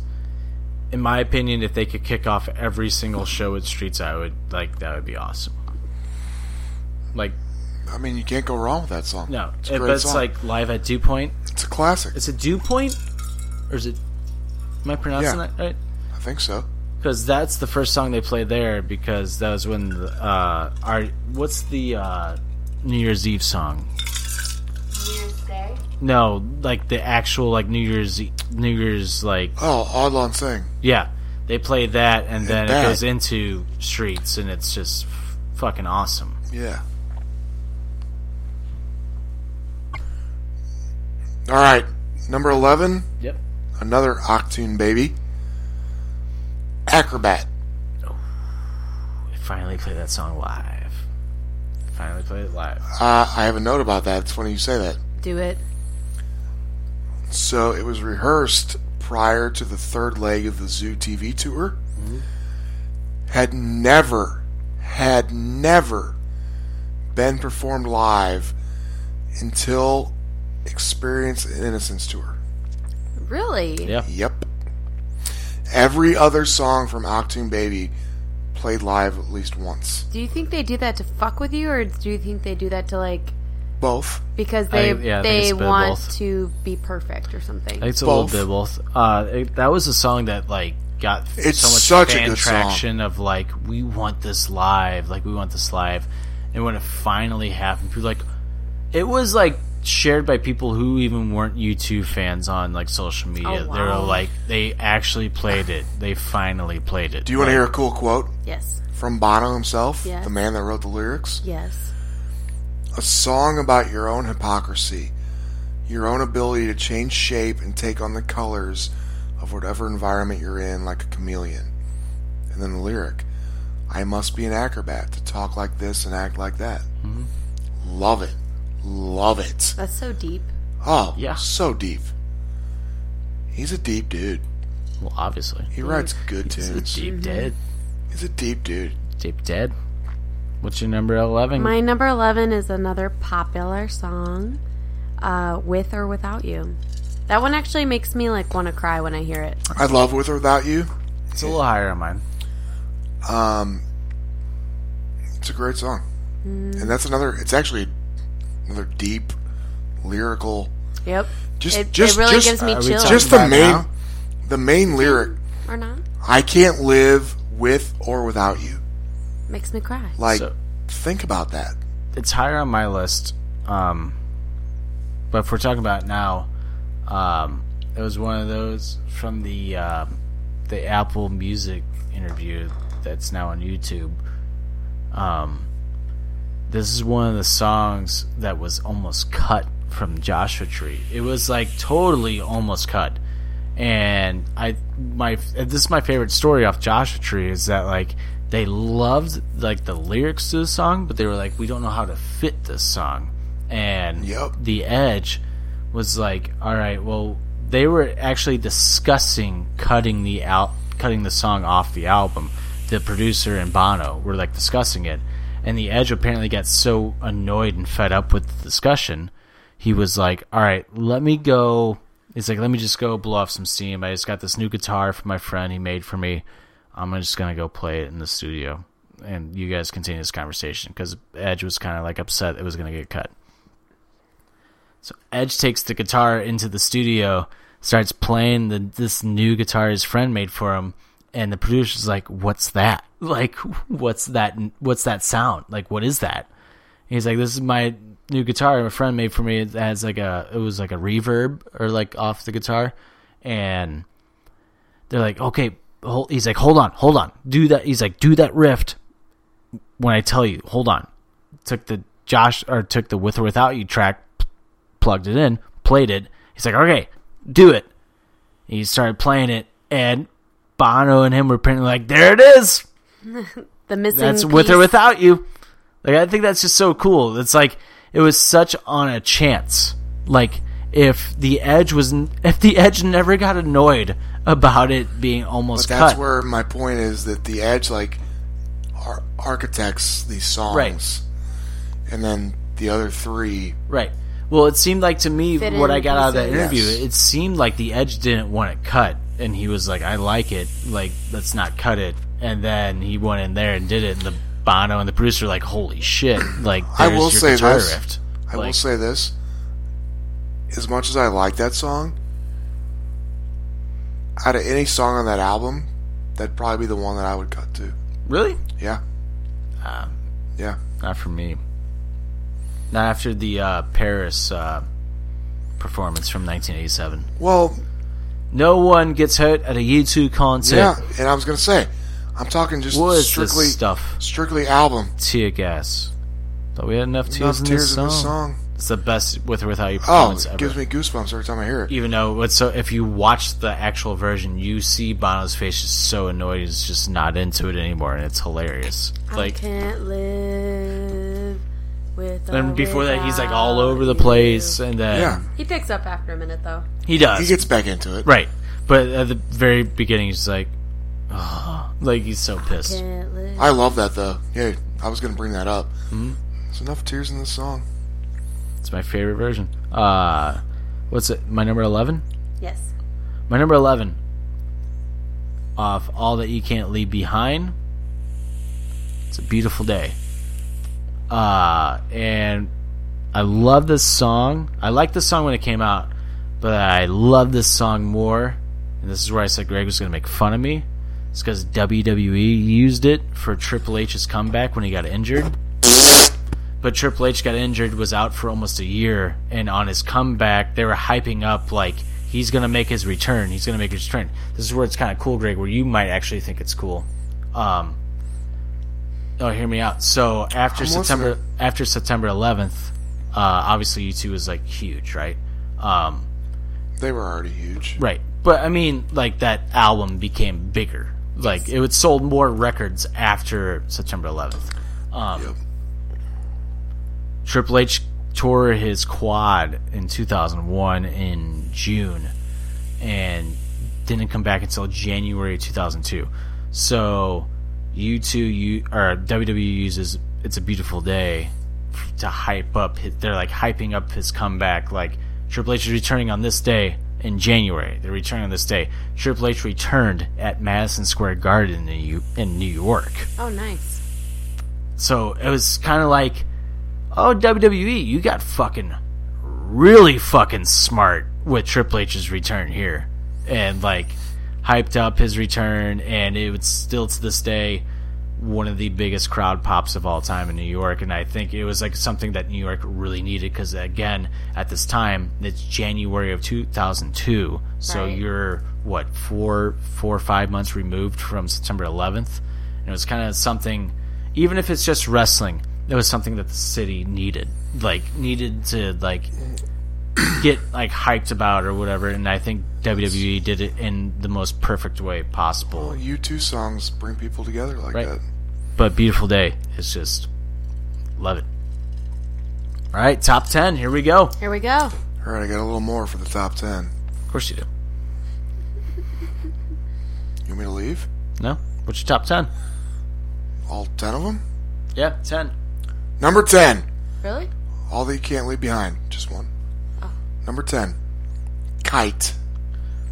in my opinion if they could kick off every single show with streets i would like that would be awesome like I mean, you can't go wrong with that song. no it's It's a but great it's song. like live at dew point It's a classic. it's a dew point or is it am i pronouncing Yeah. that right I think so. because that's the first song they played there because that was when the, uh our what's the uh new year's eve song no like the actual like new year's E- new year's like Oh, Audlon Singh. Yeah, they play that, and then that. it goes into Streets, and it's just f- fucking awesome. Yeah. All right. Number 11, Yep. another Octune baby. Acrobat. They finally play that song live. Finally play it live. Uh, I have a note about that. It's funny you say that. Do it. So it was rehearsed prior to the third leg of the Zoo TV tour. Had never, had never been performed live until Experience and Innocence tour. Really? Yeah. Yep. Every other song from Octune Baby played live at least once. Do you think they do that to fuck with you, or do you think they do that to, like, Both. because I- they yeah, I think it's they a bit of want both. to be perfect or something? I think it's a Both. little bit both. Uh, it, that was a song that like got It's so much such a fan good song. traction of like we want this live, like we want this live, and when it finally happened, people like it was like shared by people who even weren't U2 fans on like social media. Oh, They were wow. like they actually played it. They finally played it. Do you want to hear a cool quote yes. from Bono himself, Yes. the man that wrote the lyrics? Yes. a song about your own hypocrisy, your own ability to change shape and take on the colors of whatever environment you're in like a chameleon. And then the lyric, I must be an acrobat to talk like this and act like that. Love it. Love it. That's so deep. Oh, Yeah. so deep. He's a deep dude. Well, obviously, He writes good tunes. Deep Dead, He's a deep dude. Deep Dead. What's your number eleven? My number 11 is another popular song, uh, With or Without You. That one actually makes me like want to cry when I hear it. I love With or Without You. um, it's a little higher on mine. It's a great song. Mm. And that's another, it's actually another deep, lyrical. Yep. Just, it, just, it really just, gives me are we chills. talking just the about main, now? the main lyric. or not? I can't live with or without you. Makes me cry. Like, So- think about that. it's higher on my list. Um, but if we're talking about it now, um, it was one of those from the um, the Apple Music interview that's now on YouTube. Um, this is one of the songs that was almost cut from Joshua Tree. It was like totally almost cut. And I my this is my favorite story off Joshua Tree is that like they loved like the lyrics to the song, but they were like we don't know how to fit this song. And Yep. the Edge was like, all right, well, they were actually discussing cutting the out, cutting the song off the album. The producer and Bono were like discussing it, and the Edge apparently got so annoyed and fed up with the discussion, he was like, all right, let me go. He's like, let me just go blow off some steam. I just got this new guitar from my friend he made for me. I'm just gonna go play it in the studio, and you guys continue this conversation because Edge was kind of like upset it was gonna get cut. So Edge takes the guitar into the studio, starts playing the this new guitar his friend made for him, and the producer's like, "What's that? [LAUGHS] Like, what's that? What's that sound? Like, what is that?" And he's like, "This is my new guitar my friend made for me. It has like a it was like a reverb or like off the guitar," and they're like, "Okay." Hold, he's like, "Hold on, hold on, do that." He's like, "Do that riff when I tell you. Hold on." Took the Josh or took the with or without you track, plugged it in, played it. He's like, okay, do it. And he started playing it, and Bono and him were apparently like, there it is. The missing. That's with piece. or without you. Like, I think that's just so cool. It's like, it was such on a chance. Like, if the edge was, n- if the edge never got annoyed about it being almost But that's cut, where my point is that the Edge like ar- architects these songs, Right. and then the other three. Right. Well, it seemed like to me Fit what in I got out of that pieces. interview, Yes. it seemed like the Edge didn't want it cut, and he was like, "I like it, like let's not cut it." And then he went in there and did it, and the Bono and the producer were like, "Holy shit!" Like I there's will your say guitar this. riff. I will Like- say this: as much as I like that song, out of any song on that album, that'd probably be the one that I would cut to. Really? Yeah, Um, yeah. Not for me. Not after the uh, Paris uh, performance from 1987. Well, No one gets hurt at a U2 concert. yeah, and I was gonna say, I'm talking just What is strictly this stuff? strictly album. Tear gas. Thought we had enough Enough tears, in, tears this in this song. song. It's the best with or without you Oh, performance it ever. gives me goosebumps every time I hear it. even though it's so if you watch the actual version you see bono's face is so annoyed he's just not into it anymore and it's hilarious I like can't live with. then before that he's like all over the place and then Yeah, He picks up after a minute though. he does he gets back into it. right but at the very beginning he's like "Ugh." like he's so pissed Can't live. I love that though. Yeah, I was gonna bring that up. Hmm? There's enough tears in this song. it's my favorite version uh what's it my number 11 Yes. my number 11 off all that you can't leave behind it's a beautiful day uh and i love this song i liked this song when it came out but i love this song more and this is where i said greg was going to make fun of me it's because wwe E used it for triple h's comeback when he got injured but Triple H got injured, was out for almost a year, and on his comeback, they were hyping up like he's gonna make his return. He's gonna make his return. This is where it's kind of cool, Greg, where you might actually think it's cool. Um, oh, hear me out. So after I'm September, listening. after September 11th, uh, obviously U2 was like huge, right? Um, They were already huge. Right. But I mean, like that album became bigger. Like it was sold more records after September 11th. Um, Yep. Triple H tore his quad in 2001 in June and didn't come back until January 2002. So U2 you or WWE uses "It's a Beautiful Day" f- to hype up. hi- They're like hyping up his comeback. Like Triple H is returning on this day in January. They're returning on this day. Triple H returned at Madison Square Garden in New, in New York. Oh, nice. So it was kind of like, oh, WWE, you got fucking really fucking smart with Triple H's return here. And like hyped up his return, and it was still to this day one of the biggest crowd pops of all time in New York. And I think it was like something that New York really needed because, again, at this time, it's January of 2002. So Right. you're what, four, four or five months removed from September 11th? And it was kind of something, even if it's just wrestling, it was something that the city needed. Like, needed to, like, get like hyped about or whatever. And I think WWE did it in the most perfect way possible. You two songs bring people together like Right. that. But beautiful day is just love it. All right, top ten. Here we go. Here we go. All right, I got a little more for the top ten. Of course you do. You want me to leave? No, what's your top ten? All ten of them? Yeah, ten. Number ten. Really? All that you can't leave behind. Just one. Oh. Number ten. Kite.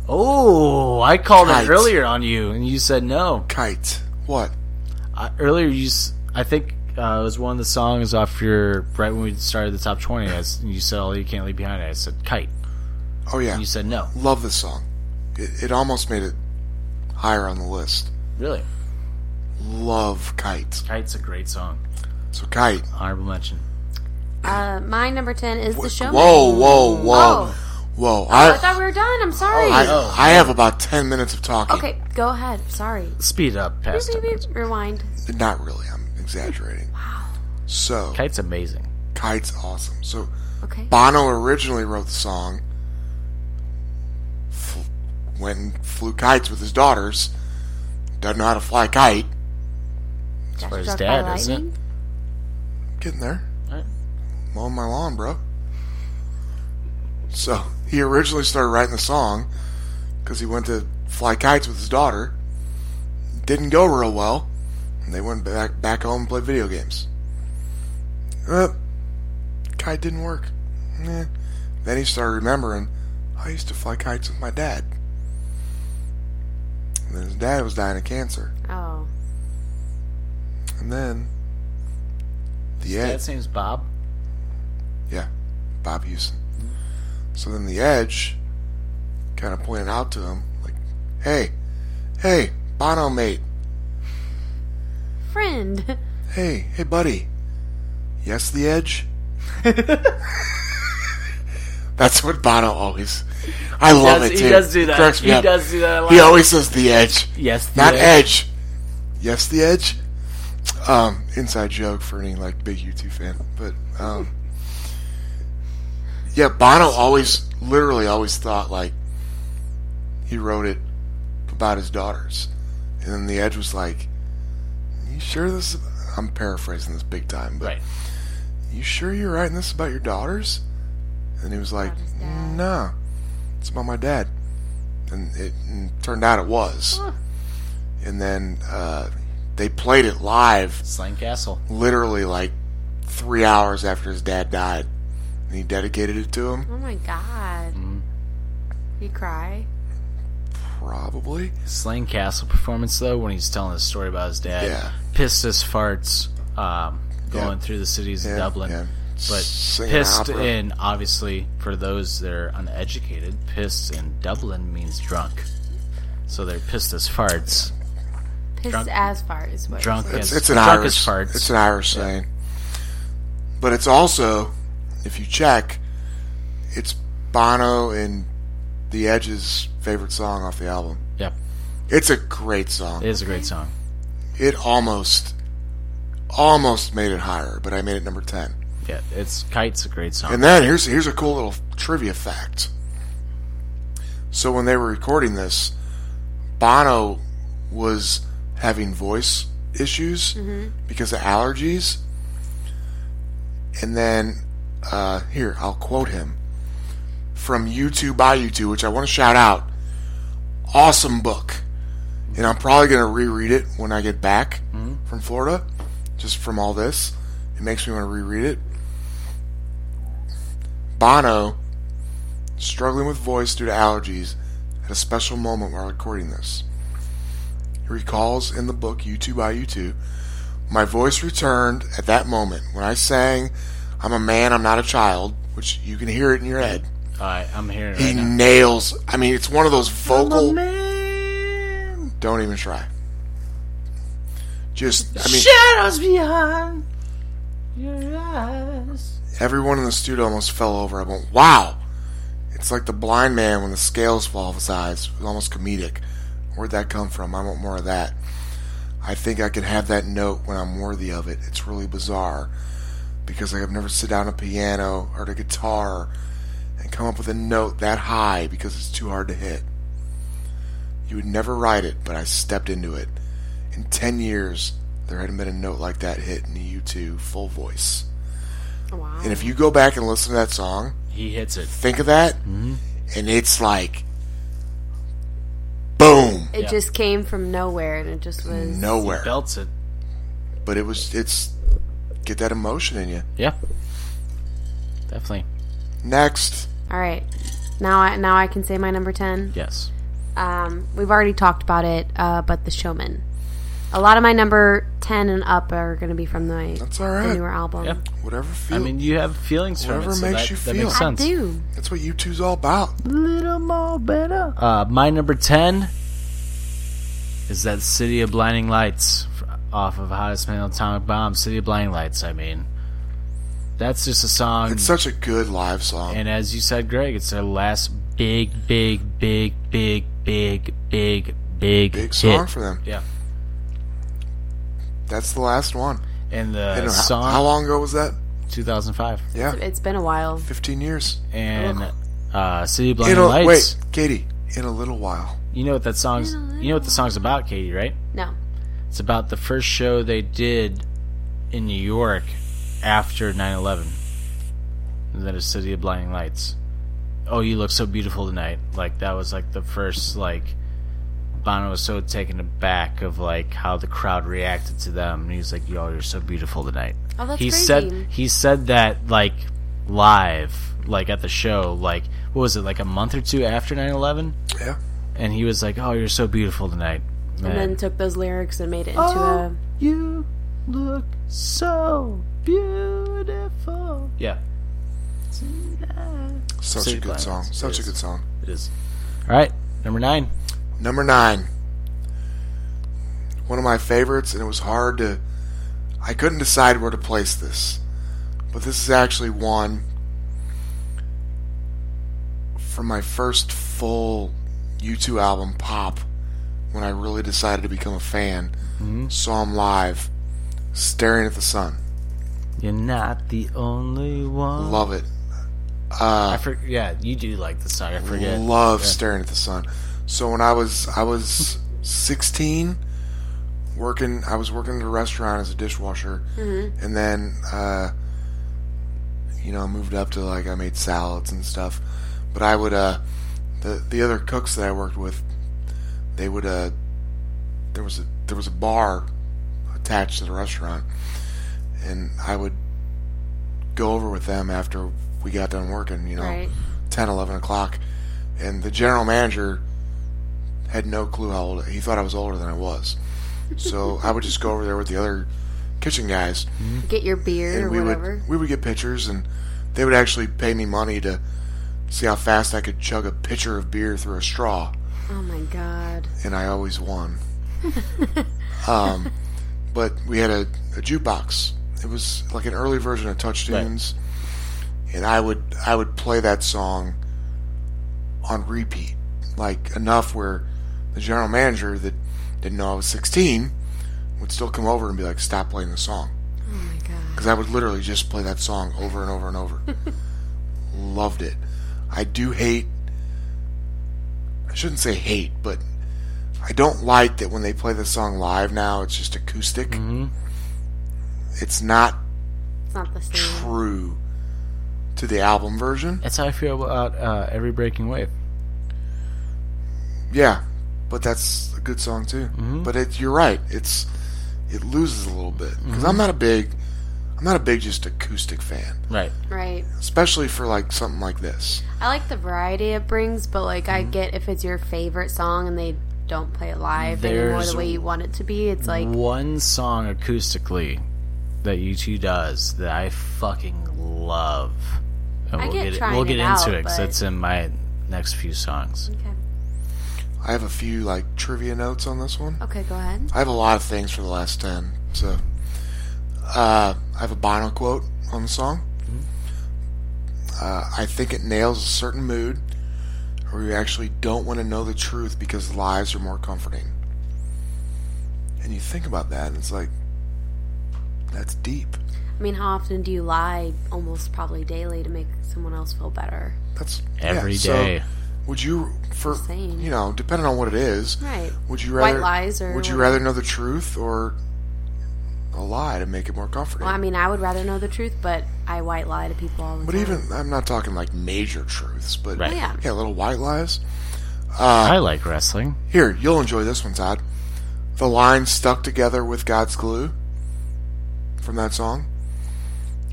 Oh, I called Kite. it earlier on you, and you said no. Kite. What? I, earlier, you s- I think uh, it was one of the songs off your right when we started the top twenty. I s you said, "Oh, you can't leave behind." It. I said, "Kite." Oh yeah. And you said, "No, Love this song. It, it almost made it higher on the list. really." Love Kite. Kite's a great song. So Kite. Honorable mention. Uh, my number ten is the show. Whoa, whoa, whoa, Oh. whoa! I I, thought we were done. I'm sorry. Oh, I, I have about ten minutes of talking. okay, go ahead. Sorry. Speed up, Beep, past beep, beep. Rewind. Not really. I'm exaggerating. Wow. So Kite's amazing. Kite's awesome. So Okay. Bono originally wrote the song. F- went and flew kites with his daughters. Doesn't know how to fly a kite. That's where his dad is, isn't Getting there. Alright. Mowing my lawn, bro. So he originally started writing the song because he went to fly kites with his daughter. Didn't go real well. And they went back back home and played video games. Uh, kite didn't work. Nah. Then he started remembering I used to fly kites with my dad. And then his dad was dying of cancer. Oh. And then the Yeah. end. Dad's name's Bob. Yeah, Bob Houston. So then the Edge kind of pointed out to him, like, hey, hey, Bono mate, Friend. [LAUGHS] hey, hey buddy. Yes, the Edge? [LAUGHS] That's what Bono always. I love does- it too. he does do that. Cracks me He up. does do that a He lot. always says the Edge. Yes, the not Edge. edge. Yes, the Edge. Um, inside joke for any like big YouTube fan, but um, yeah, Bono always, literally, always thought like he wrote it about his daughters, and then the Edge was like, "You sure this?" Is... I'm paraphrasing this big time, but Right. you sure you're writing this about your daughters? And he was like, About his dad. no, it's about my dad. And it and turned out it was. And then uh, they played it live Slang Castle. literally like three hours after his dad died. And he dedicated it to him? Oh my god. Mm-hmm. You cry. Probably. Slang Castle performance though, when he's telling his story about his dad, Yeah. pissed his farts, um, going Yeah. through the cities Yeah, of Dublin, yeah. but Singing pissed opera. in obviously for those that are uneducated, pissed in Dublin means drunk, so they're pissed as farts, Pissed Drunk- as far is what. drunk It's, as it's an drunk Irish. as farts. It's an Irish saying. But it's also, if you check, it's Bono and The Edge's favorite song off the album. yep, It's a great song. it is a great song. It almost, almost made it higher, but I made it number ten. Yeah, it's Kite's a great song. And then here's here's a cool little trivia fact. So when they were recording this, Bono was having voice issues because of allergies. And then uh, here I'll quote him from U2 by U2, which I want to shout out. Awesome book, and I'm probably gonna reread it when I get back from Florida, just from all this. It makes me want to reread it. Bono, struggling with voice due to allergies, had a special moment while recording this. He recalls in the book U2 by U2, My voice returned at that moment when I sang I'm a man, I'm not a child, which you can hear it in your head. All right, I'm hearing it He right now. nails, I mean, it's one of those vocal. Don't even try. Just, I mean, Shadows beyond your eyes. Everyone in the studio almost fell over. I went, wow! It's like the blind man when the scales fall off his eyes. It was almost comedic. Where'd that come from? I want more of that. I think I can have that note when I'm worthy of it. It's really bizarre because I have never sit down a piano or a guitar and come up with a note that high because it's too hard to hit. You would never write it, but I stepped into it. In 10 years, there hadn't been a note like that hit in the U2 full voice. Wow. And if you go back and listen to that song, He hits it. think of that, Mm-hmm. and it's like, boom, it just came from nowhere and it just was nowhere. Belts it. But it was, it's, get that emotion in you. Yeah. Definitely. Next, Mm-hmm. All right. Now I now I can say my number 10. Yes. Um, we've already talked about it, uh, but The Showman. A lot of my number 10 and up are going to be from the, That's the all right. newer album. Yeah. whatever feel, I mean, you have feelings for Whatever it, so makes that, you that feel. makes I I sense. do. that's what U2's all about. little more better. Uh, my number 10 is that City of Blinding Lights fr- off of Hottest Man on Atomic Bomb. City of Blinding Lights, I mean. That's just a song. It's such a good live song. Mm-hmm. and as you said, Greg, it's their last big, big, big, big, big, big, big, Big song hit. for them. Yeah. That's the last one. And the And how- song, how long ago was that? 2005. Yeah, It's been a while. 15 years. And uh, City of In Blinding a, Lights. wait, Katie, in a little while. You know what that song's? You know what the song's about, Katie? Right? No. It's about the first show they did in New York after 9/11. And then a City of Blinding Lights. Oh, you look so beautiful tonight. Like that was like the first like Bono was so taken aback of like how the crowd reacted to them, and he was like, "Yo, you're so beautiful tonight." Oh, that's he crazy. said he said that like live, like at the show, like what was it, like a month or two after 9/11, Yeah. and he was like, "Oh, you're so beautiful tonight." and Man. Oh, then took those lyrics and made it into uh, a. You look so beautiful. Yeah, Such City a good Blinders, song. it Such a is. good song. it is. All right, number nine. Number nine. One of my favorites, and it was hard to. I couldn't decide where to place this. But this is actually one from my first full U2 album, Pop, when I really decided to become a fan. Mm-hmm. Saw him live, staring at the sun. You're not the only one. Love it. I for, yeah, you do like the song. I forget. love staring at the sun. So when I was I was 16, working I was working at a restaurant as a dishwasher, and then uh, you know I moved up to like I made salads and stuff. But I would uh, the the other cooks that I worked with, they would uh, there was a there was a bar attached to the restaurant, and I would go over with them after we got done working. You know. Right. 10, 11 o'clock, and the general manager had no clue how old he thought I was older than I was. So I would just go over there with the other kitchen guys, Get your beer or and we whatever. would we would get pictures, and they would actually pay me money to see how fast I could chug a pitcher of beer through a straw, Oh my god. and I always won. [LAUGHS] um, but we had a, a jukebox. It was like an early version of Touch Right. Tunes, and I would I would play that song on repeat, like enough where the general manager that didn't know I was 16 would still come over and be like, "Stop playing the song," Oh my god. because I would literally just play that song over and over and [LAUGHS] over. Loved it. I do hate. I shouldn't say hate, but I don't like that when they play the song live now. It's just acoustic. It's not It's not the same. true to the album version. That's how I feel about uh, every breaking wave. Yeah, but that's a good song too. But it, you're right. It's it loses a little bit because I'm not a big I'm not a big just acoustic fan, Right. Right. especially for like something like this. I like the variety it brings, but like I Mm-hmm. get if it's your favorite song and they don't play it live anymore There's the way you want it to be. It's like Mm. One song acoustically that U2 does that I fucking love. And I we'll get get, trying we'll get it into out, it because but- it's in my next few songs. okay. I have a few like trivia notes on this one. Okay, go ahead. I have a lot of things for the last ten, so uh, I have a Bono quote on the song. Uh, I think it nails a certain mood, where you actually don't want to know the truth because lies are more comforting. And you think about that, and it's like that's deep. I mean, how often do you lie? Almost probably daily to make someone else feel better. That's Every every day. day. would you for Same. you know depending on what it is? Right. Would you White rather lies or would you whatever. rather know the truth or a lie to make it more comforting? Well, I mean, I would rather know the truth, but I white lie to people all the but time. even I'm not talking like major truths, but Right. Oh, yeah. yeah, little white lies. I like wrestling. Here, you'll enjoy this one, Todd. The line stuck together with God's glue from that song.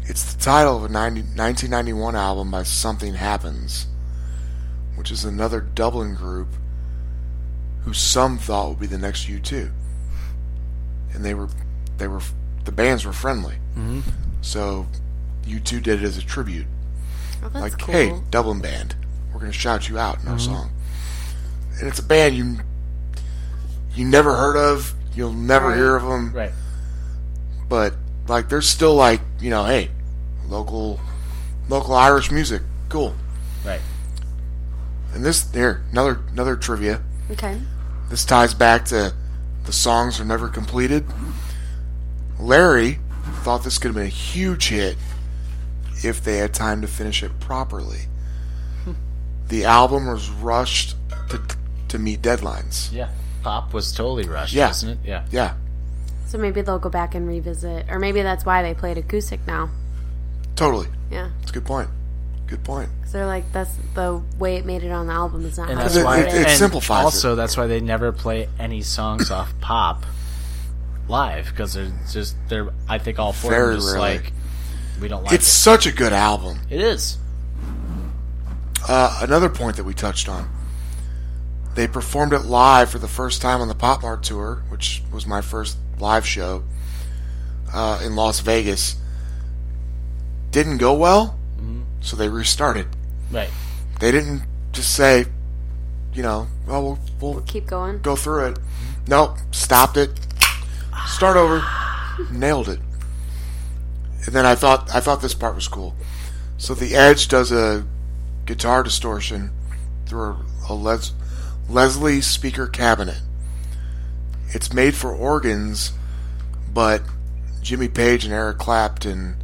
It's the title of a 90, 1991 album by Something Happens, which is another Dublin group who some thought would be the next U2. And they were, they were, the bands were friendly. Mm-hmm. So U2 did it as a tribute Oh, that's like, cool. Mm-hmm. hey, Dublin band, we're gonna shout you out in our song. And it's a band you you never heard of, you'll never Right. hear of them, Right. but like they're still like you know, hey, local local Irish music, cool. Right. And this here another another trivia. Okay. This ties back to the songs are never completed. Larry thought this could have been a huge hit if they had time to finish it properly. The album was rushed to, to meet deadlines. Yeah. Pop was totally rushed, Yeah. wasn't it? Yeah. Yeah, So maybe they'll go back and revisit, or maybe that's why they played acoustic now. totally. Yeah, That's a good point. Good point. because they're like, that's the way it made it on the album. Is not And how that's they it- why did it- it. it and simplifies it. Also, that's why they never play any songs off pop live because they're just they're. I think all four are Very just rarely. like we don't like It's such a good album. it. It is Uh, another point that we touched on. They performed it live for the first time on the Pop Mart tour, which was my first live show uh, in Las Vegas. Didn't go well, so they restarted. right. They didn't just say, you know, "Oh, well, we'll, we'll Keep going. go through it. Nope, stopped it. Start over. Nailed it. And then I thought I thought this part was cool. So the Edge does a guitar distortion through a, a Les- Leslie speaker cabinet. It's made for organs, but Jimmy Page and Eric Clapton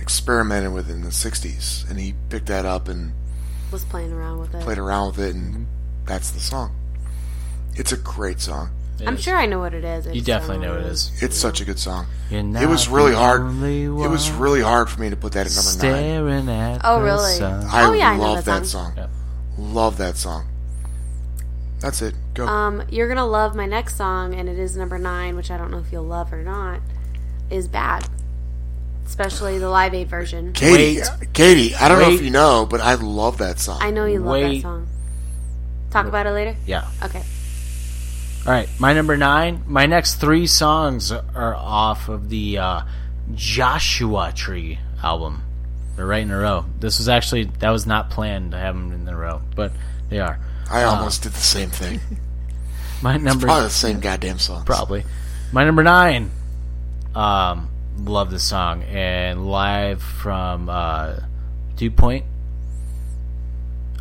experimented with it in the '60s, and he picked that up and Was playing around with it. played around with it, and that's the song. It's a great song. It I'm is. sure I know what it is. I you just don't definitely know what it is. It's such a good song. You're it was not really the hard. only It was one really hard for me to put that at number nine. Staring at Oh, the really? sun. I Oh, yeah, I know love that that song. Yeah. Love that song. That's it. Go. Um, you're gonna love my next song, and it is number nine, which I don't know if you'll love or not. Is bad, especially the Live Aid version. Katie, wait. Katie, I don't know if Wait. you know, but I love that song. I know you love that Wait. song. Talk about it later. Yeah. Okay. All right, my number nine. My next three songs are off of the uh, Joshua Tree album. They're right in a row. This was actually that was not planned to have them in a row, but they are. I almost did the [LAUGHS] same thing. My Uh, number Probably the same goddamn song. probably. My number nine. Um, love this song and live from uh, Dew Point.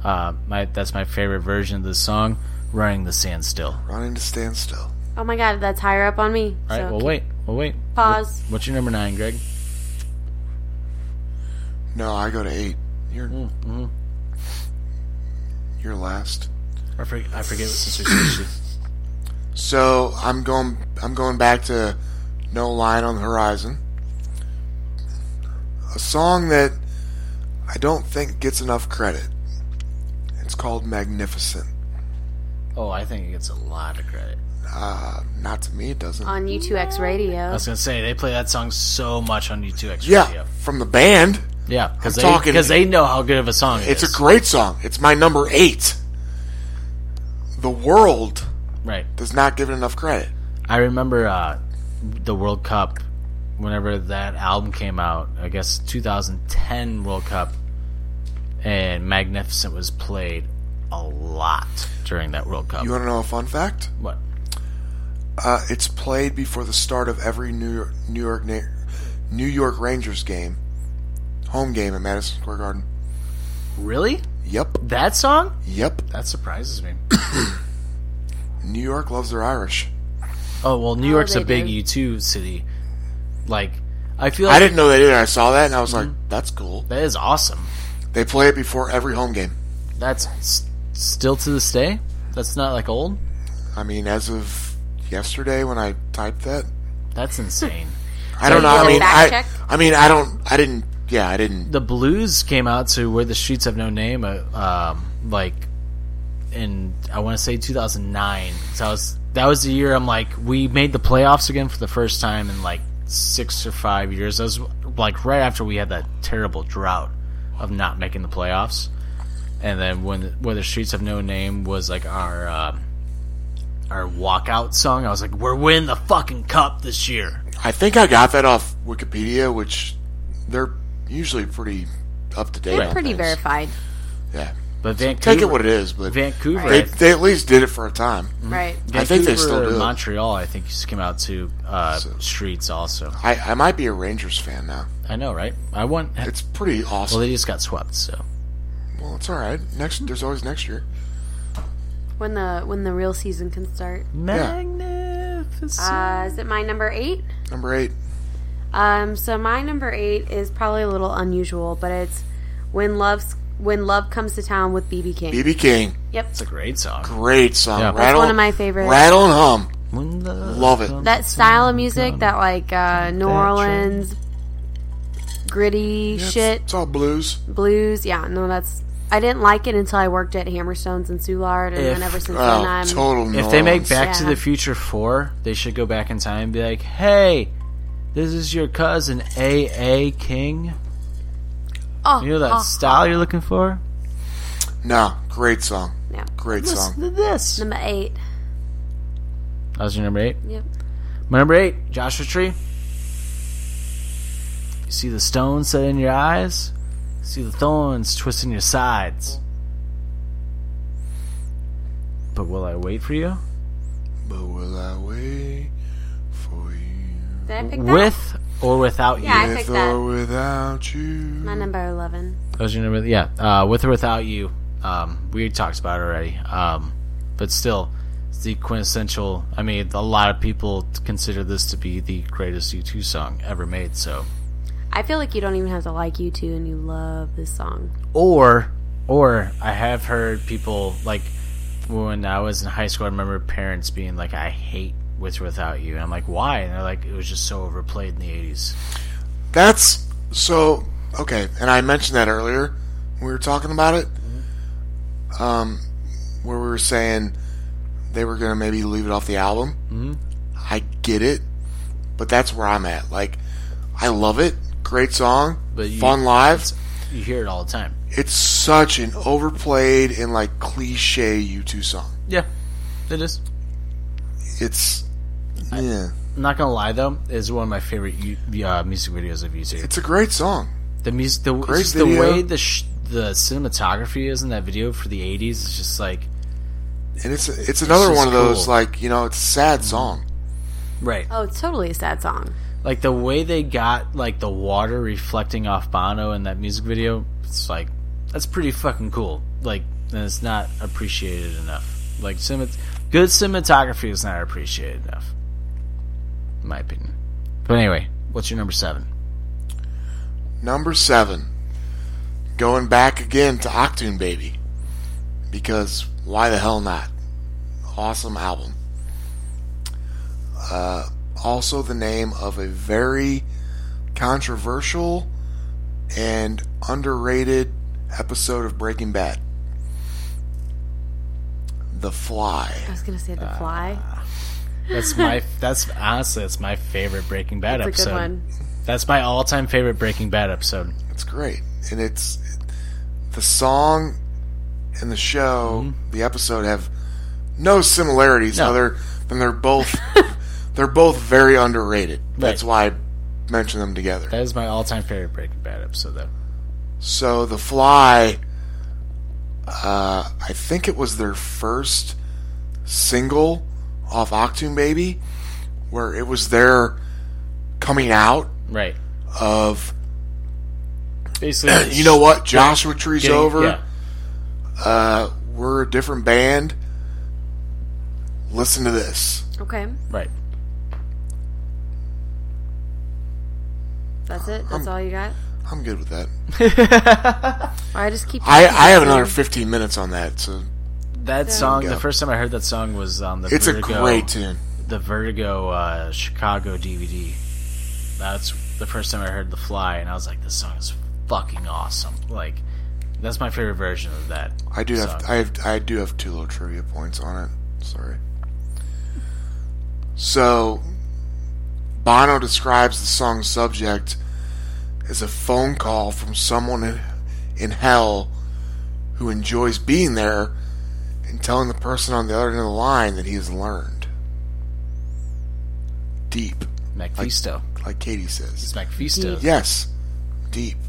Uh, my that's my favorite version of this song, "Running the Sand Still." Running to stand still. Oh my God, that's higher up on me. All right, so well keep- wait, well wait. Pause. What's your number nine, Greg? No, I go to eight. You're Mm-hmm. you're last. I forget, I forget what situation. So I'm going. I'm going back to "No Line on the Horizon," a song that I don't think gets enough credit. It's called "Magnificent." oh, I think it gets a lot of credit. Uh, not to me, it doesn't. on U2X Radio. I was gonna say they play that song so much on U2X yeah, Radio. from the band. Yeah, because I'm they talking- because they know how good of a song it It's is. a great song. It's my number eight. The world right. does not give it enough credit. I remember uh, the World Cup whenever that album came out. I guess 2010 World Cup, and Magnificent was played a lot during that World Cup. You want to know a fun fact? what? Uh, it's played before the start of every New York, New York, Na- New York Rangers game, home game at Madison Square Garden. Really? Yep, That song? yep. That surprises me. New York loves their Irish. Oh well, New Oh, York's they a big do. U two city. Like I feel like I didn't know they did. it. I saw that and I was Mm-hmm. like, "That's cool." that is awesome. They play it before every home game. That's s- still to this day. That's not like old. I mean, as of yesterday when I typed that, That's insane. I don't know. you I did mean, fact I, check? I mean, I don't. I didn't. Yeah, I didn't. the blues came out to where the streets have no name uh, um, like in i want to say 2009 so I was, that was the year i'm like we made the playoffs again for the first time in like six or five years that was like right after we had that terrible drought of not making the playoffs and then when where the streets have no name was like our um our walkout song i was like we're winning the fucking cup this year I think I got that off Wikipedia, which they're usually pretty up to date. They're on pretty things. verified, Mm-hmm. Yeah, but vancouver take it what it is, but vancouver they, they at least did it for a time. right? I think they still Vancouver or do. it. Montreal, I think, just came out to uh, streets also. I, I might be a Rangers fan now. I know, right? I want. It's pretty awesome. Well, Well, they just got swept, so it's all right. Next, there's always next year. When the when the real season can start. Mm-hmm. magnificent. Uh, is it my number eight? Number eight. Um, so my number eight is probably a little unusual, but it's when love's when love comes to town with BB King. BB King, Yep, It's a great song. great song. Yeah. That's Rattle, one of my favorites. Rattle and hum. When the Love it. that style of music, that like uh, New That train. Orleans gritty Yeah, it's- shit, It's all blues. blues. Yeah, no, that's I didn't like it until I worked at Hammerstones and Soulard, and If- then ever since Oh, then I'm total. New If they make Orleans. Back to Yeah. the Future Four, they should go back in time and be like, "Hey, this is your cousin A. A. King. oh, You know that oh, style you're looking for? no, great song. yeah. Great Listen song. to this." Number eight. That was your number eight. Yep. My number eight, Joshua Tree. You see the stones set in your eyes, see the thorns twisting your sides. But will I wait for you? But will I wait for you? Did I pick that? With or without you? Yeah, I With picked or that. without you. My number eleven. That was your number, yeah, uh, with or without you. Um, we talked about it already. Um, but still, it's the quintessential. I mean, a lot of people consider this to be the greatest U2 song ever made, so. I feel like you don't even have to like you two, and you love this song. or or I have heard people like when I was in high school. I remember parents being like, "I hate with or without you," and I'm like, "Why?" And they're like, "It was just so overplayed in the '80s." That's so okay, and I mentioned that earlier. when We were talking about it, Mm-hmm. um, where we were saying they were gonna maybe leave it off the album. Mm-hmm. I get it, but that's where I'm at. Like, I love it. Great song, But you- fun live. You hear it all the time. It's such an overplayed and like cliche U2 song. Yeah, it is. It's yeah, I'm not gonna lie though, it's one of my favorite U- uh, music videos of YouTube. it's a great song. The music, the it's Great just the video. way the sh- the cinematography is in that video for the '80s is just like And it's it's another just one of those cool. Mm-hmm. like you know it's a sad song. right. Oh, it's totally a sad song. like the way they got like the water reflecting off Bono in that music video, it's like that's pretty fucking cool. Like, and it's not appreciated enough. Like, cinemat- good cinematography is not appreciated enough, in my opinion. But anyway, what's your number seven? Number seven, going back again to Octoon Baby, because why the hell not? Awesome album. Uh, also, the name of a very controversial and underrated episode of Breaking Bad, The Fly. I was gonna say The Fly. Uh, That's [LAUGHS] my. that's honestly, that's my favorite Breaking Bad That's a episode. good one. That's my all-time favorite Breaking Bad episode. It's great, and it's the song and the show, the episode have no similarities Mm-hmm. No. other than they're both [LAUGHS] they're both very underrated. That's Right. why I mention them together. That is my all-time favorite Breaking Bad episode, though. So the Fly, uh, I think it was their first single off Octoon Baby, where it was their coming out Right. of Basically, [COUGHS] you know what Joshua Tree's getting- over. yeah. uh, we're a different band. Listen to this. Okay. Right. That's it. I'm- That's all you got. I'm good with that. Or I just keep. I, talking I [LAUGHS] have about another it. 15 minutes on that, so That song, Yeah. the first time I heard that song was on the it's a Vertigo, great tune. the Vertigo uh, Chicago DVD. That's the first time I heard The Fly, and I was like, this song is fucking awesome. Like, that's my favorite version of that. I do have song. I have I do have two little trivia points on it. Sorry. So Bono describes the song's subject as a phone call from someone in, in hell who enjoys being there and telling the person on the other end of the line that he has learned. Deep, Macfisto. like Katie It's says. Macfisto. Yes. Deep.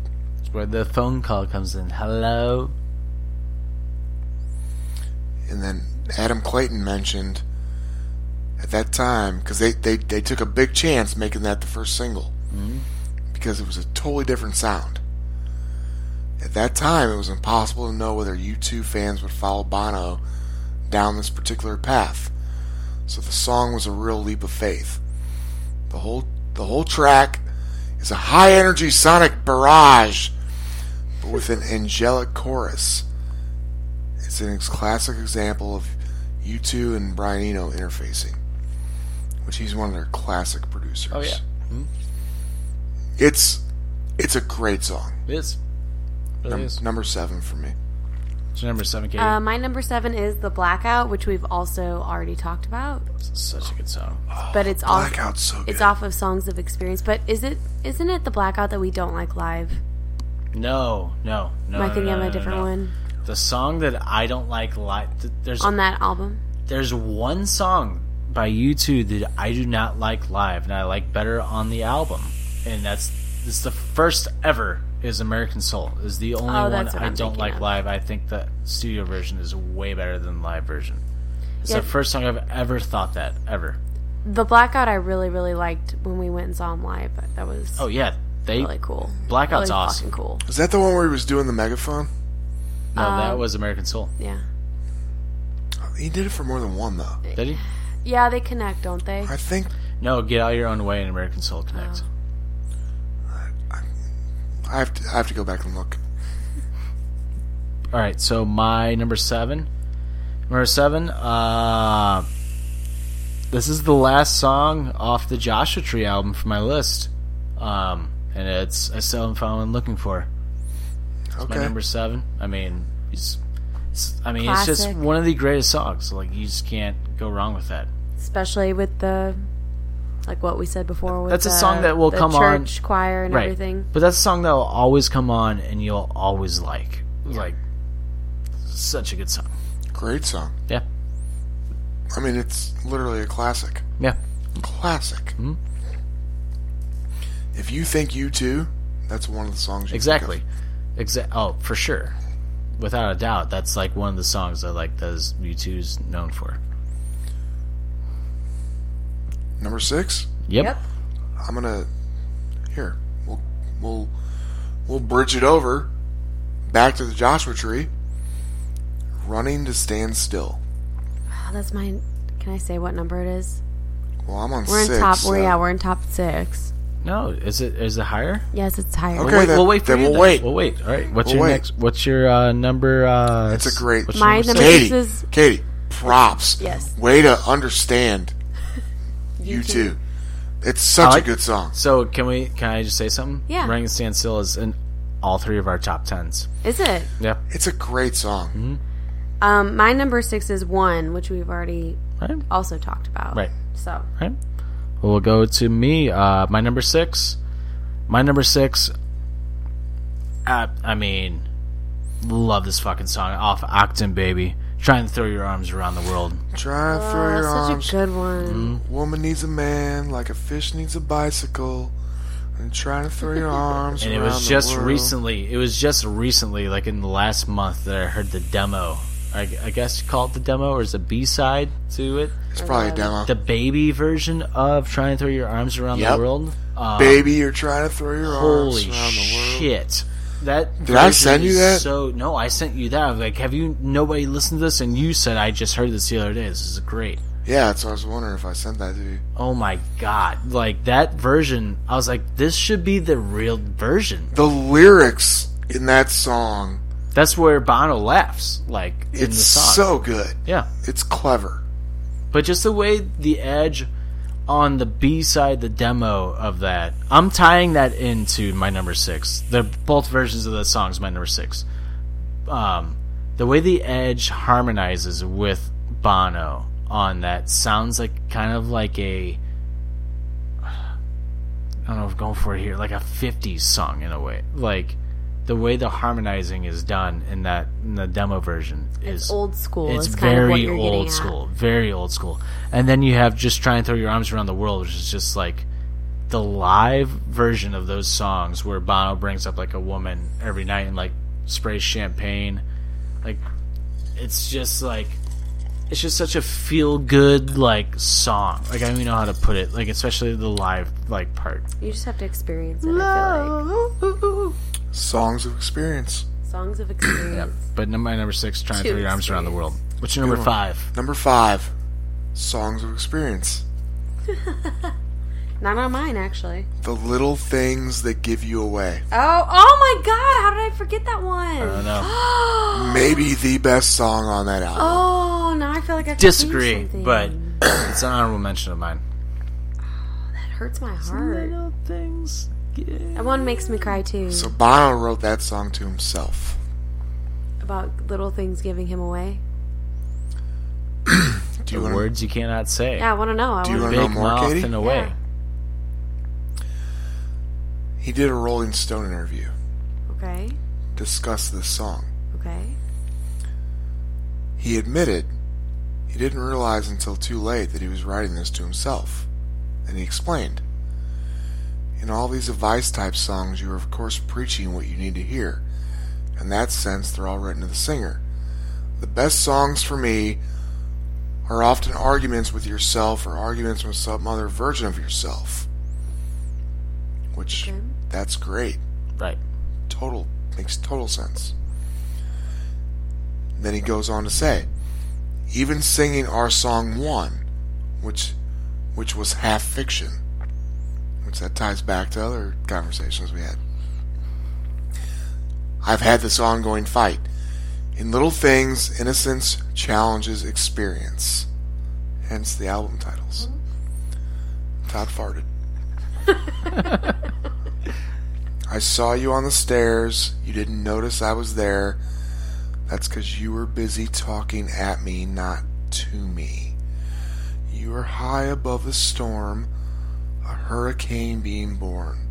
Where the phone call comes in. Hello. And then Adam Clayton mentioned at that time because they, they, they took a big chance making that the first single because it was a totally different sound. At that time, it was impossible to know whether U2 fans would follow Bono down this particular path. So the song was a real leap of faith. The whole the whole track is a high energy sonic barrage, but with an angelic chorus. It's an ex- classic example of U2 and Brian Eno interfacing, which he's one of their classic producers. Oh, yeah. It's it's a great song. It is. It really Num- is. number seven for me. It's number seven, Katie. Uh, my number seven is the blackout, which we've also already talked about, It's such a good song. but it's off. Blackout's so good. It's off of songs of experience. But is it? Isn't it the blackout that we don't like live? No, no, no. Am I no, thinking no, of no, a no, different Uh, no. one The song that I don't like, li- th- there's on that album? there's one song by U2 that I do not like live, and I like better on the album, and that's it's the first ever is American Soul is the only Oh, one that's what I I'm don't thinking like of. live. I think the studio version is way better than the live version. It's Yeah. the first song I've ever thought that ever. The blackout I really really liked when we went and saw him live. But that was Oh yeah, they really cool. Blackout's really awesome. fucking cool. Is that the one where he was doing the megaphone? no, Um, that was American Soul. Yeah. He did it for more than one though. Did he? Yeah, they connect, don't they? I think No, get out your own way and American Soul Oh. connect. I have to I have to go back and look. All right, so my number seven, number seven. Uh, this is the last song off the Joshua Tree album for my list, um, and it's I still am found looking for my Okay. number seven. I mean, it's, it's I mean, it's just Classic. one of the greatest songs. Like you just can't go wrong with that. Especially with the like what we said before. With That's a the- song that will the come on- church choir and everything. But that's a song that will always come on and you'll always like. Like, such a good song. Great song. Yeah, I mean, it's literally a classic. yeah. Classic. Hmm? If you think you too, that's one of the songs. you think Exactly. of. Exa- oh, for sure. Without a doubt, that's like one of the songs that like those U2's known for. Number six. Yep. I'm gonna here. We'll we'll we'll bridge it over back to the Joshua Tree. Running to stand still. Oh, that's mine. Can I say what number it is? Well, I'm on We're in six. top. so- We're yeah. We're in top six. No, is it is it higher? Yes, it's higher. Okay, then, we'll wait for then you we'll then. wait. We'll wait. All right. What's We'll your wait. next? What's your uh, number? Uh, That's a s- great- what's your My number number six? Katie, six is Katie, props. Yes. Way to [LAUGHS] understand you, too. two. It's such like- a good song. So can we? Can I just say something? Yeah. Running and Stand Still is in all three of our top tens. Is it? Yeah. It's a great song. Mm-hmm. Um, my number six is one, which we've already Right. also talked about. Right. So Right. Well, we'll go to me. Uh, my number six. My number six. Uh, I mean, love this fucking song off Octon Baby. Trying to throw your arms around the world. Try and throw Oh, your such arms. a good one. Mm-hmm. Woman needs a man like a fish needs a bicycle. And try to throw [LAUGHS] your arms. And it around was the just world. recently. It was just recently, like in the last month, that I heard the demo. I, I guess you call it the demo, or is a B side to it? It's probably a demo. The baby version of "Trying to Throw Your Arms Around Yep. the World." Um, Baby, you're trying to throw your Holy arms around the world. shit! That Did I version send you is that? So no, I sent you that. I was Like, have you nobody listened to this? And you said I just heard this the other day. This is great. Yeah, so I was wondering if I sent that to you. Oh my god! Like that version, I was like, this should be the real version. The lyrics in that song, That's where Bono laughs. Like in the it's song. so good. yeah. It's clever. But just the way the edge on the B side, the demo of that, I'm tying that into my number six. The both versions of that song is my number six. Um, the way the edge harmonizes with Bono on that sounds like kind of like a I don't know if I'm going for it here, like a '50s song in a way. Like the way the harmonizing is done in that in the demo version is It's old school. it's is kind of what very you're getting old at. school, very old school. And then you have just try and throw your arms around the world, which is just like the live version of those songs where Bono brings up like a woman every night and like sprays champagne. Like it's just like it's just such a feel good like song. Like I don't even know how to put it. Like especially the live like part. You just have to experience it. I feel like Songs of experience. [CLEARS THROAT] songs of experience. But number my number six, try and To throw your arms around the world. What's your number five? Number five, songs of experience. Not on mine actually. The little things that give you away. Oh, oh my God! How did I forget that one? I don't [GASPS] know. [GASPS] Maybe the best song on that album. Oh, now I feel like I could do disagree, something. but it's an honorable mention of mine. that hurts my heart. things. That one makes me cry too. So Bono wrote that song to himself. about little things giving him away. Do The you want words you cannot say. Yeah, I want to know. I Do you wanna wanna- Big No more, mouth Katie? and away. Yeah. He did a Rolling Stone interview, Okay. discussed this song. Okay. He admitted he didn't realize until too late that he was writing this to himself. And he explained In all these advice type songs, you are of course preaching what you need to hear. In that sense, they're all written to the singer. The best songs for me are often arguments with yourself or arguments with some other version of yourself. Which, Okay. that's great. Right. total makes total sense. Then he goes on to say, even singing our song one, which which was half fiction, which that ties back to other conversations we had. I've had this ongoing fight. In little things, innocence challenges experience. Hence the album titles. Todd farted. I saw you on the stairs. You didn't notice I was there. That's because you were busy talking at me, not to me. You were high above the storm, a hurricane being born.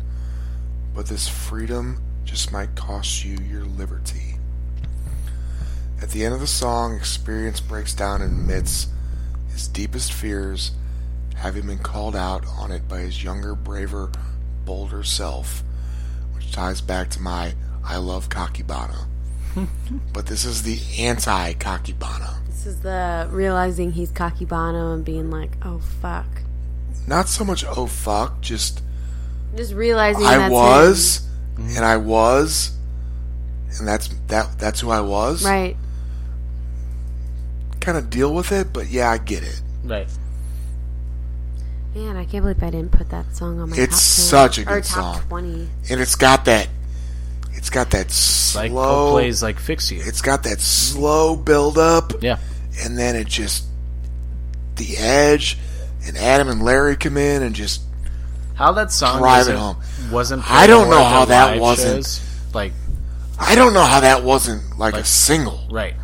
But this freedom just might cost you your liberty. At the end of the song, experience breaks down and admits his deepest fears, having been called out on it by his younger, braver, bolder self which ties back to my I love [LAUGHS] Kakibana. but this is the anti Kakibana. This is the realizing he's cocky Bono and being like, oh fuck. Not so much oh fuck, just Just realizing I that's Mm-hmm. was and I was and that's that that's who I was. him. right. Kind of deal with it, but yeah, I get it. Right. Man, I can't believe I didn't put that song on my. It's top 10, such a or good top song. Twenty. And it's got that it's got that Like slow Coldplay's plays like fix you. it's got that slow build up Yeah. and then it just the edge and Adam and Larry come in and just How that song Drive wasn't, it home. wasn't I played don't more know at how the that live wasn't. shows. Like I don't know how that wasn't like, a Like- single. right.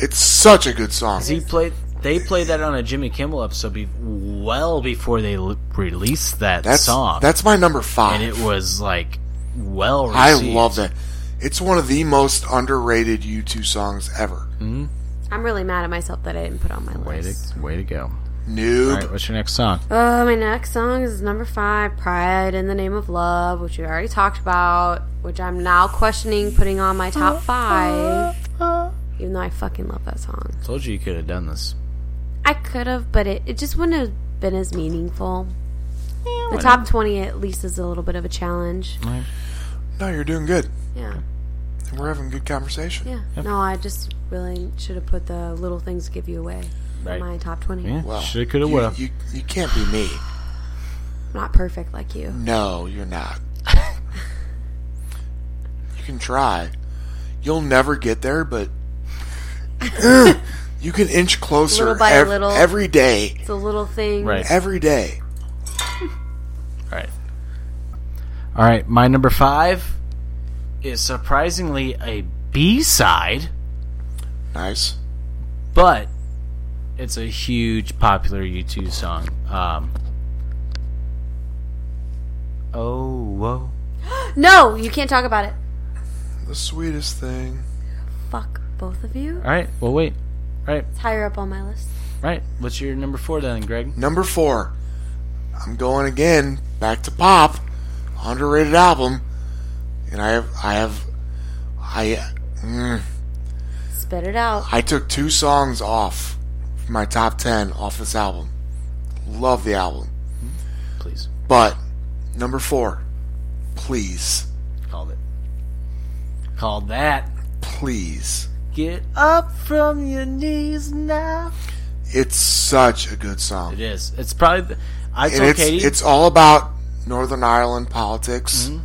It's such a good song. He played. They played that on a Jimmy Kimmel episode be, well before they l- released that that's song, that's my number five. and it was like well. I Received. love that. It's one of the most underrated U2 songs ever. Mm-hmm. I'm really mad at myself that I didn't put it on my Way list. to way to go. All Noob. right, what's your next song? Oh, my next song is number five, "Pride in the Name of Love," which we already talked about, which I'm now questioning putting on my top five, even though I fucking love that song. Told you you could have done this. I could have, but it, it just wouldn't have been as meaningful. The top 20 at least is a little bit of a challenge. No, you're doing good. Yeah. We're having a good conversation. Yeah. No, I just really should have put the little things give you away. for Right. my top 20. Yeah, Well, shoulda, coulda, you- woulda. You, you can't be me. I'm not perfect like you. No, you're [LAUGHS] not. you can try. You'll never get [LAUGHS] there, but you can inch closer Little by ev- little. every day. It's a little thing. Right. Every day. Right. All right, my number five is surprisingly a B side, Nice. but it's a huge popular U2 song. Um, oh, whoa. No, you can't talk about it. The sweetest thing. Fuck both of you. All right, well, wait. All right, It's higher up on my list. all right. What's your number four then, Greg? Number four. I'm going again back to pop. Underrated album. And I have I have I mm, Spit it out. I took two songs off from my top ten off this album. Love the album. Please. But number four, please, Called it. Called that. please. Get up from your knees now. It's such a good It song. is. It's probably. The, I And told it's Katie. it's all about Northern Ireland politics. Mm-hmm.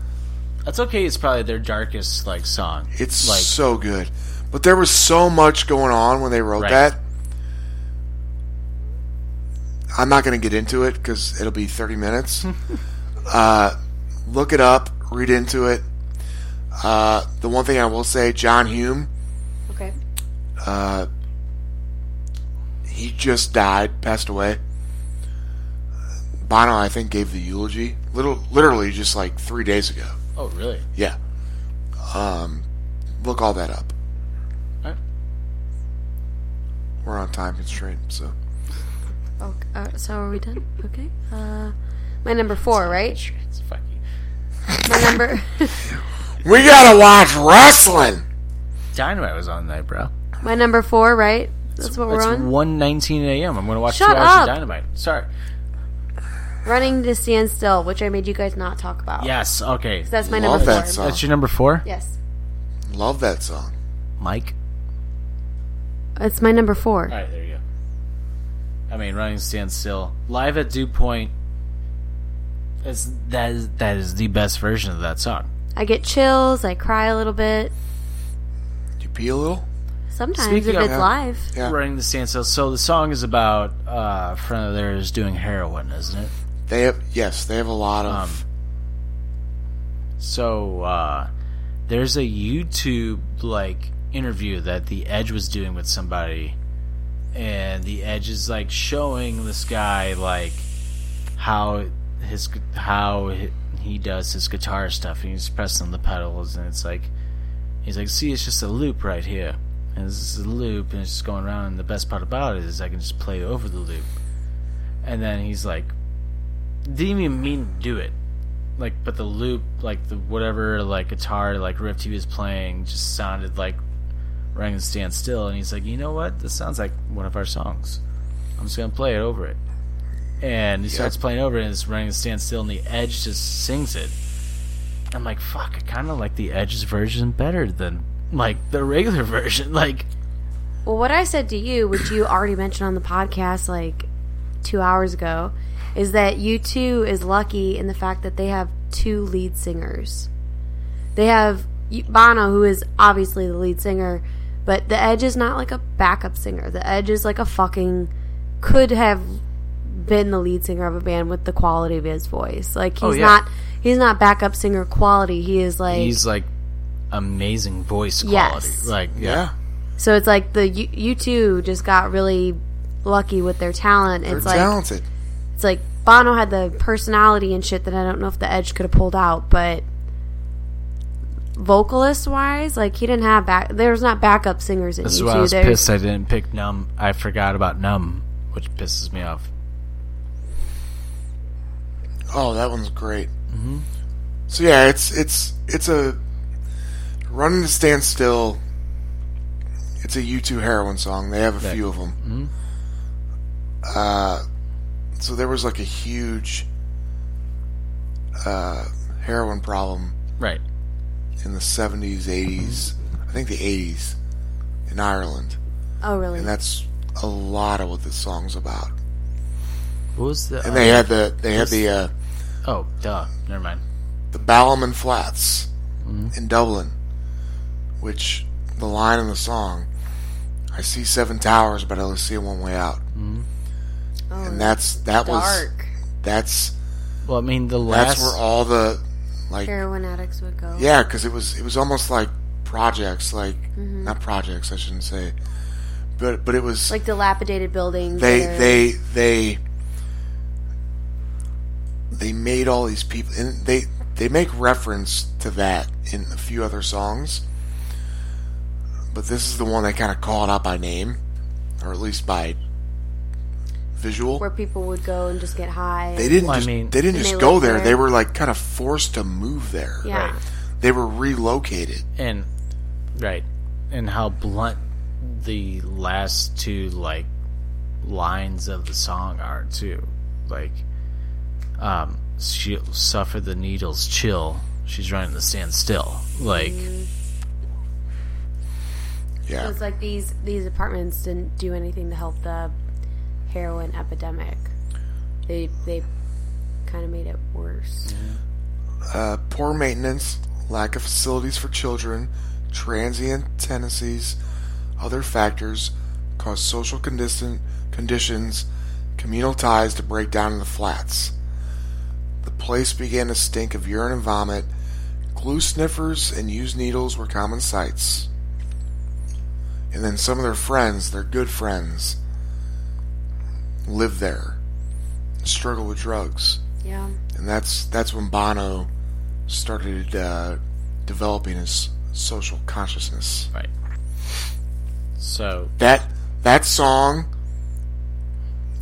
That's okay. It's probably their darkest like song. It's like so good. But there was so much going on when they wrote Right. that. I'm not going to get into it because it'll be [LAUGHS] 30 minutes. uh, look it up, read into it. Uh, the one thing I will say, John Hume, Okay. he just died, passed away. Bono, I think, gave the eulogy. Little, literally, just like three days ago. oh really? Yeah. Um, look all that up. Alright. We're on time constraint, so Oh, uh, so are we done? Okay. Uh, my number four, right? It's fuck you. My number. [LAUGHS] we gotta watch wrestling. Dynamite was on tonight, bro. my number four, right? That's what we're it's on. one nineteen a.m. I'm gonna watch Shut two hours up. of Dynamite. Sorry. Running to stand still, which I made you guys not talk about. Yes. Okay. That's my Love number that four. song. That's your number four, Yes. Love that song. Mike. It's my number four. All right, there you go. I mean, running stands still. Live at Dew Point. Is that is that is the best version of that song. I get chills. I cry a little bit. You pee a little? Sometimes Speaking if of- it's live. Yeah. Running the stands still. So the song is about uh, a friend of theirs doing heroin, isn't it? They have yes, they have a lot of So uh, there's a YouTube like interview that the Edge was doing with somebody, and the Edge is like showing this guy like how his gu- how hi- he does his guitar stuff, and he's pressing the pedals, and it's like he's like, see, it's just a loop right here, and this is a loop, and it's just going around. And the best part about it is I can just play over the loop, and then he's like, didn't even mean to do it like but the loop like the whatever like guitar like riff he was playing just sounded like running stand still and he's like you know what this sounds like one of our songs i'm just gonna play it over it and he starts playing over it and it's running stand still and the edge just sings it i'm like fuck i kind of like the edge's version better than like the regular [LAUGHS] version like Well, what I said to you, which you already mentioned on the podcast like two hours ago, is that U2 is lucky in the fact that they have two lead singers. They have y- Bono, who is obviously the lead singer, but The Edge is not like a backup singer. The Edge is like a fucking. could have been the lead singer of a band with the quality of his voice. Like, he's Oh, yeah. not. He's not backup singer quality. He is like he's like amazing voice quality Yes. like yeah, yeah. So it's like the you, you two just got really lucky with their talent. They're It's like talented. it's like Bono had the personality and shit that I don't know if the Edge could have pulled out, but vocalist wise, like he didn't have back. There was not backup singers in This is U why I two. was There's pissed I didn't pick Numb. I forgot about Numb, which pisses me off. Oh, that one's great. So yeah, it's it's it's a running to stand still. It's a U2 heroin song. They have a few of them. Uh, so there was like a huge uh, heroin problem Right. in the 70s, 80s. I think the 80s in Ireland, oh really? and that's a lot of what this song's about. What was the? And they had the they had the uh, oh, duh. Never mind. the Ballymun Flats in Dublin, which the line in the song, I see seven towers, but I only see one way out. Oh, And that's that was dark. that's Well, I mean the last. that's where all the like Heroin addicts would go. Yeah, because it was it was almost like projects, like not projects, I shouldn't say, but but it was Mm-hmm. Like dilapidated buildings. they that are- they they they made all these people, and they they make reference to that in a few other songs, but this is the one they kind of call it out by name, or at least by visual. where people would go and just get high. They didn't. Well, I just, mean- they didn't And just they go lived there. there. They were like kind of forced to move there. Yeah. Right. They were relocated. and right and how blunt the last two like lines of the song are too like um she'll suffer the needles chill she's running to stand still like Yeah. It's like these these apartments didn't do anything to help the heroin epidemic. They they kind of made it worse. Mm-hmm. uh, poor maintenance, lack of facilities for children, transient tendencies, other factors cause social condis- conditions, communal ties to break down in the flats. The place began to stink of urine and vomit. Glue sniffers and used needles were common sights. And then some of their friends, their good friends, lived there and struggled with drugs Yeah. and that's that's when Bono started uh, developing his social consciousness. right so That that song,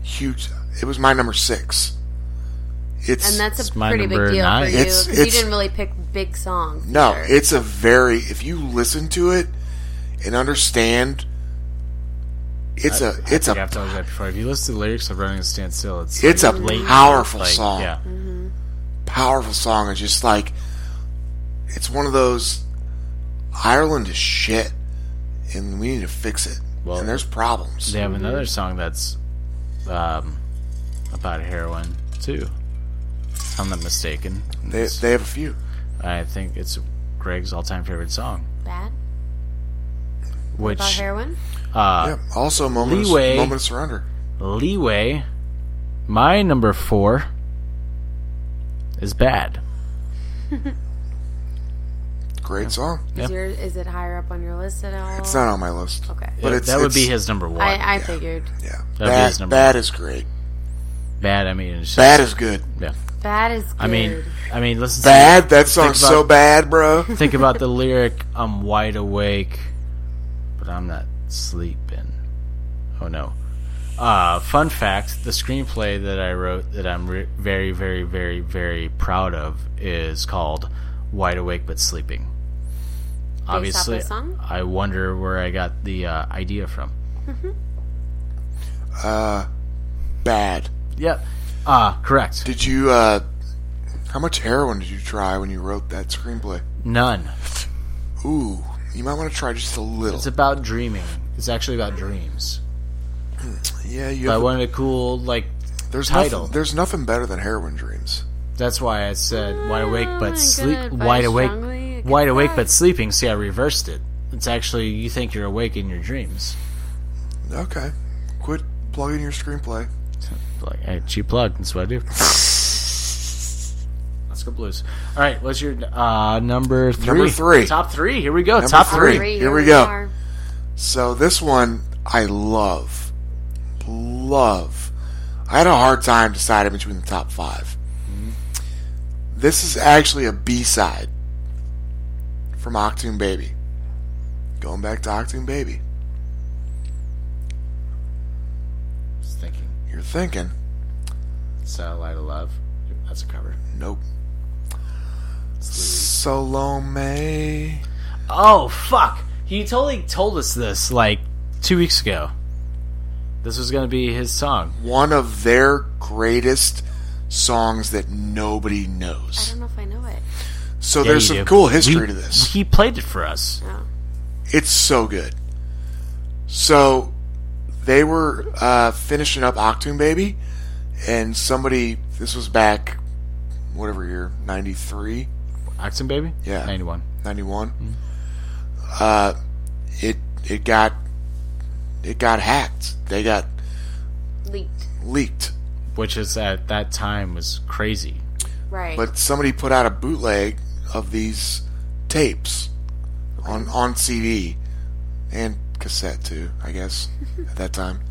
huge. It was my number six. It's And that's It's a my pretty big number deal nine. for you It's- 'cause you it's- didn't really pick big songs. no, either. it's a very. If you listen to it and understand, it's a it's I think a I've told you that before if you listen to the lyrics of running to stand still it's it's a blatant, powerful like, song. yeah Powerful song. It's just like it's one of those. Ireland is shit, and we need to fix it. Well- and there's problems. they have another song that's um about heroin too if i'm not mistaken They, It's- they have a few. I think it's Greg's all-time favorite song, bad about which heroin. yeah. Also, moment of, Uh, Leeway. moment of surrender. leeway. My number four is bad. Great song. Yeah. Is, your, is it higher up on your list at all? It's not on my list, Okay. but it's that would be it's- his number one. I, I figured Yeah, be bad. his number bad one. is great. bad. I mean, it's just, Bad is good. Yeah. bad is. Good. I mean, I mean, listen. Bad. That Think song's about- so bad, bro. [LAUGHS] To, think about the lyric. I'm wide awake, but I'm not sleeping. Oh no. Uh, fun fact: the screenplay that I wrote that I'm re- very, very, very, very proud of is called "Wide Awake but Sleeping." Obviously, the song? I wonder where I got the uh, idea from. Bad. Yep. Ah, correct. Did you? uh How much heroin did you try when you wrote that screenplay? None. Ooh, you might want to try just a little. It's about dreaming. It's actually about dreams. yeah, you. But I Have, wanted a cool like. there's title. nothing. There's nothing better than heroin dreams. That's why I said wide awake Oh but I'm gonna sleep. advise Wide strongly awake. against Wide awake that. but sleeping. See, I reversed it. It's actually you think you're awake in your dreams. Okay, quit plugging your screenplay. Like hey, cheap plug. That's [LAUGHS] what I do. Let's go blues. All right, what's your uh, number three? three. Top three. Here we go. Number Top three. three. Three, Here we go. are. So this one I love. Love. I had a hard time deciding between the top 5 Mm-hmm. This is actually a B side from Octune Baby. Going back to Octune Baby. Just thinking. You're thinking, Satellite of love. That's a cover. nope. Salome. Oh fuck! He totally told us this like two weeks ago. This was gonna be his song. One of their greatest songs that nobody I knows. don't know if I know it. So Yeah, there's you do. some cool history We- to this. He Oh. played it for us. No. It's so good. So they were uh, finishing up Octoon Baby, and somebody. This was back, whatever year, ninety three. Oxen Baby? Yeah. 91. 91 uh, it it got it got hacked they got leaked. leaked Which is at that time was crazy. Right. but somebody put out a bootleg of these tapes on on CD and cassette too I guess at that time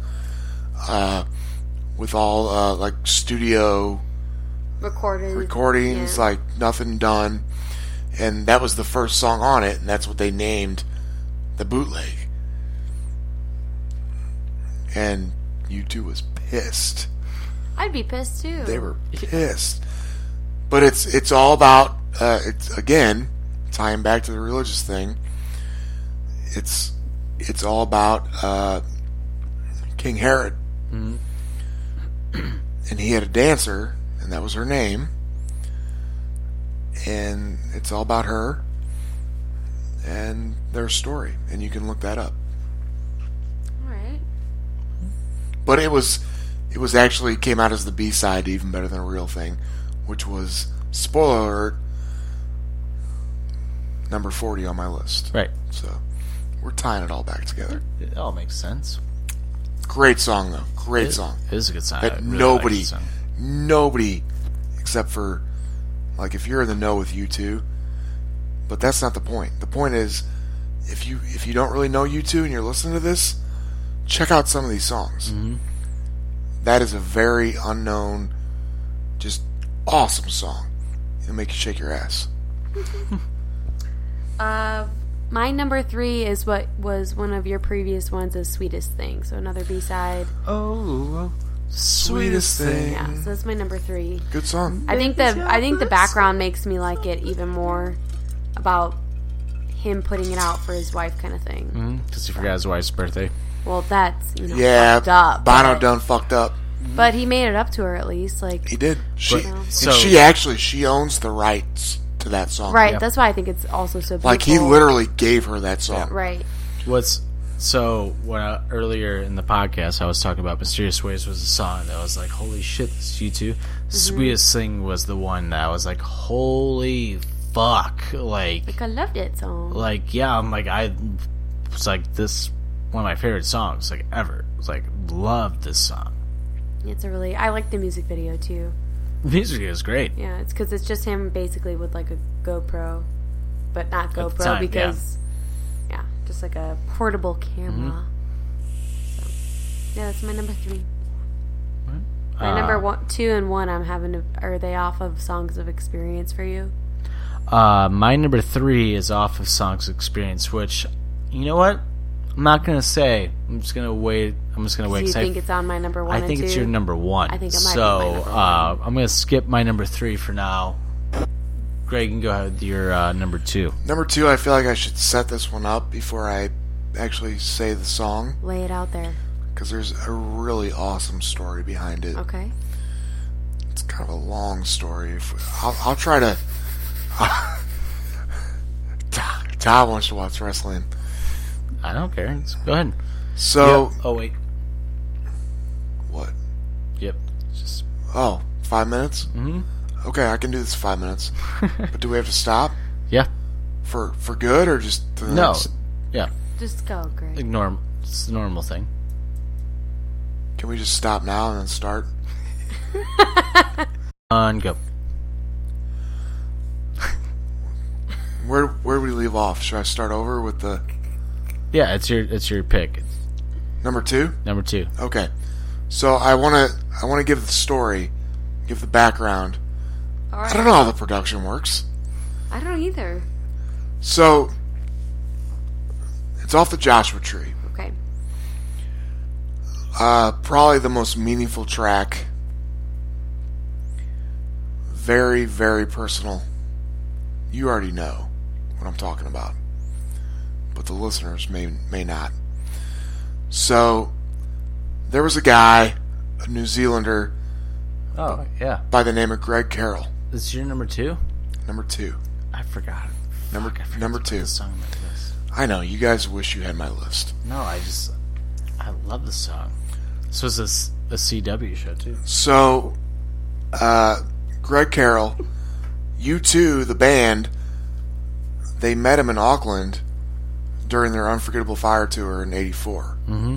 uh, with all uh, like studio Recorded. recordings, yeah. like nothing done. And that was the first song on it, and that's what they named the bootleg. And U2 was pissed. I'd be pissed too. They were pissed. But it's it's all about uh, it's again tying back to the religious thing. It's it's all about uh, King Herod, and he had a dancer, and that was her name. And it's all about her and their story, and you can look that up. All right. But it was it was actually came out as the B side even better than a real thing, which was spoiler alert number forty on my list. Right. So we're tying it all back together. It all makes sense. Great song though. Great song. It is a good song. I That really like nobody that song. nobody except for like if you're in the know with you two but that's not the point. The point is if you if you don't really know you two and you're listening to this, check out some of these songs. Mm-hmm. That is a very unknown, just awesome song. It'll make you shake your ass. My number three is what was one of your previous ones is Sweetest Thing. So another B side. Oh, Sweetest thing. Yeah. So that's my number three. Good song. I think the I think the background makes me like it even more about him putting it out for his wife kind of thing. Mm-hmm. Because he forgot his wife's birthday. Well, that's you know Yeah, fucked up. Bono but, done fucked up. but he made it up to her at least. Like He did. She But- and So- she actually she owns the rights to that song. right. Yeah. That's why I think it's also so. Beautiful. Like he literally gave her that song. Right. What's so? What I, earlier in the podcast I was talking about, "Mysterious Ways" was a song that I was like, "Holy shit, this you 2 Mm-hmm. Sweetest thing was the one that I was like, "Holy fuck!" Like, Like I loved it song. like yeah, I'm like I was like this one of my favorite songs like ever. I was like, loved this song. It's a really I like the music video too. Music is great. Yeah, it's because it's just him basically with like a GoPro, but not the GoPro time, yeah. because yeah. just like a portable camera. Mm-hmm. So yeah, that's my number three. My number Uh, one, two, and one. I'm having to. Are they off of songs of experience for you? Uh, my number three is off of Song's Experience, which, you know what? I'm not gonna say. I'm just gonna wait. I'm just gonna wait. Do you 'cause I- think it's on my number one? I and think it's two? your number one. I think it might be so my number uh, I'm gonna skip my number three for now. Greg, you can go ahead with your uh, number two. Number two, I feel like I should set this one up before I actually say the song Lay it out there. because there's a really awesome story behind it. Okay. It's kind of a long story. If I'll, I'll try to. [LAUGHS] Todd Todd wants to watch wrestling, I don't care. It's- Go ahead. so Yep. Oh wait. what? Yep. Just Oh, five minutes. Mm-hmm. Okay, I can do this in five minutes. but do we have to stop yeah. for for good or just to the No. next- Yeah. Just go, Greg. Ignore. 'em. It's the normal thing. Can we just stop now and then start? On go. Where where do we leave off? Should I start over with the Yeah. It's your. It's your pick. number two? Number two. Okay. So I want to I want to give the story, give the background. I don't know how the production works. I don't either. So it's off the Joshua Tree. Okay. Uh, probably the most meaningful track. Very very personal. You already know what I'm talking about, but the listeners may may not. So there was a guy, a New Zealander Oh yeah. by the name of Greg Carroll, It's your number two. number two. I forgot. Number Fuck, I forgot number to put two. this song on my list. I know you guys wish you had my list. No, I just I love this song. This was a, s- a CW show [LAUGHS] too. So, uh, Greg Carroll, you two, the band, they met him in Auckland during their Unforgettable Fire tour in '84. Mm-hmm.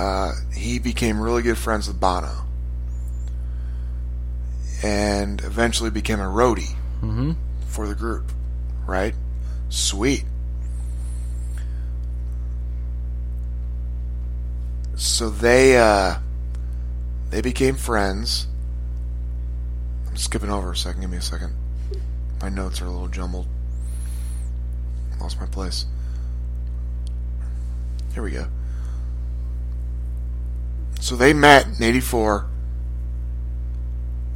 Uh, he became really good friends with Bono, and eventually became a roadie for the group. Right? Sweet. So they. Uh, they became friends. I'm skipping over a second. Give me a second. My notes are a little jumbled. Lost my place. Here we go. So they met in '84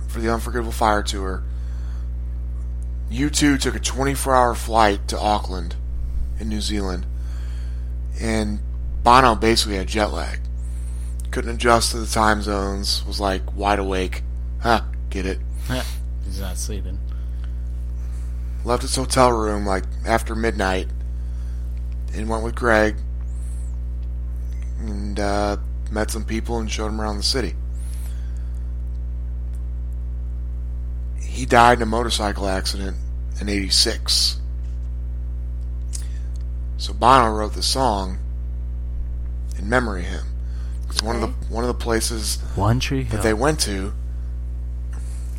for the Unforgettable Fire Tour. You 2 took a 24 hour flight to Auckland in New Zealand, and Bono basically had jet lag couldn't adjust to the time zones, was like wide awake. Huh, get it. He's not sleeping. Left his hotel room like after midnight and went with Greg and uh, met some people and showed him around the city. He died in a motorcycle accident in 86. So Bono wrote the song in memory of him. It's one of the one of the places One Tree that Hill. they went to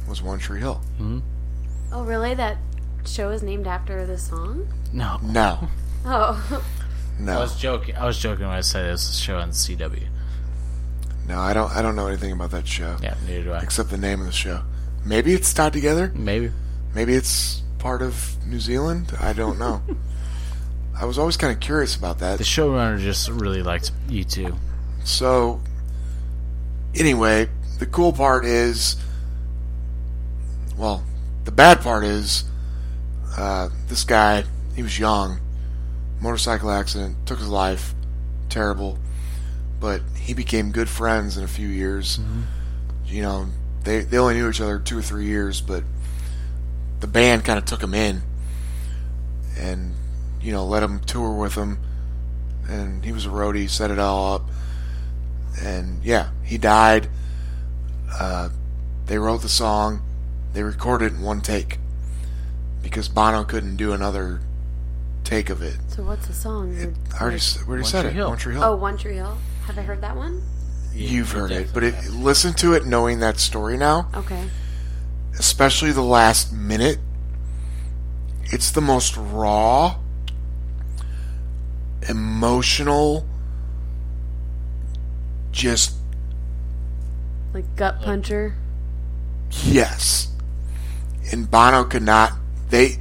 was One Tree Hill. Oh, really? That show is named after the song? no, [LAUGHS] No, Oh, [LAUGHS] I no, was joking. I was joking when I said it was a show on CW. no. I don't. I don't know anything about that show Yeah, neither do I. except the name of the show. Maybe it's tied together. Maybe. Maybe it's part of New Zealand. I [LAUGHS] don't know. I was always kind of curious about that. The showrunner just really liked you two. So, anyway, the cool part is, well, the bad part is, uh, this guy, he was young, motorcycle accident, took his life, terrible, but he became good friends in a few years. You know, they, they only knew each other two or three years, but the band kind of took him in and, you know, let him tour with them. And he was a roadie, set it all up and yeah, he died. Uh, they wrote the song, they recorded it in one take because Bono couldn't do another take of it. so what's the song? You're- I already, s- we already One said Tree it. Hill. One Tree Hill. Oh, One Tree Hill. Have I heard that one? You've heard it, but definitely it, listen to it knowing that story now, Okay. especially the last minute. It's the most raw, emotional, just Like Gut Puncher. Yes. And Bono could not. They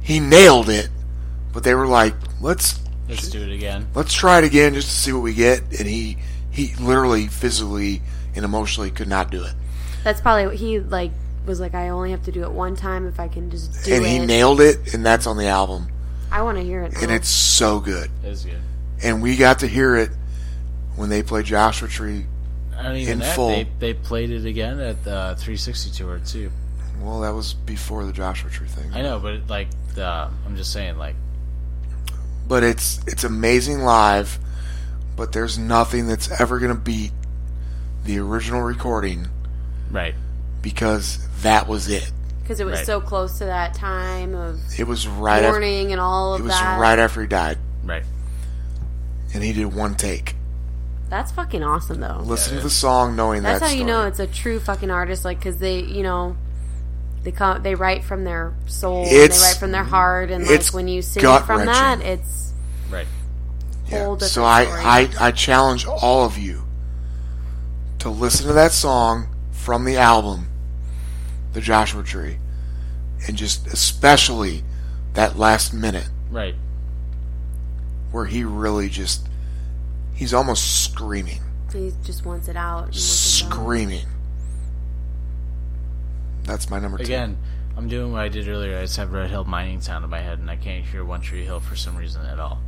he nailed it, but they were like, let's Let's do it again. let's try it again just to see what we get. And he he literally physically and emotionally could not do it, That's probably what he like was like. I only have to do it one time if I can just do and it. he nailed it, and that's on the album, I want to hear it. Now. and it's so good. It was good. And we got to hear it when they played Joshua Tree. And even In that, full. they they played it again at the 360 tour too. Well, that was before the Joshua Tree thing, I know, but like the I'm just saying like but it's it's amazing live. But there's nothing that's ever gonna beat the original recording right. because that was it. because it was Right. so close to that time of It was right after, morning and all of it was that. right after he died, Right. and he did one take. That's fucking awesome though. Listen to the song, knowing That's that how you story. know it's a true fucking artist. Like because they, you know, they come, they write from their soul. and It's- they write from their heart, and like it's when you sing gut-wrenching. from that, it's Right. Yeah. whole different So I, story. I I challenge all of you to listen to that song from the album, The Joshua Tree, and just especially that last minute Right. where he really just he's almost screaming, he just wants it out. and lets it go. screaming. That's my number two. Again, I'm doing what I did earlier. I just have Red Hill Mining Town in my head, and I can't hear One Tree Hill for some reason at all.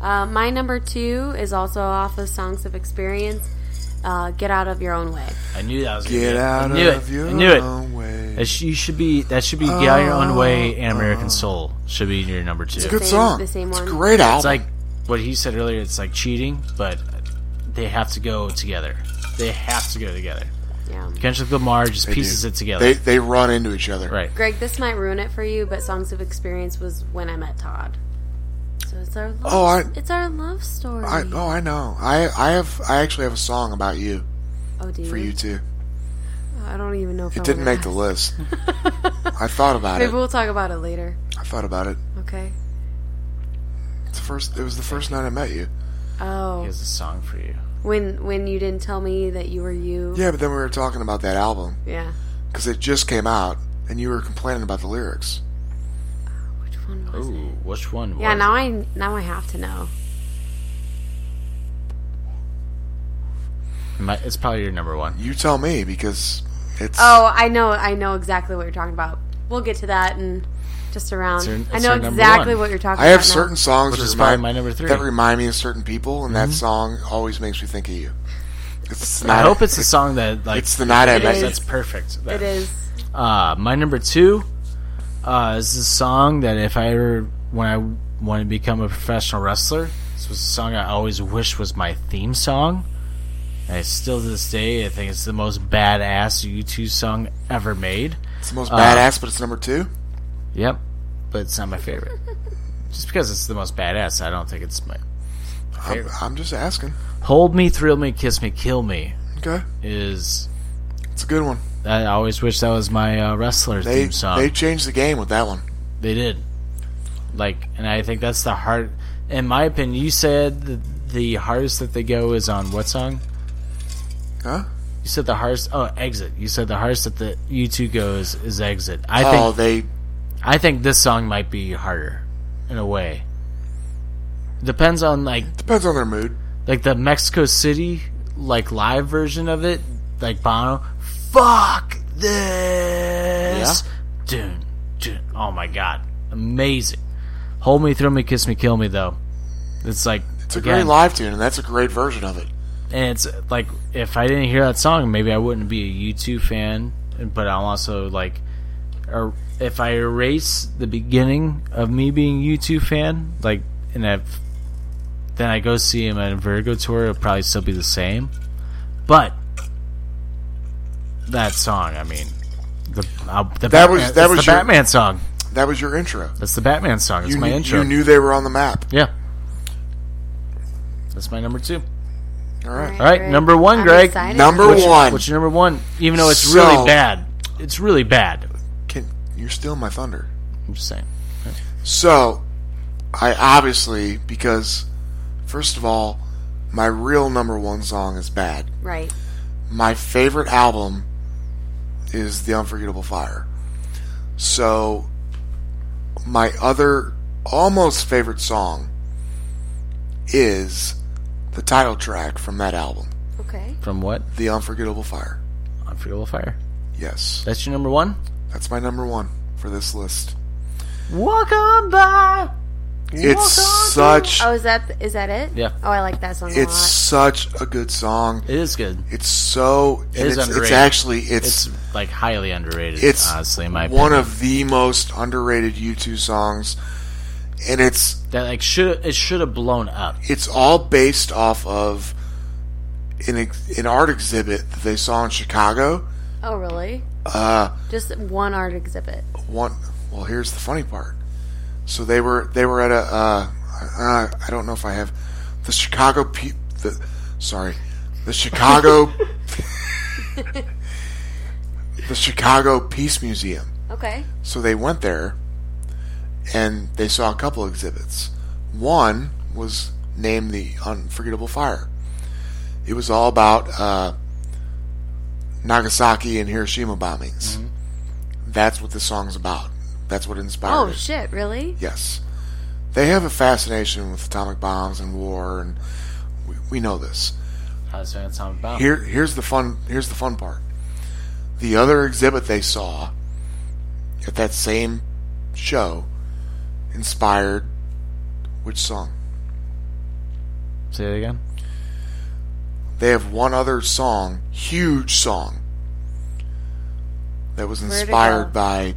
Uh, my number two is also off of Songs of Experience. Uh, Get out of your own way. I knew that was gonna Get be it. out I knew of it. your I knew it. own way. That sh- you should be. That should be Get Out Your Own Way and American Soul should be your number two. Oh. Good Same- song. the same it's a one. great album. It's like what he said earlier, it's like cheating, but they have to go together. They have to go together. Yeah. Kendrick Lamar just They do. pieces it together. They they run into each other. right. Greg, this might ruin it for you, but Songs of Experience was when I met Todd. So it's our love, Oh, I- it's our love story. I oh I know. I I have I actually have a song about you oh, dude. for you too. I don't even know if Oh, It I didn't wanna make the ask. [LAUGHS] list. I thought about Maybe it. we'll talk about it later. I thought about it. Okay. It's the first. It was the first night I met you. Oh, He has a song for you. when when you didn't tell me that you were you. Yeah, but then we were talking about that album Yeah. because it just came out, and you were complaining about the lyrics. Which one was it? Ooh, which one? Yeah. was Now I now I have to know. it? My- it's probably your number one. You tell me because it's. Oh, I know. I know exactly what you're talking about. We'll get to that and just around. It's your- I it's know your number exactly one. what you're talking I about. have now. certain songs Which that is probably remind, my number three. Mm-hmm. that remind me of certain people, and that song always makes me think of you. It's the I night- hope it's a song that like It's the night I met that's, you. that's perfect. It is. Uh, my number two uh, is a song that if I ever when I want to become a professional wrestler, this was a song I always wished was my theme song. And I still to this day I think it's the most badass U2 song ever made. It's the most Uh, badass, but it's number two. Yep, but it's not my [LAUGHS] favorite. Just because it's the most badass, I don't think it's my. I'm, I'm just asking. Hold me, thrill me, kiss me, kill me Okay, is. it's a good one. I always wish that was my uh, wrestler They theme song. they changed the game with that one. They did. Like, and I think that's the hard. In my opinion, you said the, the hardest that they go is on what song? Huh? You said the hardest. Oh, exit. You said the hardest that the U two goes is exit. I oh, think they I think this song might be harder, in a way. Depends on like depends on their mood. like the Mexico City like live version of it, like Bono. Fuck this, Dun, dun. Oh my god, amazing! Hold me, throw me, kiss me, kill me. Though it's like It's a great live tune, and that's a great version of it. and it's like if I didn't hear that song, maybe I wouldn't be a U2 fan. But I'm also like, er, if I erase the beginning of me being a U2 fan, like, and i then I go see him at a Virgo tour, it'll probably still be the same. But that song, I mean, the, uh, the That was- Batman- that it's was the your- Batman song. That was your intro. That's the Batman song. That's you my knew, intro. You knew they were on the map. yeah, that's my number two. All right. All right, Greg. number one, I'm Greg. excited. Number What's your- one. What's your number one? Even though it's So- really bad. It's really bad. Can, you're stealing my thunder. I'm just saying. So, I obviously because first of all, my real number one song is bad. Right. My favorite album is The Unforgettable Fire. So, my other almost favorite song is the title track from that album, Okay. From what? The Unforgettable Fire. Unforgettable Fire. Yes, That's your number one? that's my number one for this list. Walk on by. It's such Oh, is that is that it? Yeah. Oh, I like that song it's such a good song. It is good. It's so and is it's, it's underrated. actually it's It's like highly underrated, it's honestly, in my one opinion. of the most underrated U2 songs, and it's that like should it should have blown up. it's all based off of an ex- an art exhibit that they saw in Chicago. a lot. Oh, really? Uh, Just one art exhibit. one well, here's the funny part. So they were they were at a uh, uh, I don't know if I have the Chicago P, the sorry [LAUGHS] the Chicago [LAUGHS] the Chicago Peace Museum. Okay. So they went there and they saw a couple exhibits. One was named The Unforgettable Fire. It was all about uh, Nagasaki and Hiroshima bombings. That's what the song's about. That's what inspired Oh it. shit! Really? Yes. They have a fascination with atomic bombs and war, and we, we know this. I was saying it's not about. Here, here's the fun. Here's the fun part. The other exhibit they saw at that same show inspired which song? Say it again. They have one other song, huge song, that was inspired Vertigo. by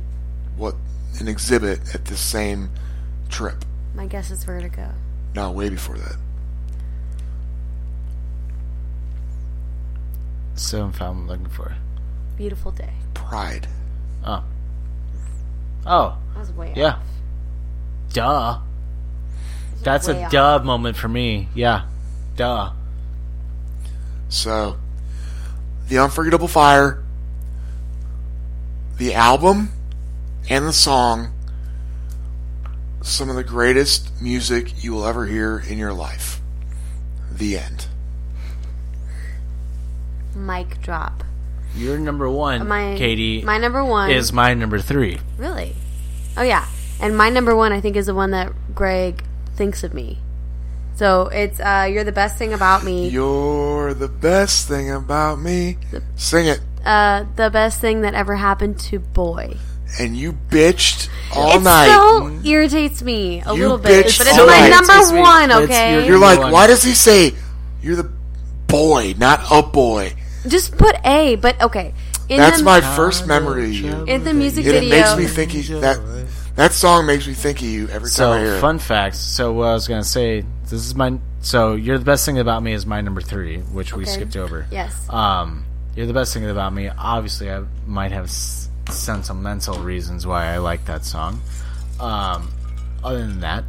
what an exhibit at this same trip. My guess is Vertigo. No, way before that. So if I'm looking for. Beautiful day. Pride. Oh. Oh, That was way yeah. Duh. That's Way a off. duh moment for me. Yeah. Duh. So, The Unforgettable Fire, the album, and the song, some of the greatest music you will ever hear in your life. The end. Mic drop. Your number one, My Katie, My number one is my number three. really. Oh yeah, and my number one I think is the one that Greg thinks of me. So it's uh, you're the best thing about me. You're the best thing about me. Sing it. uh, the best thing that ever happened to boy. And you bitched all it night. still irritates me a You little bit, bitch but it's all my night. Irritates me, number one. but it's- Okay, You're like, One. why does he say you're the boy, not a boy? just put A. But okay, in That's the, my first memory of you. in the music It, it video. makes me think of that that song makes me think of you every time I hear So it. fun facts. So what I was gonna say, this is my. So you're the best thing about me is my number three, which we Okay. skipped over. yes, Um, you're the best thing about me. Obviously, I might have s- sentimental reasons why I like that song. Um, other than that,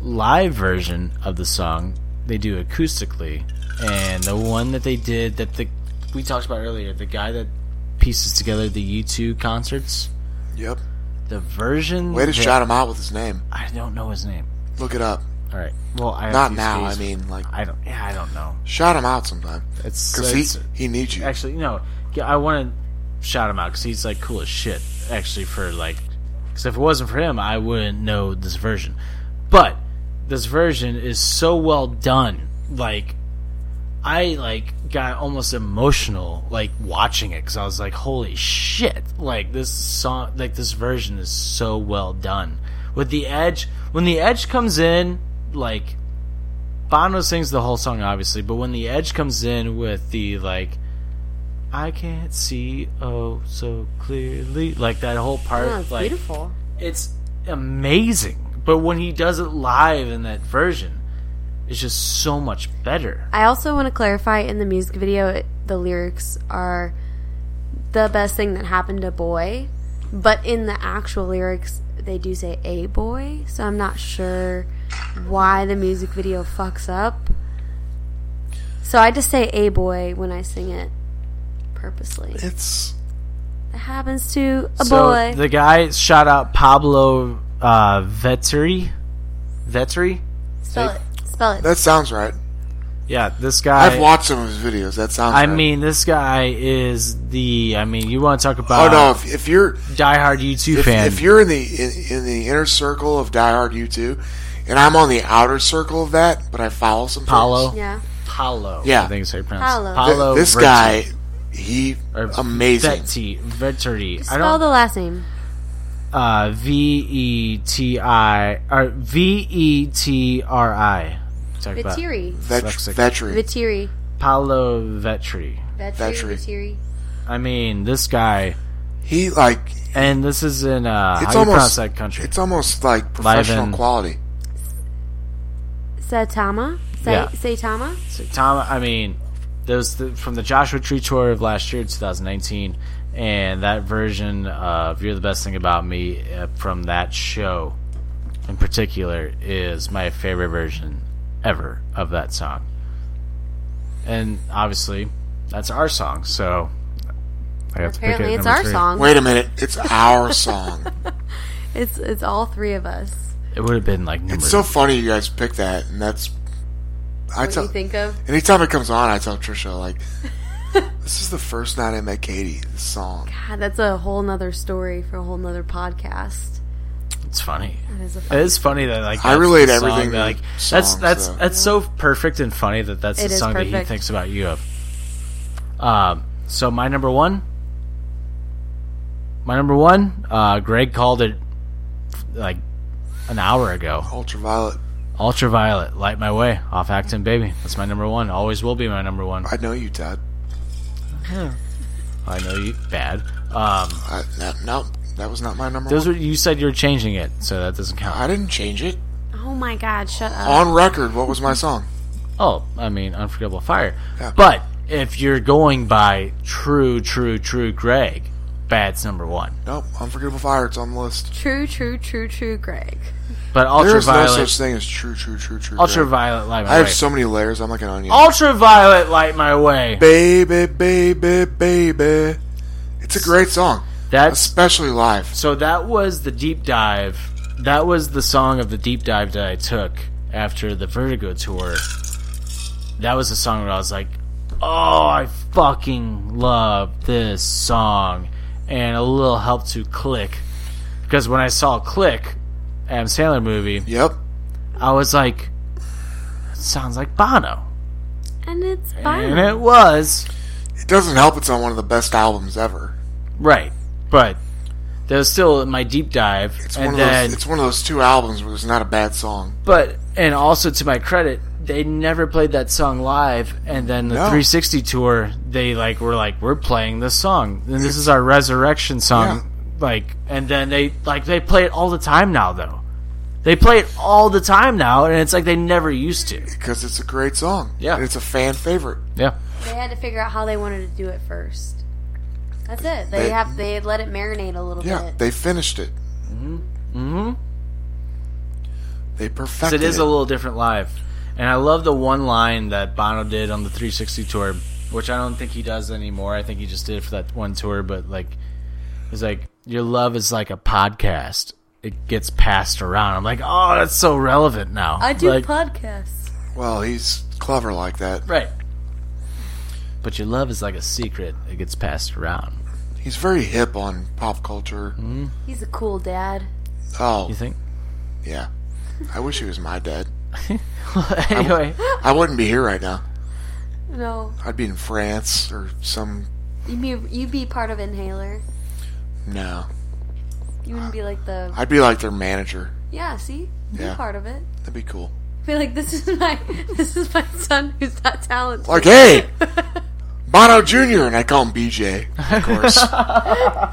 live version of the song they do acoustically, and the one that they did that the we talked about earlier, the guy that pieces together the U2 concerts, Yep. the version. Way to that- shout him out with his name. I don't know his name. Look it up. All right. Well, I have Not these now. I keys. mean, like, I don't. Yeah, I don't know. shout him out sometime It's, because it's he he needs you. actually no. Yeah, I want to shout him out because he's like cool as shit. Actually, for like, because if it wasn't for him, I wouldn't know this version. But this version is so well done. Like, I like got almost emotional like watching it because I was like, holy shit! Like this song, like this version is so well done. With the edge, when the edge comes in, like Bono sings the whole song, obviously, but when the Edge comes in with the like, I can't see oh so clearly, like that whole part, Oh, it's like beautiful. it's amazing. But when he does it live in that version, it's just so much better. I also want to clarify in the music video, it, the lyrics are the best thing that happened to boy, but in the actual lyrics, they do say a boy, so I'm not sure why the music video fucks up. So I just say a boy when I sing it purposely. It It's happens to a so boy. the guy shout out Pablo uh, Vetri, Vetri. Spell it. Spell it. that sounds right. Yeah, this guy. I've watched some of his videos. That sounds. I right. mean, this guy is the. I mean, you want to talk oh about no! If, if you're diehard U2 if, uh, fan? if you're in the in, in the inner circle of diehard U2, and I'm on the outer circle of that, but I follow some things. Paulo. yeah. Paulo. Yeah. I think it's how you pronounce Paulo. it. Th- Paulo. this Verti- guy, he or amazing. Vetti. Vetteri. I Spell don't. the last name. uh, V E T I. Or V E T R I. Talk about Vitiri. Vet, Dyslexic. veteran. Vitiri. Paulo Vetri. Vitiri. Vetri. Vitiri. I mean, this guy. He like And this is in. Uh, it's how you pronounce almost that country? It's almost like professional in- quality. Satama? Sa- Yeah. Saitama? So Tom, I mean, those the, from the Joshua Tree tour of last year, 2019, and that version of "You're the Best Thing About Me" uh, from that show, in particular, is my favorite version ever of that song. And obviously, that's our song, so I have to pick Apparently, it. it's number our three. song. Wait a minute, it's [LAUGHS] our song. It's it's all three of us. It would have been like number. It's so funny you guys picked that, and that's. I What do tell you think of? anytime it comes on, I tell Trisha [LAUGHS] like, "This is the first night I met Katie." This song. God, Ah, that's a whole nother story for a whole nother podcast. it's funny. It's a- It is funny that like I that's relate the song everything that, to like that's songs, that's though. that's so perfect and funny that that's It the is song that he perfect. thinks about you of. Um, so my number one, my number one, uh, Greg called it like an hour ago. Ultraviolet. Ultraviolet, light my way off Acton, baby. That's my number one. Always will be my number one. I know you, Todd. I know you bad. Um, I, that, no, that was not my number. those one. were you said you were changing it, so that doesn't count. I didn't change it. Oh my God! Shut up. On record, what was my song? Oh, I mean, Unforgettable Fire. Yeah. But if you're going by true, true, true Greg, Bad's number one. Nope, Unforgettable Fire. It's on the list. True, true, true, true, Greg. But There's no Ultraviolet, such thing as true, true, true, true. Greg. Ultraviolet Light My I have Way. so many layers. I'm like an onion. Ultraviolet Light My Way. Baby, baby, baby. It's a great song, That's especially live. so that was the deep dive. That was the song of the deep dive that I took after the Vertigo tour. That was the song where I was like, "Oh, I fucking love this song," and a little help to click because when I saw Click, Adam Sandler movie, Yep. I was like, "Sounds like Bono," And it's and fine. it was. It doesn't help. It's on one of the best albums ever. Right, but there was still my deep dive, It's and one of then those. It's one of those two albums where there's not a bad song. but and also to my credit, they never played that song live, and then the No. 360 tour, they like were like, we're playing this song, and this is our resurrection song, Yeah. like, and then they like they play it all the time now though. They play it all the time now, and it's like they never used to. because it's a great song. Yeah. And it's a fan favorite. Yeah, They had to figure out how they wanted to do it first. That's it. They, They- have they had let it marinate a little Yeah, bit. they finished it. Mm-hmm. They Mm-hmm. So perfected it it. is a little different live, and I love the one line that Bono did on the 360 tour, which I don't think he does anymore. I think he just did it for that one tour, but like, it's like your love is like a podcast. It gets passed around. I'm like, oh, that's so relevant now. I do Like, podcasts. Well, he's clever like that. right. But your love is like a secret. It gets passed around. He's very hip on pop culture. He's a cool dad. Mm-hmm. Oh, You think? [LAUGHS] yeah. I wish he was my dad. anyway, I wouldn't be here right now. No, I'd be in France or some. you be you be part of Inhaler. No, You wouldn't be like the I'd be like their manager. yeah. See, be Yeah. part of it. That'd be cool. Be like this is my this is my son who's not talented. Like, hey, Bono Jr. and I call him BJ, of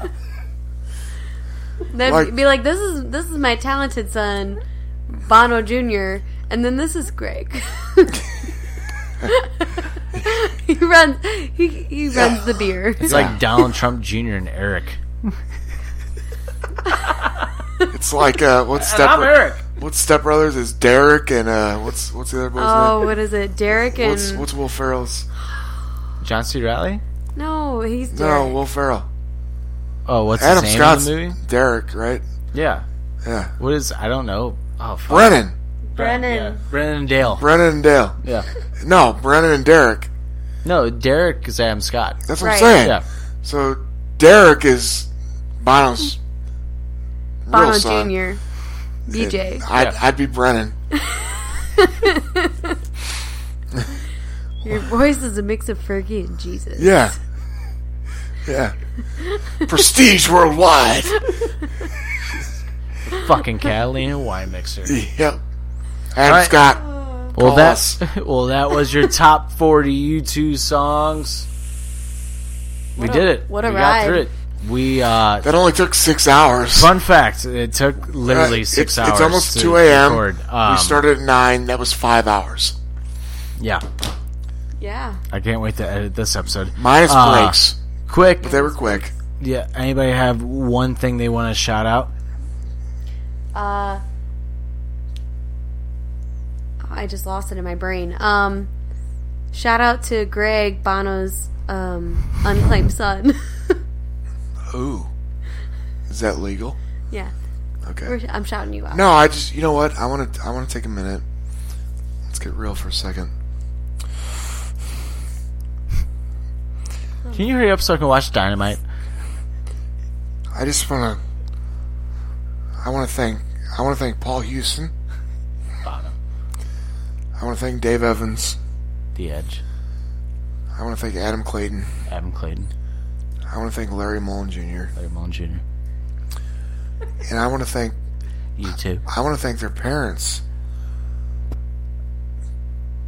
[LAUGHS] course. [LAUGHS] Then Like- be like, this is this is my talented son, Bono Jr., and then this is Greg. [LAUGHS] he runs he, he runs the [LAUGHS] beer. it's like Donald Trump Jr. and Eric. it's like uh, what's Step I'm Eric. What's Step Brothers is Derek and uh, what's what's the other boy's Oh, name? what is it, Derek and What's what's Will Ferrell's? John C. Riley. no, he's Derek. No, Will Ferrell. Oh, what's Adam his name Scott's in the movie? Derek, right? Yeah. Yeah. What is? I don't know. Oh, fuck. Brennan. Brennan. Brennan and [LAUGHS] Dale. Brennan and Dale. Yeah. No, Brennan and Derek. No, Derek is Adam Scott. That's what Right. I'm saying. Yeah. So Derek is Bono's Bono real son. Jr. BJ. I'd, Yeah. I'd be Brennan. Your voice is a mix of Fergie and Jesus. Yeah. Yeah. Prestige worldwide. Fucking Catalina wine [LAUGHS] mixer. yep. Adam right. Scott. Well, Call that's [LAUGHS] well, that was your top forty U2 songs. We did it. what a we got ride. through it. We uh, That only took six hours. fun fact: it took literally Uh, six it's, hours. It's almost to 2 a.m. record. Um, we started at 9. That was five hours. Yeah, Yeah. I can't wait to edit this episode. Minus Uh, breaks. Quick, They were quick. yeah. Anybody have one thing they want to shout out? Uh, I just lost it in my brain. Um, shout out to Greg Bono's um, unclaimed son. [LAUGHS] Ooh. Is that legal? yeah, Okay. we're, I'm shouting you out. No, I just you know what? I want to I want to take a minute. Let's get real for a second. Can you hurry up so I can watch Dynamite? I just want to I want to thank I want to thank Paul Houston. I want to thank Dave Evans. The Edge. I want to thank Adam Clayton. Adam Clayton, I want to thank Larry Mullen Jr. Larry Mullen Jr. And I want to thank You too. I want to thank their parents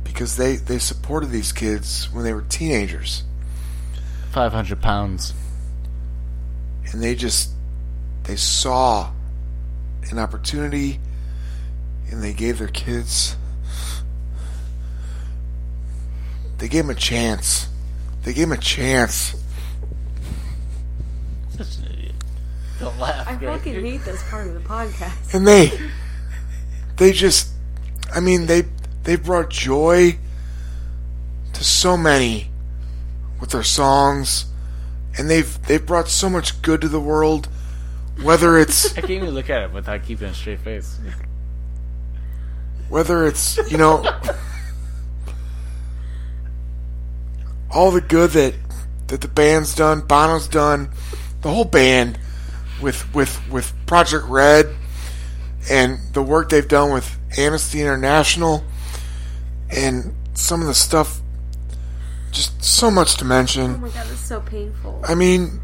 because they they supported these kids when they were teenagers. Five hundred pounds. and they just they saw an opportunity and they gave their kids they gave them a chance they gave them a chance The laugh. I fucking hate this part of the podcast. and they they just i mean they they brought joy to so many with their songs and they've they've brought so much good to the world whether it's I can't even look at it without keeping a straight face. whether it's you know all the good that that the band's done, Bono's done, the whole band with with with Project Red and the work they've done with Amnesty International and some of the stuff just so much to Oh mention. my god, this is so painful. I mean,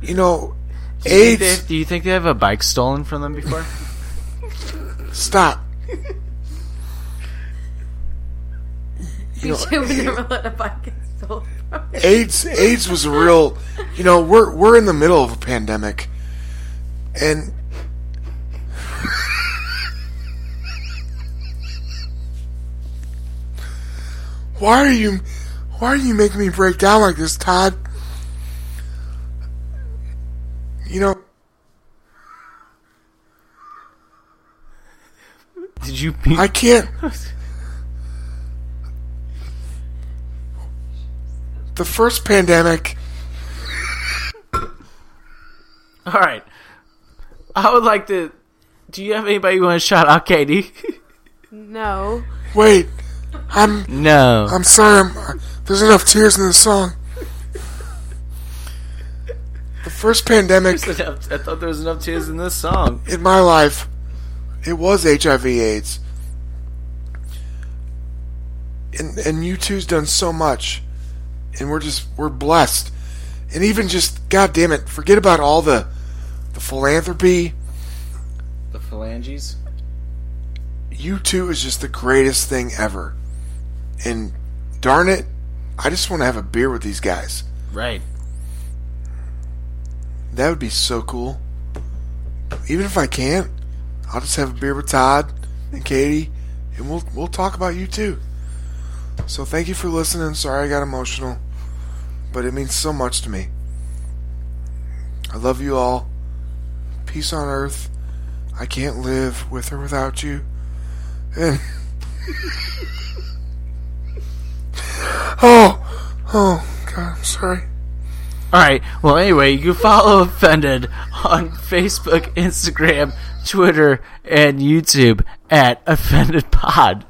you know, Do you, think AIDS they, do you think they have a bike stolen from them before? stop. You We know, should have never let a bike get stolen from us. AIDS AIDS was a real you know, we're we're in the middle of a pandemic. And Why are you why are you making me break down like this, Todd? You know Did you? Pee- I can't. The first pandemic, [LAUGHS] All right. I would like to. Do you have anybody you want to shout out, Katie? No. wait, I'm No. I'm sorry. I'm, there's enough tears in this song. The first pandemic [LAUGHS] I thought there was enough tears in this song. in my life, it was HIV/AIDS, and and you two's done so much, and we're just we're blessed, and even just God damn it, forget about all the the philanthropy. The phalanges. You two is just the greatest thing ever, and darn it, I just want to have a beer with these guys. Right. That would be so cool. Even if I can't, I'll just have a beer with Todd and Katie, and we'll we'll talk about you too. So thank you for listening. Sorry I got emotional, but it means so much to me. I love you all. Peace on earth. I can't live with or without you. And [LAUGHS] oh, oh God, I'm sorry. All right. Well, anyway, you can follow Offended on Facebook, Instagram, Twitter, and YouTube at Offended Pod.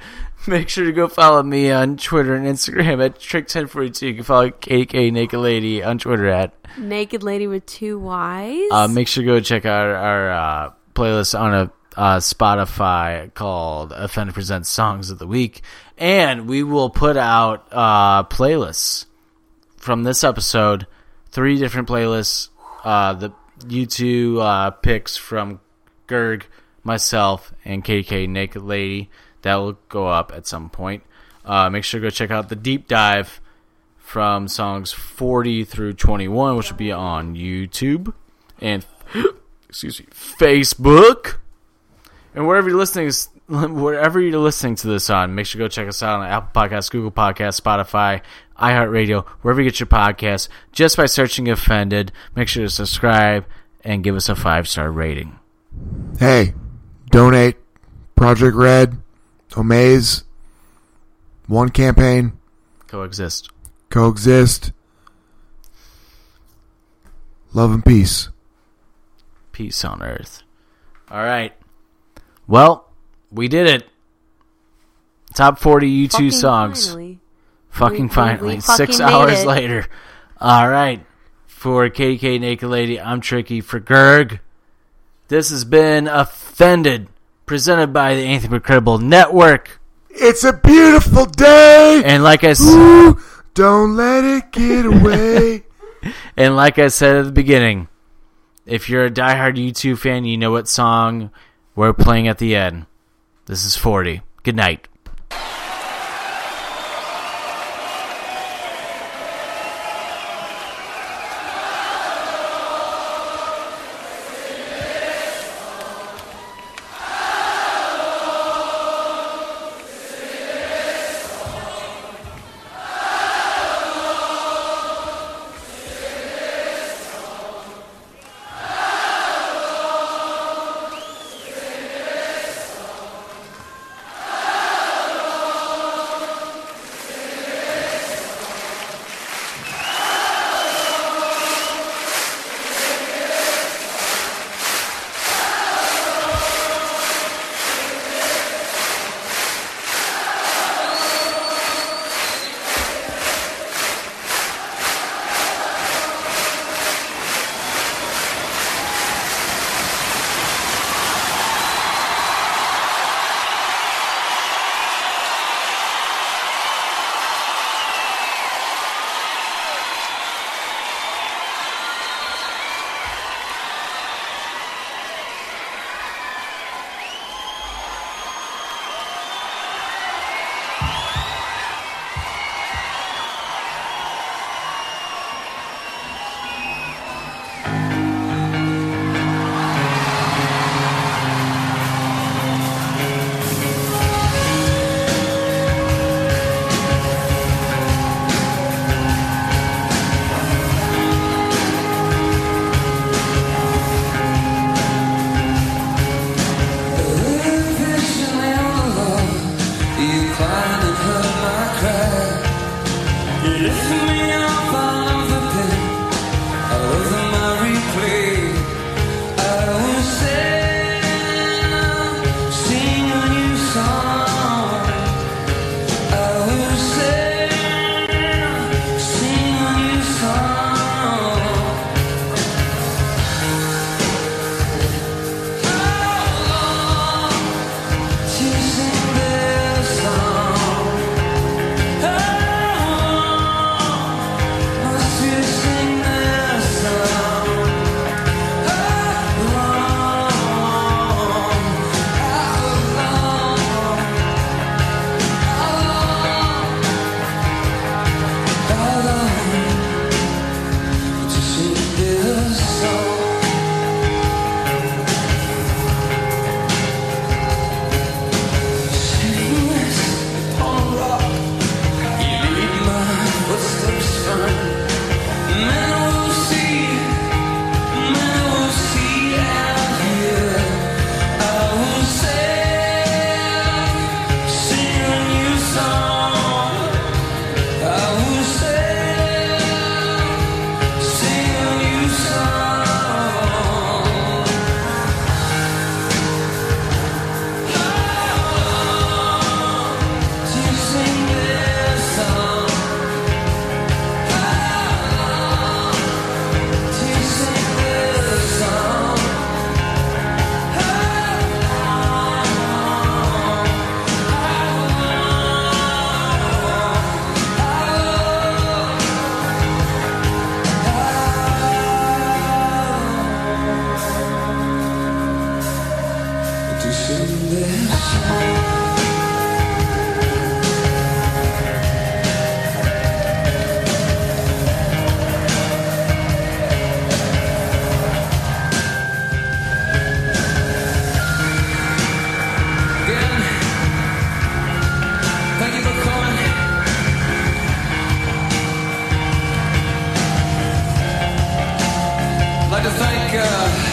Make sure to go follow me on Twitter and Instagram at Trick1042. You can follow KK Naked Lady on Twitter at Naked lady with two Y's. Uh, make sure to go check out our uh, playlist on a uh, Spotify called Offended Presents Songs of the Week, and we will put out uh, playlists from this episode. Three different playlists. Uh, the you two uh, picks from Gerg, myself, and KK Naked Lady that will go up at some point. Uh, make sure to go check out the deep dive from songs 40 through 21, which will be on YouTube and [GASPS] excuse me, Facebook, and wherever you're listening, [LAUGHS] wherever you're listening to this on, make sure to go check us out on Apple Podcasts, Google Podcasts, Spotify, iHeartRadio, wherever you get your podcasts. Just by searching "Offended," make sure to subscribe and give us a five star rating. hey, donate Project Red, Omaze, One Campaign, Coexist. Coexist, Love and Peace. Peace on earth. All right. Well, we did it. Top 40 U2 Fucking songs. finally. Fucking We- we- finally, we six fucking made hours it. later. All right, for KK Naked Lady, I'm Tricky for Gerg. This has been offended, presented by the Anything But Credible Network, It's a beautiful day. and like I s- [LAUGHS] Ooh, don't let it get away. and like I said at the beginning, if you're a diehard U2 fan, you know what song we're playing at the end. This is 40. Good night. Again, thank you for coming. I'd like to thank uh,